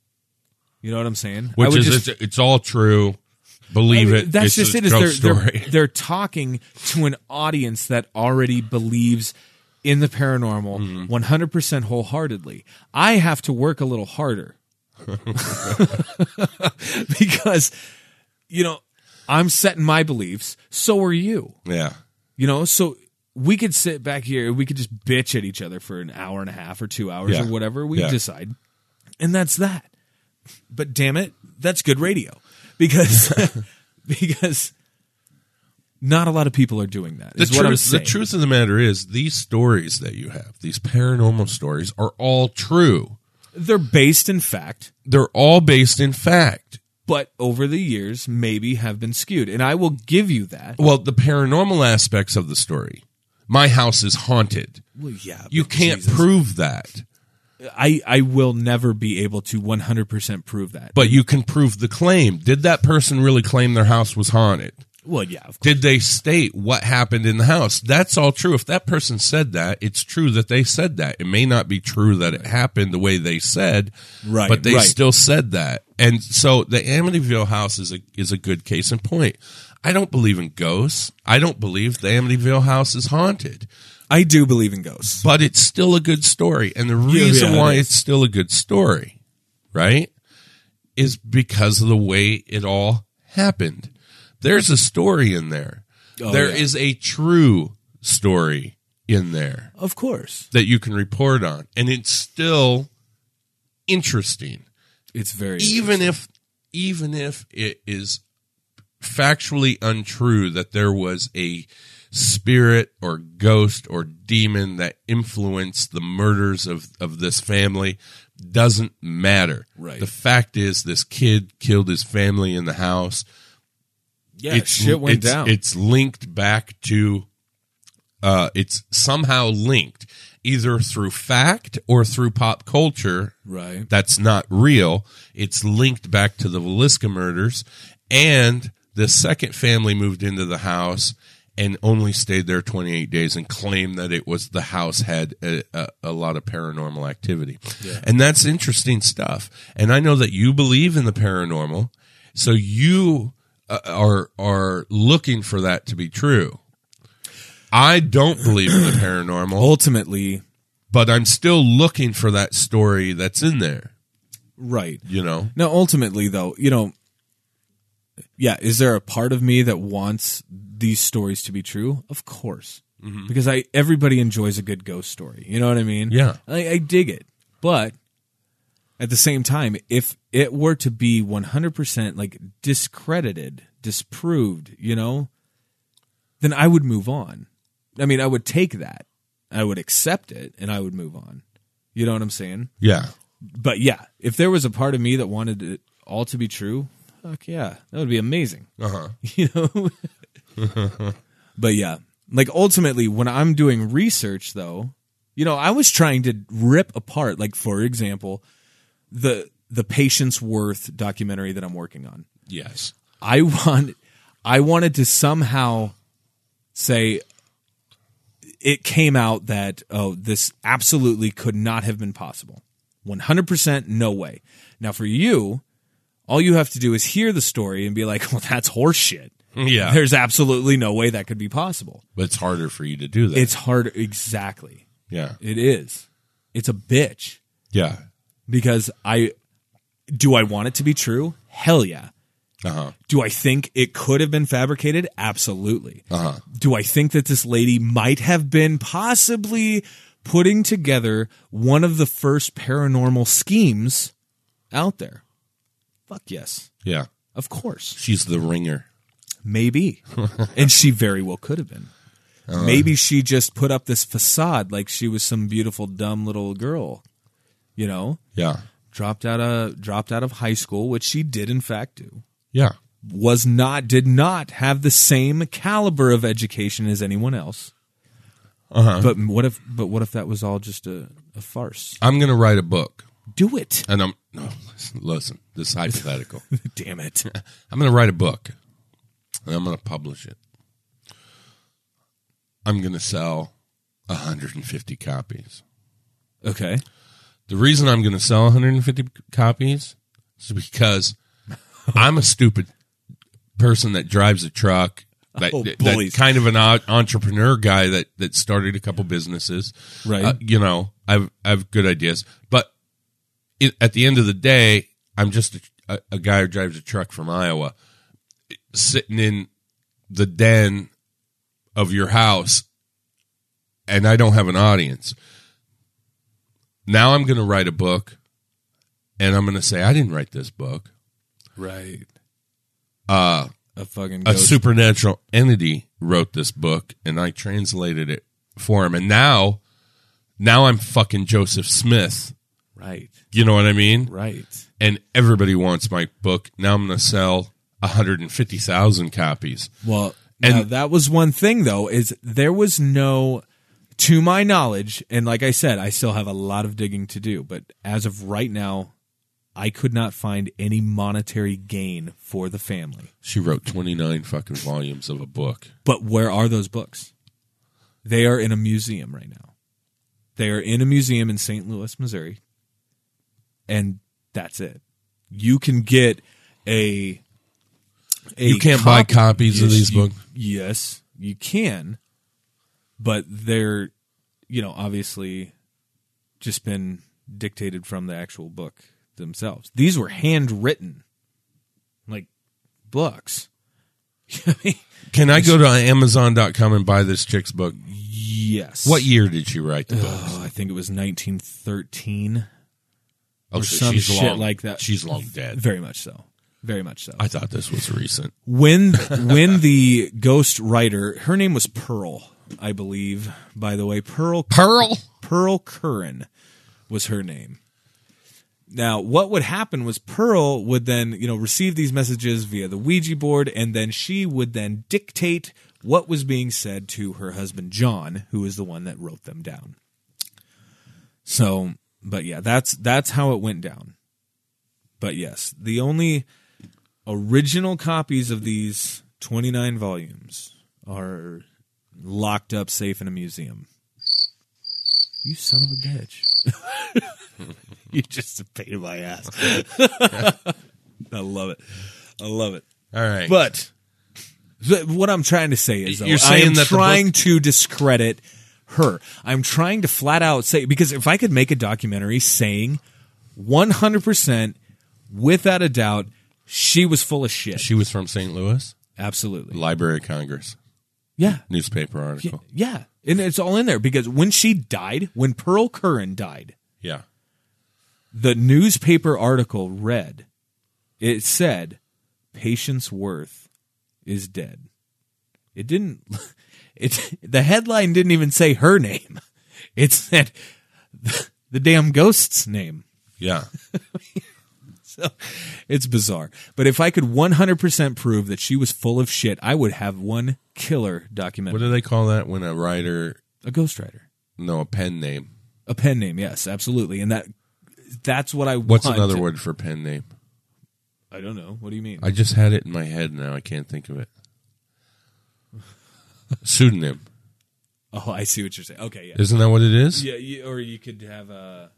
[SPEAKER 3] You know what I'm saying? I
[SPEAKER 4] Which
[SPEAKER 3] would
[SPEAKER 4] is
[SPEAKER 3] just-
[SPEAKER 4] it's, it's all true. Believe
[SPEAKER 3] I mean,
[SPEAKER 4] it.
[SPEAKER 3] That's
[SPEAKER 4] It's
[SPEAKER 3] just
[SPEAKER 4] a
[SPEAKER 3] it. Is
[SPEAKER 4] ghost
[SPEAKER 3] they're,
[SPEAKER 4] story.
[SPEAKER 3] <laughs> they're they're talking to an audience that already believes in the
[SPEAKER 4] Mm-hmm.
[SPEAKER 3] paranormal 100% wholeheartedly. I have to work a little
[SPEAKER 4] <laughs>
[SPEAKER 3] harder <laughs> because you know I'm setting my beliefs. So are you.
[SPEAKER 4] yeah.
[SPEAKER 3] You know, so we could sit back here and we could just bitch at each other for an hour and a half or two hours
[SPEAKER 4] Yeah.
[SPEAKER 3] or whatever we
[SPEAKER 4] Yeah.
[SPEAKER 3] decide. And that's that. But damn it, that's good radio. Because because not a lot of people are doing that.
[SPEAKER 4] the
[SPEAKER 3] is what I'm
[SPEAKER 4] truth, the
[SPEAKER 3] saying.
[SPEAKER 4] truth of the matter is, these stories that you have, these paranormal stories, are all true.
[SPEAKER 3] They're based in fact,
[SPEAKER 4] They're all based in fact.
[SPEAKER 3] but over the years maybe have been skewed. And I will give you that.
[SPEAKER 4] Well, the paranormal aspects of the story. My house is haunted.
[SPEAKER 3] Well, yeah.
[SPEAKER 4] You can't prove that,
[SPEAKER 3] I, I will never be able to 100% prove that.
[SPEAKER 4] but you can prove the claim. Did that person really claim their house was haunted?
[SPEAKER 3] Well, yeah, of course.
[SPEAKER 4] Did they state what happened in the house? That's all true. If that person said that, it's true that they said that. It may not be true that it happened the way they said,
[SPEAKER 3] Right,
[SPEAKER 4] But they
[SPEAKER 3] right.
[SPEAKER 4] still said that, and so the Amityville house is a is a good case in point. I don't believe in ghosts. I don't believe the Amityville house is haunted,
[SPEAKER 3] I do believe in ghosts.
[SPEAKER 4] but it's still a good story. And the reason
[SPEAKER 3] yeah, it
[SPEAKER 4] why
[SPEAKER 3] is.
[SPEAKER 4] it's still a good story, right, is because of the way it all happened. There's a story in there. There is
[SPEAKER 3] Oh, yeah.
[SPEAKER 4] a true story in there
[SPEAKER 3] Of course.
[SPEAKER 4] that you can report on, and it's still interesting
[SPEAKER 3] It's very
[SPEAKER 4] even if even if it is factually untrue that there was a spirit or ghost or demon that influenced the murders of of this family doesn't matter
[SPEAKER 3] Right.
[SPEAKER 4] the fact is this kid killed his family in the house
[SPEAKER 3] yeah, shit went
[SPEAKER 4] it's,
[SPEAKER 3] down.
[SPEAKER 4] It's linked back to, uh, it's somehow linked either through fact or through pop culture.
[SPEAKER 3] Right.
[SPEAKER 4] That's not real. It's linked back to the Velisca murders. And the second family moved into the house and only stayed there 28 days and claimed that it was the house had a, a, a lot of paranormal activity. And that's interesting stuff. And I know that you believe in the paranormal. So you uh, are are looking for that to be true. I don't believe in the paranormal,
[SPEAKER 3] ultimately
[SPEAKER 4] but I'm still looking for that story that's in there.
[SPEAKER 3] right.
[SPEAKER 4] You know,
[SPEAKER 3] Now, ultimately, though, you know, yeah, is there a part of me that wants these stories to be true? Of course, because I everybody enjoys a good ghost story. You know what I mean?
[SPEAKER 4] Yeah.
[SPEAKER 3] I, I dig it, but at the same time, if it were to be one hundred percent like discredited, disproved, you know, then I would move on. I mean, I would take that, I would accept it, and I would move on. You know what I'm saying?
[SPEAKER 4] yeah,
[SPEAKER 3] but yeah, if there was a part of me that wanted it all to be true, fuck yeah, that would be amazing. <laughs>
[SPEAKER 4] uh huh,
[SPEAKER 3] You know. <laughs> but yeah, like ultimately, when I'm doing research, though, you know, I was trying to rip apart, like for example, the the Patience Worth documentary that I'm working on.
[SPEAKER 4] yes,
[SPEAKER 3] I want I wanted to somehow say it came out that oh this absolutely could not have been possible. 100% no way. Now for you, all you have to do is hear the story and be like, "Well, that's horseshit.
[SPEAKER 4] yeah.
[SPEAKER 3] There's absolutely no way that could be possible."
[SPEAKER 4] but it's harder for you to do that.
[SPEAKER 3] It's hard exactly.
[SPEAKER 4] yeah,
[SPEAKER 3] It is. It's a bitch
[SPEAKER 4] yeah,
[SPEAKER 3] because I do I want it to be true? Hell yeah.
[SPEAKER 4] uh huh,
[SPEAKER 3] Do I think it could have been fabricated? Absolutely.
[SPEAKER 4] Uh-huh.
[SPEAKER 3] Do I think that this lady might have been possibly putting together one of the first paranormal schemes out there. Fuck yes.
[SPEAKER 4] Yeah.
[SPEAKER 3] Of course.
[SPEAKER 4] She's the ringer.
[SPEAKER 3] Maybe. and she very well could have been. Maybe she just put up this facade like she was some beautiful dumb little girl. You know?
[SPEAKER 4] Yeah.
[SPEAKER 3] Dropped out of dropped out of high school, which she did in fact do.
[SPEAKER 4] Yeah.
[SPEAKER 3] was not did not have the same caliber of education as anyone else. But what if but what if that was all just a, a farce?
[SPEAKER 4] I'm going to write a book.
[SPEAKER 3] Do it. <laughs>
[SPEAKER 4] And I'm, no, listen, listen this is <laughs> hypothetical.
[SPEAKER 3] Damn it.
[SPEAKER 4] I'm going to write a book and I'm going to publish it. I'm going to sell 150 copies.
[SPEAKER 3] Okay.
[SPEAKER 4] The reason I'm going to sell 150 copies is <laughs> because I'm a stupid person that drives a truck. That,
[SPEAKER 3] Oh,
[SPEAKER 4] that
[SPEAKER 3] bullies.
[SPEAKER 4] kind of an o- entrepreneur guy that, that started a couple businesses,
[SPEAKER 3] Right.
[SPEAKER 4] Uh, you know, I've I've good ideas, but it, at the end of the day, I'm just a, a, a guy who drives a truck from Iowa, sitting in the den of your house, and I don't have an audience. Now I'm going to write a book, and I'm going to say I didn't write this book.
[SPEAKER 3] Right.
[SPEAKER 4] Uh,
[SPEAKER 3] A fucking
[SPEAKER 4] a
[SPEAKER 3] ghost.
[SPEAKER 4] supernatural entity wrote this book and I translated it for him. And now, now I'm fucking Joseph Smith.
[SPEAKER 3] right.
[SPEAKER 4] You know what I mean?
[SPEAKER 3] Right.
[SPEAKER 4] And everybody wants my book. Now I'm going to sell 150,000 copies.
[SPEAKER 3] Well,
[SPEAKER 4] And-
[SPEAKER 3] now that was one thing though is there was no to my knowledge and like I said I still have a lot of digging to do, but as of right now I could not find any monetary gain for the family.
[SPEAKER 4] She wrote 29 fucking volumes of a book.
[SPEAKER 3] But where are those books? They are in a museum right now. They are in a museum in St. Louis, Missouri. And that's it. You can get a, a
[SPEAKER 4] You can't buy copies of
[SPEAKER 3] Yes,
[SPEAKER 4] these
[SPEAKER 3] you-
[SPEAKER 4] books?
[SPEAKER 3] Yes, you can. But they're you know, obviously just been dictated from the actual book themselves. These were handwritten like books. <laughs>
[SPEAKER 4] Can I go to Amazon.com and buy this chick's book?
[SPEAKER 3] Yes.
[SPEAKER 4] What year did she write the book?
[SPEAKER 3] Oh, I think it was 1913.
[SPEAKER 4] Oh,
[SPEAKER 3] or some shit
[SPEAKER 4] long,
[SPEAKER 3] like that.
[SPEAKER 4] She's long dead.
[SPEAKER 3] Very much so. Very much so.
[SPEAKER 4] I thought this was recent.
[SPEAKER 3] When when the ghost writer, her name was Pearl, I believe. By the way, Pearl
[SPEAKER 4] Pearl?
[SPEAKER 3] Pearl Curran was her name. Now, what would happen was Pearl would then, you know, receive these messages via the Ouija board, and then she would then dictate what was being said to her husband John, who is the one that wrote them down. So, but yeah, that's that's how it went down. But yes, the only original copies of these 29 volumes are locked up safe in a museum. You son of a bitch. <laughs> you just a pain in my ass. <laughs> I love it. I love it.
[SPEAKER 4] All right.
[SPEAKER 3] But th- what I'm trying to say is, though,
[SPEAKER 4] You're saying
[SPEAKER 3] I am
[SPEAKER 4] that the
[SPEAKER 3] trying to discredit her. I'm trying to flat out say because if I could make a documentary saying 100 percent without a doubt she was full of shit.
[SPEAKER 4] she was from St. Louis?
[SPEAKER 3] Absolutely.
[SPEAKER 4] Library of Congress
[SPEAKER 3] Yeah.
[SPEAKER 4] newspaper
[SPEAKER 3] Yeah.
[SPEAKER 4] article.
[SPEAKER 3] Yeah. And it's all in there because when she died, when Pearl Curran died,
[SPEAKER 4] Yeah.
[SPEAKER 3] the newspaper article read it said patience worth is dead it didn't <laughs> it the headline didn't even say her name <laughs> it said <laughs> the damn ghost's name
[SPEAKER 4] Yeah.
[SPEAKER 3] so it's bizarre but if i could 100% prove that she was full of shit i would have one killer
[SPEAKER 4] <laughs> What
[SPEAKER 3] documentary
[SPEAKER 4] do they call that when a writer
[SPEAKER 3] a ghostwriter
[SPEAKER 4] no a pen name?
[SPEAKER 3] a pen name yes absolutely and that that's what i
[SPEAKER 4] What's
[SPEAKER 3] want
[SPEAKER 4] another word for pen name?
[SPEAKER 3] i don't know what do you mean
[SPEAKER 4] I just had it in my head now I can't think of it. Pseudonym.
[SPEAKER 3] oh i see what you're saying okay yeah
[SPEAKER 4] Isn't that what it is?
[SPEAKER 3] Yeah, you, or you could have uh, a.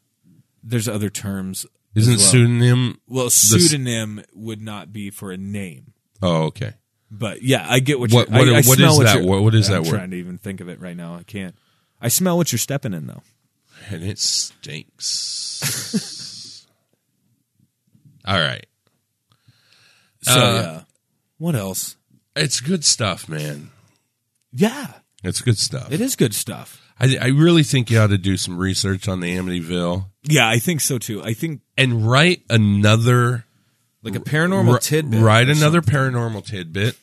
[SPEAKER 3] There's other terms.
[SPEAKER 4] Isn't
[SPEAKER 3] as well.
[SPEAKER 4] pseudonym
[SPEAKER 3] Well, pseudonym would not be for a name,
[SPEAKER 4] Oh, okay.
[SPEAKER 3] but yeah, I get what.
[SPEAKER 4] What-
[SPEAKER 3] you're,
[SPEAKER 4] what-
[SPEAKER 3] I, I
[SPEAKER 4] what
[SPEAKER 3] smell
[SPEAKER 4] is
[SPEAKER 3] what
[SPEAKER 4] that
[SPEAKER 3] you're-
[SPEAKER 4] word? What is
[SPEAKER 3] I'm
[SPEAKER 4] that word?
[SPEAKER 3] Trying to even think of it right now. I can't. I smell what you're stepping in though.
[SPEAKER 4] And it stinks. <laughs> All right.
[SPEAKER 3] So
[SPEAKER 4] Uh,
[SPEAKER 3] yeah. What else?
[SPEAKER 4] It's good stuff, man.
[SPEAKER 3] Yeah,
[SPEAKER 4] It's good stuff.
[SPEAKER 3] it is good stuff.
[SPEAKER 4] I, I really think you ought to do some research on the Amityville
[SPEAKER 3] Yeah, I think so too. I think
[SPEAKER 4] and write another
[SPEAKER 3] like a paranormal
[SPEAKER 4] ri-
[SPEAKER 3] tidbit.
[SPEAKER 4] Write
[SPEAKER 3] or
[SPEAKER 4] another
[SPEAKER 3] something.
[SPEAKER 4] paranormal tidbit,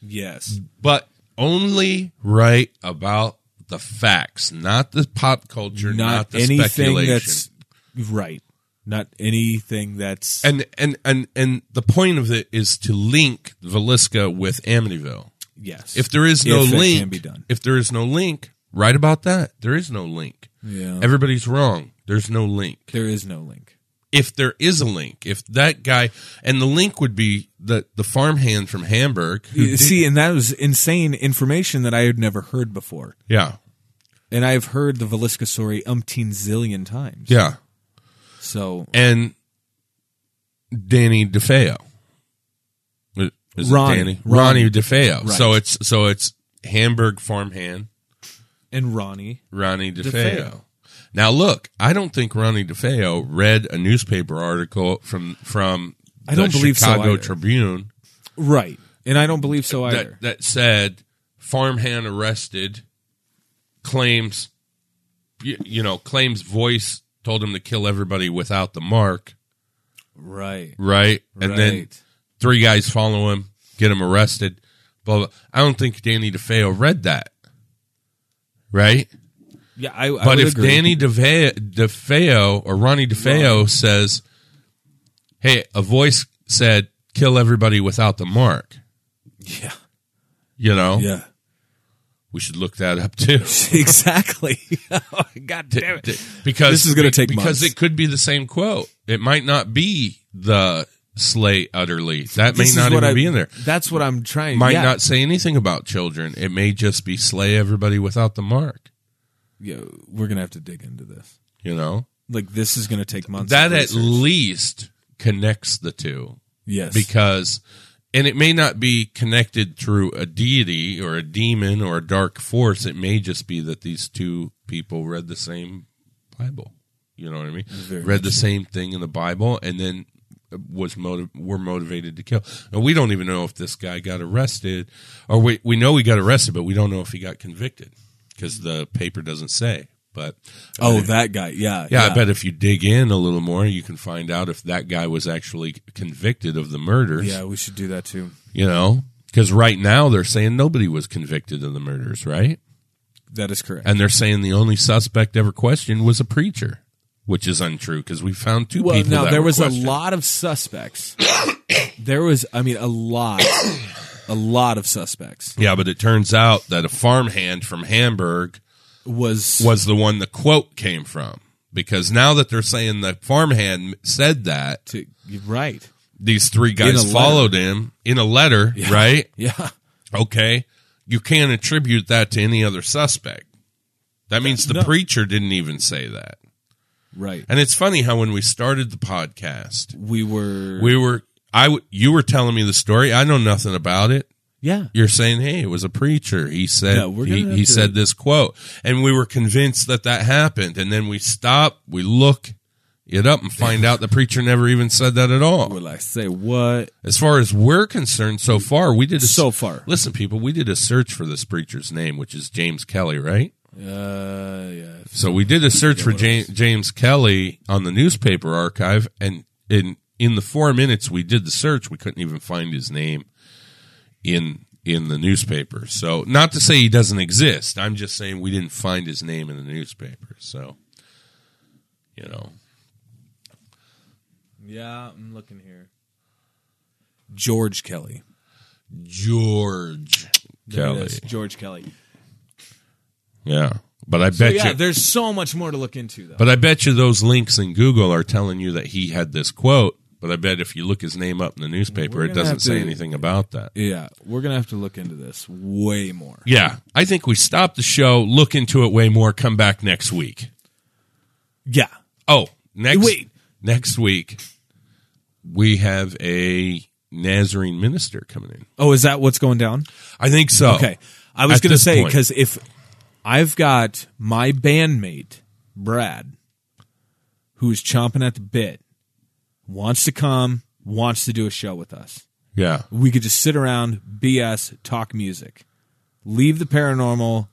[SPEAKER 3] Yes.
[SPEAKER 4] but only write about the facts, not the pop culture, not,
[SPEAKER 3] Not,
[SPEAKER 4] the
[SPEAKER 3] anything
[SPEAKER 4] speculation.
[SPEAKER 3] that's right. Not anything that's
[SPEAKER 4] and and and and the point of it is to link Velisca with Amityville.
[SPEAKER 3] yes.
[SPEAKER 4] If there is no
[SPEAKER 3] If it
[SPEAKER 4] link,
[SPEAKER 3] can be done.
[SPEAKER 4] if there is no link, write about that. There is no link.
[SPEAKER 3] Yeah.
[SPEAKER 4] Everybody's wrong. There's no link.
[SPEAKER 3] there is no link.
[SPEAKER 4] If there is a link, if that guy and the link would be the the farmhand from Hamburg. who
[SPEAKER 3] You
[SPEAKER 4] did-
[SPEAKER 3] See, and that was insane information that I had never heard before.
[SPEAKER 4] yeah,
[SPEAKER 3] And I've heard the Velisca story umpteen zillion times.
[SPEAKER 4] yeah,
[SPEAKER 3] So
[SPEAKER 4] and Danny DeFeo. Is it
[SPEAKER 3] Ronnie.
[SPEAKER 4] Danny?
[SPEAKER 3] Ronnie.
[SPEAKER 4] Ronnie DeFeo.
[SPEAKER 3] Right.
[SPEAKER 4] So it's so it's Hamburg farmhand.
[SPEAKER 3] and Ronnie.
[SPEAKER 4] Ronnie DeFeo.
[SPEAKER 3] DeFeo.
[SPEAKER 4] Now look, I don't think Ronnie DeFeo read a newspaper article from from
[SPEAKER 3] I don't
[SPEAKER 4] the
[SPEAKER 3] believe so
[SPEAKER 4] Chicago
[SPEAKER 3] either.
[SPEAKER 4] Tribune
[SPEAKER 3] Right. And I don't believe so either.
[SPEAKER 4] that, that said farmhand arrested claims you, you know claims voice told him to kill everybody without the mark
[SPEAKER 3] right.
[SPEAKER 4] right and then
[SPEAKER 3] Right.
[SPEAKER 4] three guys follow him get him arrested blah, blah. I don't think Danny DeFeo read that right
[SPEAKER 3] Yeah, I, I
[SPEAKER 4] But
[SPEAKER 3] would
[SPEAKER 4] if
[SPEAKER 3] agree.
[SPEAKER 4] Danny DeFeo, DeFeo or Ronnie DeFeo says, "Hey, a voice said kill everybody without the mark,"
[SPEAKER 3] <laughs> Yeah.
[SPEAKER 4] you know,
[SPEAKER 3] Yeah. <laughs>
[SPEAKER 4] we should look that up too.
[SPEAKER 3] exactly. <laughs> Oh, God damn it.
[SPEAKER 4] D- because
[SPEAKER 3] This is gonna take
[SPEAKER 4] because
[SPEAKER 3] months.
[SPEAKER 4] it could be the same quote. It might not be the slay utterly. That may
[SPEAKER 3] This is
[SPEAKER 4] not
[SPEAKER 3] what
[SPEAKER 4] even
[SPEAKER 3] I-
[SPEAKER 4] be in there.
[SPEAKER 3] That's what I'm trying.
[SPEAKER 4] Might
[SPEAKER 3] yeah.
[SPEAKER 4] not say anything about children. It may just be slay everybody without the mark.
[SPEAKER 3] Yeah, we're gonna have to dig into this.
[SPEAKER 4] You know
[SPEAKER 3] Like this is gonna take months.
[SPEAKER 4] that
[SPEAKER 3] of
[SPEAKER 4] at
[SPEAKER 3] research.
[SPEAKER 4] least connects the two.
[SPEAKER 3] yes,
[SPEAKER 4] because and it may not be connected through a deity or a demon or a dark force it may just be that these two people read the same bible you know what i mean read the same thing in the bible and then was motiv- were motivated to kill and we don't even know if this guy got arrested or we, we know he got arrested but we don't know if he got convicted because the paper doesn't say but
[SPEAKER 3] oh that guy. Yeah,
[SPEAKER 4] yeah, I bet if you dig in a little more, you can find out if that guy was actually convicted of the murders.
[SPEAKER 3] Yeah, we should do that too.
[SPEAKER 4] You know, because right now they're saying nobody was convicted of the murders, right?
[SPEAKER 3] That is correct.
[SPEAKER 4] And they're saying the only suspect ever questioned was a preacher, which is untrue because we found two
[SPEAKER 3] well,
[SPEAKER 4] people.
[SPEAKER 3] now
[SPEAKER 4] that
[SPEAKER 3] there
[SPEAKER 4] were
[SPEAKER 3] was
[SPEAKER 4] questioned.
[SPEAKER 3] a lot of suspects. <coughs> there was, I mean, a lot, a lot of suspects
[SPEAKER 4] Yeah, but it turns out that a farmhand from Hamburg
[SPEAKER 3] was
[SPEAKER 4] was the one the quote came from. Because now that they're saying the farmhand said that,
[SPEAKER 3] to, right.
[SPEAKER 4] these three
[SPEAKER 3] letter.
[SPEAKER 4] guys followed him in a letter, right?
[SPEAKER 3] Yeah,
[SPEAKER 4] Okay. You can't attribute that to any other suspect. That means the
[SPEAKER 3] No.
[SPEAKER 4] preacher didn't even say that.
[SPEAKER 3] right.
[SPEAKER 4] And it's funny how when we started the podcast,
[SPEAKER 3] We were.
[SPEAKER 4] we were I w- you were telling me the story. I know nothing about it.
[SPEAKER 3] yeah.
[SPEAKER 4] You're saying, "Hey, it was a preacher. He said
[SPEAKER 3] Yeah, we're gonna
[SPEAKER 4] he,
[SPEAKER 3] have
[SPEAKER 4] he
[SPEAKER 3] to-
[SPEAKER 4] said this quote." And we were convinced that that happened. And then we stop, we look it up and find out the preacher never even said that at all.
[SPEAKER 3] We're like, say what?
[SPEAKER 4] As far as we're concerned, so far we did a,
[SPEAKER 3] So far.
[SPEAKER 4] Listen, people, we did a search for this preacher's name, which is James Kelly, right?
[SPEAKER 3] Uh, yeah.
[SPEAKER 4] So we did a search for James, James Kelly on the newspaper archive, and in in the four minutes we did the search, we couldn't even find his name in in the newspaper. So not to say he doesn't exist. I'm just saying we didn't find his name in the newspaper. So you know,
[SPEAKER 3] Yeah, I'm looking here. George Kelly.
[SPEAKER 4] George
[SPEAKER 3] There it
[SPEAKER 4] Kelly.
[SPEAKER 3] is, George Kelly.
[SPEAKER 4] Yeah, but I bet
[SPEAKER 3] So yeah,
[SPEAKER 4] you
[SPEAKER 3] there's so much more to look into though.
[SPEAKER 4] But I bet you those links in Google are telling you that he had this quote. But I bet if you look his name up in the newspaper,
[SPEAKER 3] We're
[SPEAKER 4] it
[SPEAKER 3] gonna
[SPEAKER 4] doesn't
[SPEAKER 3] have
[SPEAKER 4] say
[SPEAKER 3] to-
[SPEAKER 4] anything about that.
[SPEAKER 3] yeah, we're gonna have to look into this way more.
[SPEAKER 4] Yeah, I think we stop the show, look into it way more, come back next week.
[SPEAKER 3] Yeah.
[SPEAKER 4] Oh, next
[SPEAKER 3] Wait.
[SPEAKER 4] next week we have a Nazarene minister coming in.
[SPEAKER 3] Oh, is that what's going down?
[SPEAKER 4] I think so.
[SPEAKER 3] Okay. I was
[SPEAKER 4] Oh, At
[SPEAKER 3] gonna
[SPEAKER 4] this
[SPEAKER 3] say
[SPEAKER 4] point.
[SPEAKER 3] because if I've got my bandmate Brad, who is chomping at the bit, wants to come, wants to do a show with us.
[SPEAKER 4] Yeah.
[SPEAKER 3] We could just sit around, BS, talk music, leave the paranormal,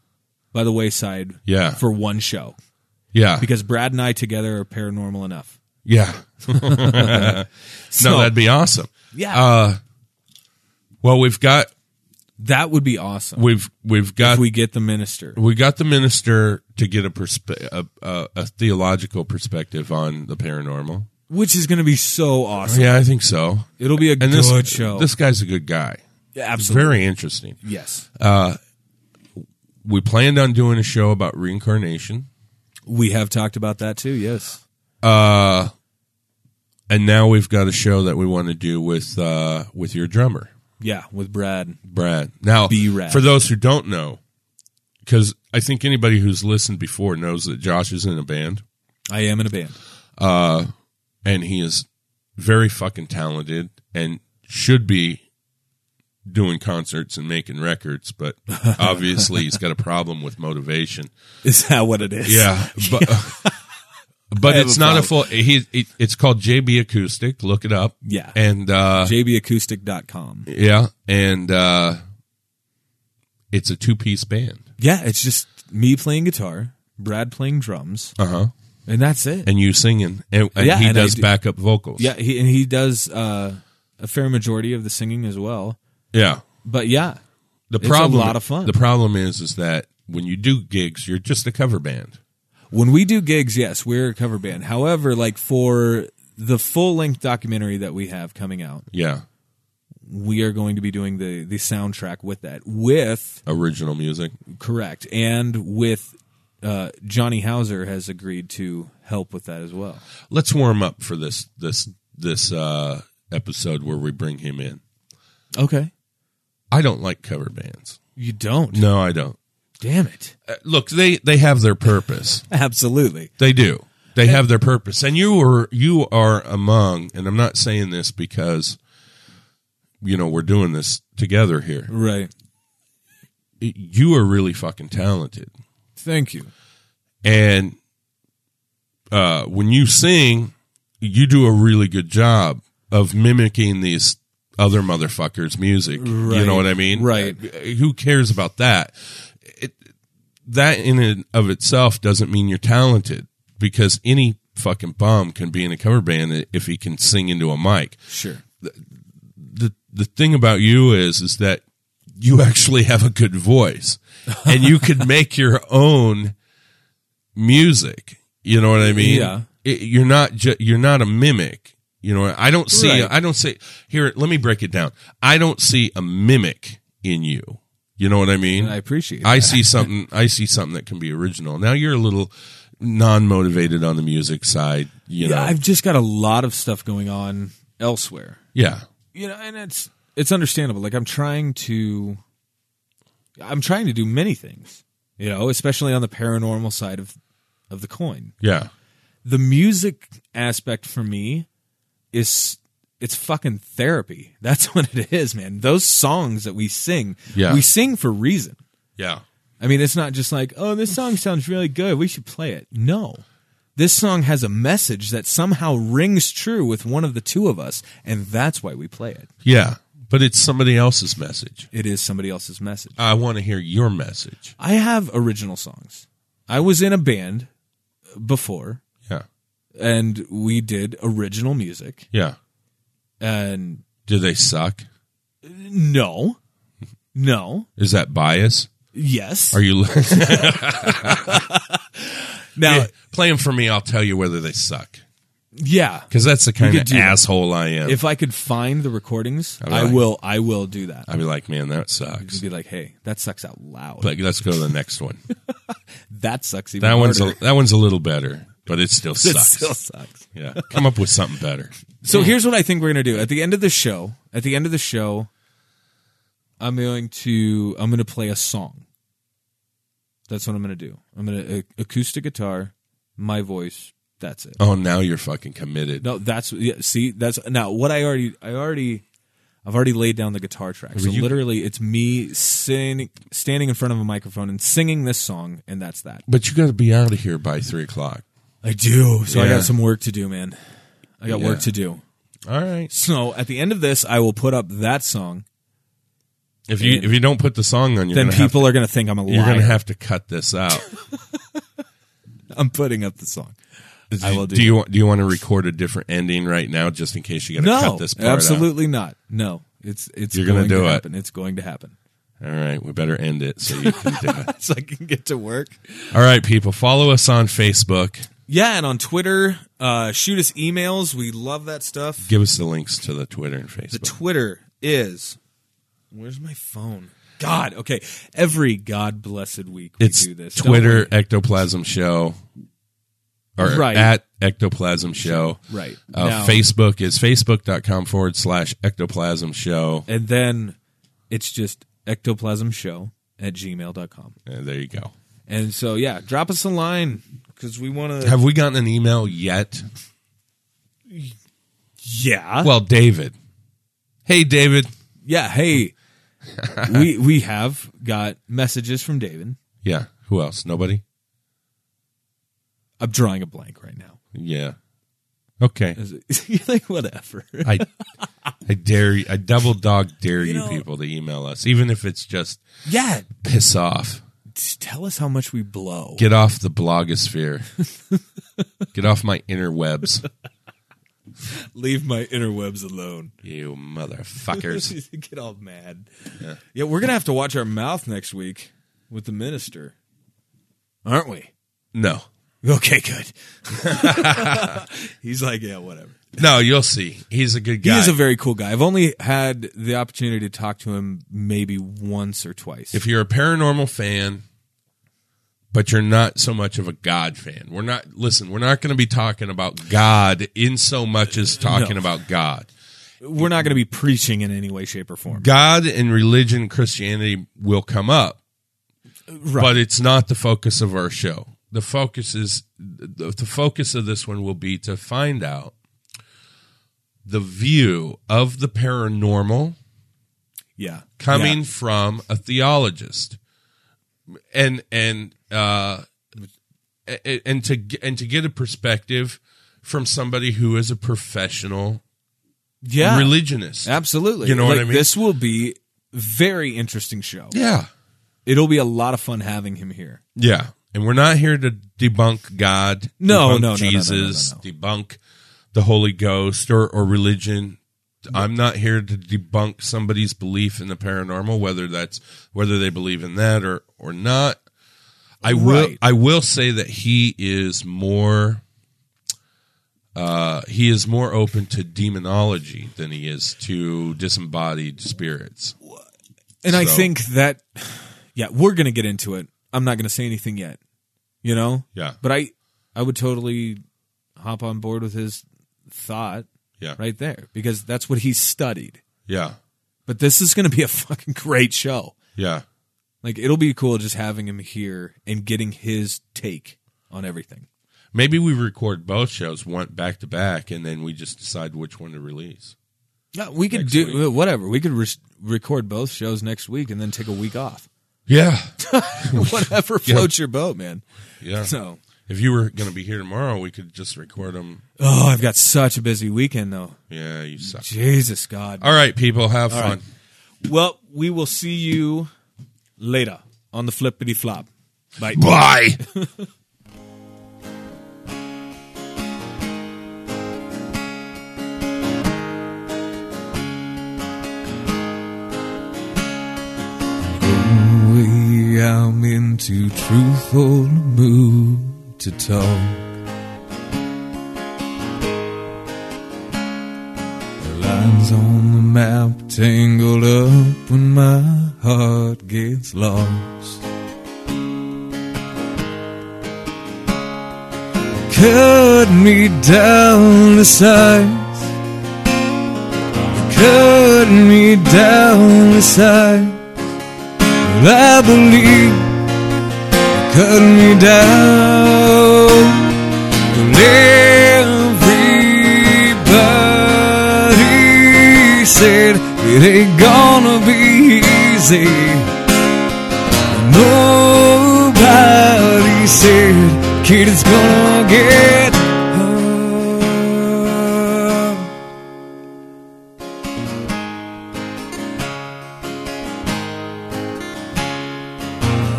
[SPEAKER 3] by the wayside
[SPEAKER 4] Yeah.
[SPEAKER 3] for one show
[SPEAKER 4] Yeah.
[SPEAKER 3] because Brad and I together are paranormal enough.
[SPEAKER 4] yeah. <laughs> no, that'd be awesome.
[SPEAKER 3] Yeah.
[SPEAKER 4] Uh, well, we've got
[SPEAKER 3] That would be awesome.
[SPEAKER 4] we've we've got
[SPEAKER 3] if we get the minister.
[SPEAKER 4] we got the minister to get a, perspe- a, a a theological perspective on the paranormal.
[SPEAKER 3] Which is going to be so awesome.
[SPEAKER 4] Yeah, I think so.
[SPEAKER 3] It'll be a
[SPEAKER 4] And
[SPEAKER 3] good
[SPEAKER 4] this
[SPEAKER 3] show.
[SPEAKER 4] this guy's a good guy.
[SPEAKER 3] Absolutely.
[SPEAKER 4] Very interesting.
[SPEAKER 3] yes.
[SPEAKER 4] We planned on doing a show about reincarnation,
[SPEAKER 3] we have talked about that too. Yes.
[SPEAKER 4] uh, and now we've got a show that we want to do with uh, with your drummer,
[SPEAKER 3] Yeah, with Brad.
[SPEAKER 4] Brad. Now,
[SPEAKER 3] B-Rad.
[SPEAKER 4] for those who don't know, because I think anybody who's listened before knows that Josh is in a band.
[SPEAKER 3] I am in a band. <laughs>
[SPEAKER 4] and he is very fucking talented and should be doing concerts and making records, but obviously he's got a problem with motivation.
[SPEAKER 3] Is that what it is?
[SPEAKER 4] Yeah, but
[SPEAKER 3] <laughs>
[SPEAKER 4] <laughs> but
[SPEAKER 3] have
[SPEAKER 4] it's
[SPEAKER 3] a
[SPEAKER 4] not a full. He, he it's called JB Acoustic. Look it up.
[SPEAKER 3] Yeah.
[SPEAKER 4] and uh,
[SPEAKER 3] JBacoustic.com.
[SPEAKER 4] yeah, and uh, it's a two piece band.
[SPEAKER 3] Yeah, it's just me playing guitar, Brad playing drums,
[SPEAKER 4] Uh huh.
[SPEAKER 3] and that's it.
[SPEAKER 4] And you singing, and, and
[SPEAKER 3] Uh-huh. Yeah,
[SPEAKER 4] he
[SPEAKER 3] and I
[SPEAKER 4] does
[SPEAKER 3] do-
[SPEAKER 4] backup vocals.
[SPEAKER 3] yeah, he, and he does uh, a fair majority of the singing as well.
[SPEAKER 4] yeah.
[SPEAKER 3] But yeah,
[SPEAKER 4] The
[SPEAKER 3] It's a
[SPEAKER 4] problem,
[SPEAKER 3] lot of fun.
[SPEAKER 4] The problem is, is that when you do gigs, you're just a cover band.
[SPEAKER 3] when we do gigs, yes, we're a cover band. However, like for the full length documentary that we have coming out,
[SPEAKER 4] Yeah,
[SPEAKER 3] we are going to be doing the the soundtrack with that with
[SPEAKER 4] original music.
[SPEAKER 3] Correct, and with uh, Johnny Hauser has agreed to help with that as well.
[SPEAKER 4] Let's warm up for this this this uh, episode where we bring him in.
[SPEAKER 3] Okay,
[SPEAKER 4] I don't like cover bands.
[SPEAKER 3] you don't.
[SPEAKER 4] No, I don't.
[SPEAKER 3] Damn it!
[SPEAKER 4] Uh, look, they they have their purpose.
[SPEAKER 3] Absolutely.
[SPEAKER 4] They do. They have their purpose, and you are you are among. And I'm not saying this because you know we're doing this together here.
[SPEAKER 3] Right.
[SPEAKER 4] You are really fucking talented.
[SPEAKER 3] Thank you.
[SPEAKER 4] and uh, when you sing, you do a really good job of mimicking these other motherfuckers' music. You
[SPEAKER 3] Right.
[SPEAKER 4] know what I mean?
[SPEAKER 3] Right.
[SPEAKER 4] Uh, Who cares about that? It, that in and of itself doesn't mean you're talented because any fucking bum can be in a cover band if he can sing into a mic.
[SPEAKER 3] Sure.
[SPEAKER 4] The the thing about you is is that you actually have a
[SPEAKER 3] <laughs>
[SPEAKER 4] good voice and you could make your own music. You know what I mean?
[SPEAKER 3] Yeah.
[SPEAKER 4] It- you're not ju- you're not a mimic. You know, I don't see
[SPEAKER 3] Right.
[SPEAKER 4] I don't see here. Let me break it down. I don't see a mimic in you. You know what I mean?
[SPEAKER 3] I <laughs> appreciate.
[SPEAKER 4] I
[SPEAKER 3] that.
[SPEAKER 4] see something. I see something that can be original. Now you're a little non-motivated on the music side. You know,
[SPEAKER 3] Yeah, I've just got a lot of stuff going on elsewhere.
[SPEAKER 4] yeah,
[SPEAKER 3] You know, and it's it's understandable. Like I'm trying to, I'm trying to do many things. You know, especially on the paranormal side of of the coin.
[SPEAKER 4] yeah,
[SPEAKER 3] the music aspect for me is it's fucking therapy. <laughs> That's what it is, man. Those songs that we sing,
[SPEAKER 4] Yeah.
[SPEAKER 3] we sing for reason.
[SPEAKER 4] yeah.
[SPEAKER 3] I mean, it's not just like, oh, this song sounds really good. We should play it. No. This song has a message that somehow rings true with one of the two of us, and that's why we play it.
[SPEAKER 4] Yeah, but it's somebody else's message.
[SPEAKER 3] It is somebody else's message.
[SPEAKER 4] I want to hear your message.
[SPEAKER 3] I have original songs. I was in a band before,
[SPEAKER 4] Yeah,
[SPEAKER 3] and we did original music,
[SPEAKER 4] yeah.
[SPEAKER 3] and
[SPEAKER 4] Do they suck?
[SPEAKER 3] No. No.
[SPEAKER 4] Is that bias?
[SPEAKER 3] Yes.
[SPEAKER 4] Are you
[SPEAKER 3] <laughs> now,
[SPEAKER 4] <laughs>
[SPEAKER 3] yeah.
[SPEAKER 4] play them for me? I'll tell you whether they suck because that's the kind
[SPEAKER 3] could
[SPEAKER 4] of
[SPEAKER 3] do that.
[SPEAKER 4] asshole I am.
[SPEAKER 3] If I could find the recordings,
[SPEAKER 4] All
[SPEAKER 3] I
[SPEAKER 4] right.
[SPEAKER 3] will I will do that.
[SPEAKER 4] I'd be like, man, that
[SPEAKER 3] Just <laughs>
[SPEAKER 4] sucks.
[SPEAKER 3] be like, "Hey, that sucks out loud.
[SPEAKER 4] But let's go to the
[SPEAKER 3] <laughs>
[SPEAKER 4] next one.
[SPEAKER 3] that sucks even
[SPEAKER 4] That one's
[SPEAKER 3] <laughs>
[SPEAKER 4] a,
[SPEAKER 3] harder.
[SPEAKER 4] that one's a little better, but it
[SPEAKER 3] <laughs>
[SPEAKER 4] still
[SPEAKER 3] That
[SPEAKER 4] sucks.
[SPEAKER 3] still sucks."
[SPEAKER 4] Yeah, come up with something better.
[SPEAKER 3] So here's what I think we're going to do. At the end of the show, at the end of the show, I'm going to I'm going to play a song. That's what I'm going to do. I'm going to acoustic guitar, my voice, that's it.
[SPEAKER 4] Oh, now you're fucking committed.
[SPEAKER 3] No, that's yeah, see, that's now what I already I already I've already laid down the guitar track. So
[SPEAKER 4] you-
[SPEAKER 3] literally it's me sing, standing in front of a microphone and singing this song and that's that.
[SPEAKER 4] But you got to be out of here by three o'clock.
[SPEAKER 3] I do. So I
[SPEAKER 4] Yeah.
[SPEAKER 3] got some work to do, man. I got work
[SPEAKER 4] Yeah.
[SPEAKER 3] to do.
[SPEAKER 4] All right.
[SPEAKER 3] So at the end of this I will put up that song
[SPEAKER 4] If you if you don't put the song on, you're
[SPEAKER 3] then
[SPEAKER 4] gonna have
[SPEAKER 3] people are going to think I'm a
[SPEAKER 4] to, you're
[SPEAKER 3] liar.
[SPEAKER 4] gonna have to cut
[SPEAKER 3] <laughs>
[SPEAKER 4] this out.
[SPEAKER 3] I'm putting up the song. I will do
[SPEAKER 4] you want do you want to record a different ending right now, just in case you got to
[SPEAKER 3] No,
[SPEAKER 4] cut this part? out?
[SPEAKER 3] absolutely not. No, it's it's
[SPEAKER 4] You're gonna
[SPEAKER 3] going
[SPEAKER 4] do
[SPEAKER 3] to
[SPEAKER 4] it.
[SPEAKER 3] happen. It's going to happen.
[SPEAKER 4] All right, we better end it <laughs> so you can do it. <laughs>
[SPEAKER 3] So I can get to work.
[SPEAKER 4] All right, people, follow us on Facebook.
[SPEAKER 3] Yeah, and on Twitter, uh, shoot us emails. We love that stuff.
[SPEAKER 4] Give us the links to the Twitter and Facebook.
[SPEAKER 3] The Twitter is where's my phone? God, okay. Every God blessed week we
[SPEAKER 4] it's
[SPEAKER 3] do this. don't
[SPEAKER 4] Twitter
[SPEAKER 3] we?
[SPEAKER 4] Ectoplasm Show, or
[SPEAKER 3] Right.
[SPEAKER 4] at Ectoplasm Show.
[SPEAKER 3] Right.
[SPEAKER 4] Uh,
[SPEAKER 3] Now-
[SPEAKER 4] Facebook is facebook.com forward slash Ectoplasm Show.
[SPEAKER 3] and then it's just ectoplasm show at gmail.com.
[SPEAKER 4] And Uh, there you go.
[SPEAKER 3] And so yeah, drop us a line because we want to.
[SPEAKER 4] Have we gotten an email yet?
[SPEAKER 3] Yeah,
[SPEAKER 4] Well, David. Hey, David.
[SPEAKER 3] yeah.
[SPEAKER 4] <laughs>
[SPEAKER 3] Hey, we we have got messages from David.
[SPEAKER 4] Yeah. Who else? Nobody?
[SPEAKER 3] I'm drawing a blank right now.
[SPEAKER 4] Yeah. Okay.
[SPEAKER 3] Is it- <laughs> You're like whatever.
[SPEAKER 4] I I dare you, I double dog dare you,
[SPEAKER 3] know-
[SPEAKER 4] people to email us, even if it's just
[SPEAKER 3] yeah,
[SPEAKER 4] piss off.
[SPEAKER 3] just tell us how much we blow.
[SPEAKER 4] Get off the
[SPEAKER 3] <laughs>
[SPEAKER 4] blogosphere. Get off my interwebs,
[SPEAKER 3] Leave my interwebs alone.
[SPEAKER 4] you motherfuckers.
[SPEAKER 3] <laughs> Get all mad. Yeah. we're gonna have to watch our mouth next week with the minister, aren't we?
[SPEAKER 4] No,
[SPEAKER 3] Okay, good. <laughs> He's like, yeah, whatever.
[SPEAKER 4] no, you'll see. He's a good
[SPEAKER 3] He
[SPEAKER 4] guy.
[SPEAKER 3] is a very cool guy. I've only had the opportunity to talk to him maybe once or twice.
[SPEAKER 4] if you're a paranormal fan, but you're not so much of a God fan, we're not. Listen, we're not going to be talking about God in so much as talking
[SPEAKER 3] Uh, No.
[SPEAKER 4] about God.
[SPEAKER 3] We're not going to be preaching in any way, shape, or form.
[SPEAKER 4] God and religion, Christianity will come up.
[SPEAKER 3] Right.
[SPEAKER 4] but it's not the focus of our show. The focus is the, the focus of this one will be to find out the view of the paranormal
[SPEAKER 3] yeah.
[SPEAKER 4] coming
[SPEAKER 3] Yeah.
[SPEAKER 4] from a theologist, and and uh, a- and to ge- and to get a perspective from somebody who is a professional
[SPEAKER 3] Yeah.
[SPEAKER 4] religionist.
[SPEAKER 3] Absolutely.
[SPEAKER 4] You know what
[SPEAKER 3] Like,
[SPEAKER 4] I mean?
[SPEAKER 3] This will be very interesting show.
[SPEAKER 4] Yeah,
[SPEAKER 3] It'll be a lot of fun having him here.
[SPEAKER 4] yeah. And we're not here to debunk God,
[SPEAKER 3] No, no,
[SPEAKER 4] debunk
[SPEAKER 3] no, no, no,
[SPEAKER 4] Jesus,
[SPEAKER 3] no, no,
[SPEAKER 4] debunk the Holy Ghost or, or religion. I'm not here to debunk somebody's belief in the paranormal, whether that's whether they believe in that or or not. I will
[SPEAKER 3] Right.
[SPEAKER 4] I will say that he is more uh, he is more open to demonology than he is to disembodied spirits.
[SPEAKER 3] And I
[SPEAKER 4] So-
[SPEAKER 3] think that, yeah, we're going to get into it. I'm not going to say anything yet, you know?
[SPEAKER 4] Yeah.
[SPEAKER 3] But I, I would totally hop on board with his thought
[SPEAKER 4] Yeah.
[SPEAKER 3] right there because that's what he studied.
[SPEAKER 4] Yeah.
[SPEAKER 3] But this is going to be a <laughs> fucking great show.
[SPEAKER 4] Yeah.
[SPEAKER 3] Like it'll be cool just having him here and getting his take on everything.
[SPEAKER 4] Maybe we record both shows one back to back, and then we just decide which one to release.
[SPEAKER 3] Yeah, we could
[SPEAKER 4] Next
[SPEAKER 3] do whatever. We could re- record both shows next week and then take a week
[SPEAKER 4] <laughs>
[SPEAKER 3] off.
[SPEAKER 4] Yeah,
[SPEAKER 3] whatever floats your boat, man.
[SPEAKER 4] <laughs> yeah.
[SPEAKER 3] So,
[SPEAKER 4] If you were going to be here tomorrow, we could just record them.
[SPEAKER 3] oh, I've got such a busy weekend though.
[SPEAKER 4] Yeah, you suck.
[SPEAKER 3] Jesus God.
[SPEAKER 4] All right, people, have fun.
[SPEAKER 3] Well, we will see you later on the flippity flop. Bye.
[SPEAKER 4] Bye.
[SPEAKER 3] way I'm into truthful mood to talk. The lines on the map tangled up when my heart gets lost. Cut me down to size. Cut me down to size. I believe cut me down. Well, everybody said it ain't gonna be easy. Nobody said, kid, it's gonna get hard.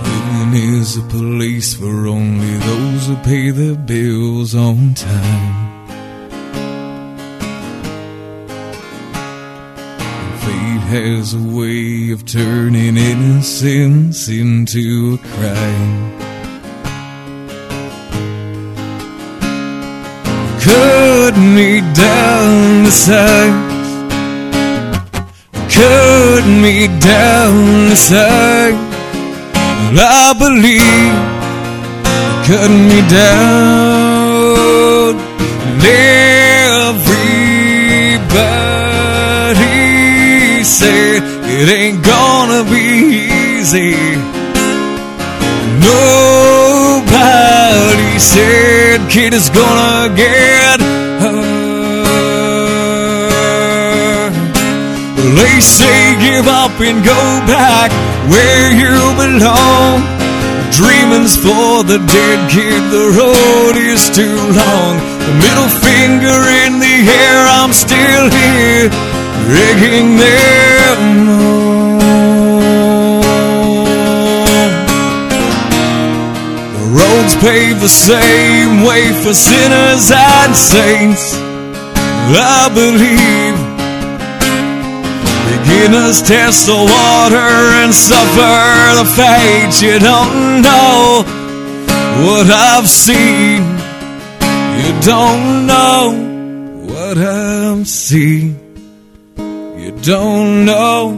[SPEAKER 3] Prison is a place for only those who pay their bills on time. Fate has a way of turning innocence into a crime. Cut me down to size. Cut me down to size. I believe cut me down and everybody said it ain't gonna be easy nobody said kid is gonna get hurt they say give up and go back where you belong. Dreaming's for the dead kid, the road is too long. The middle finger in the air, I'm still here, egging them on. The roads paved the same way for sinners and saints. I believe Beginners test the water and suffer the fate you don't know. What I've seen, you don't know what I've seen. You don't know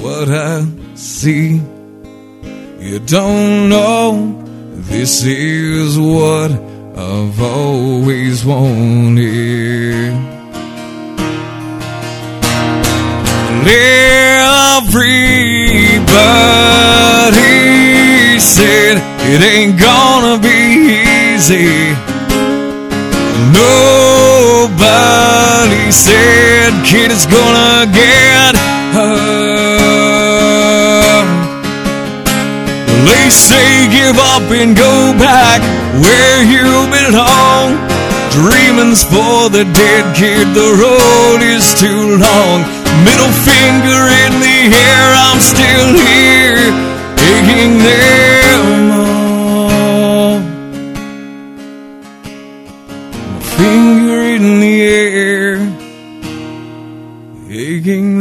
[SPEAKER 3] what I see. You don't know this is what I've always wanted. Everybody said it ain't gonna be easy. Nobody said kid is gonna get hurt. They say give up and go back where you belong. Dreaming's for the dead kid, the road is too long. Middle finger in the air, I'm still here, taking them all. Finger in the air, taking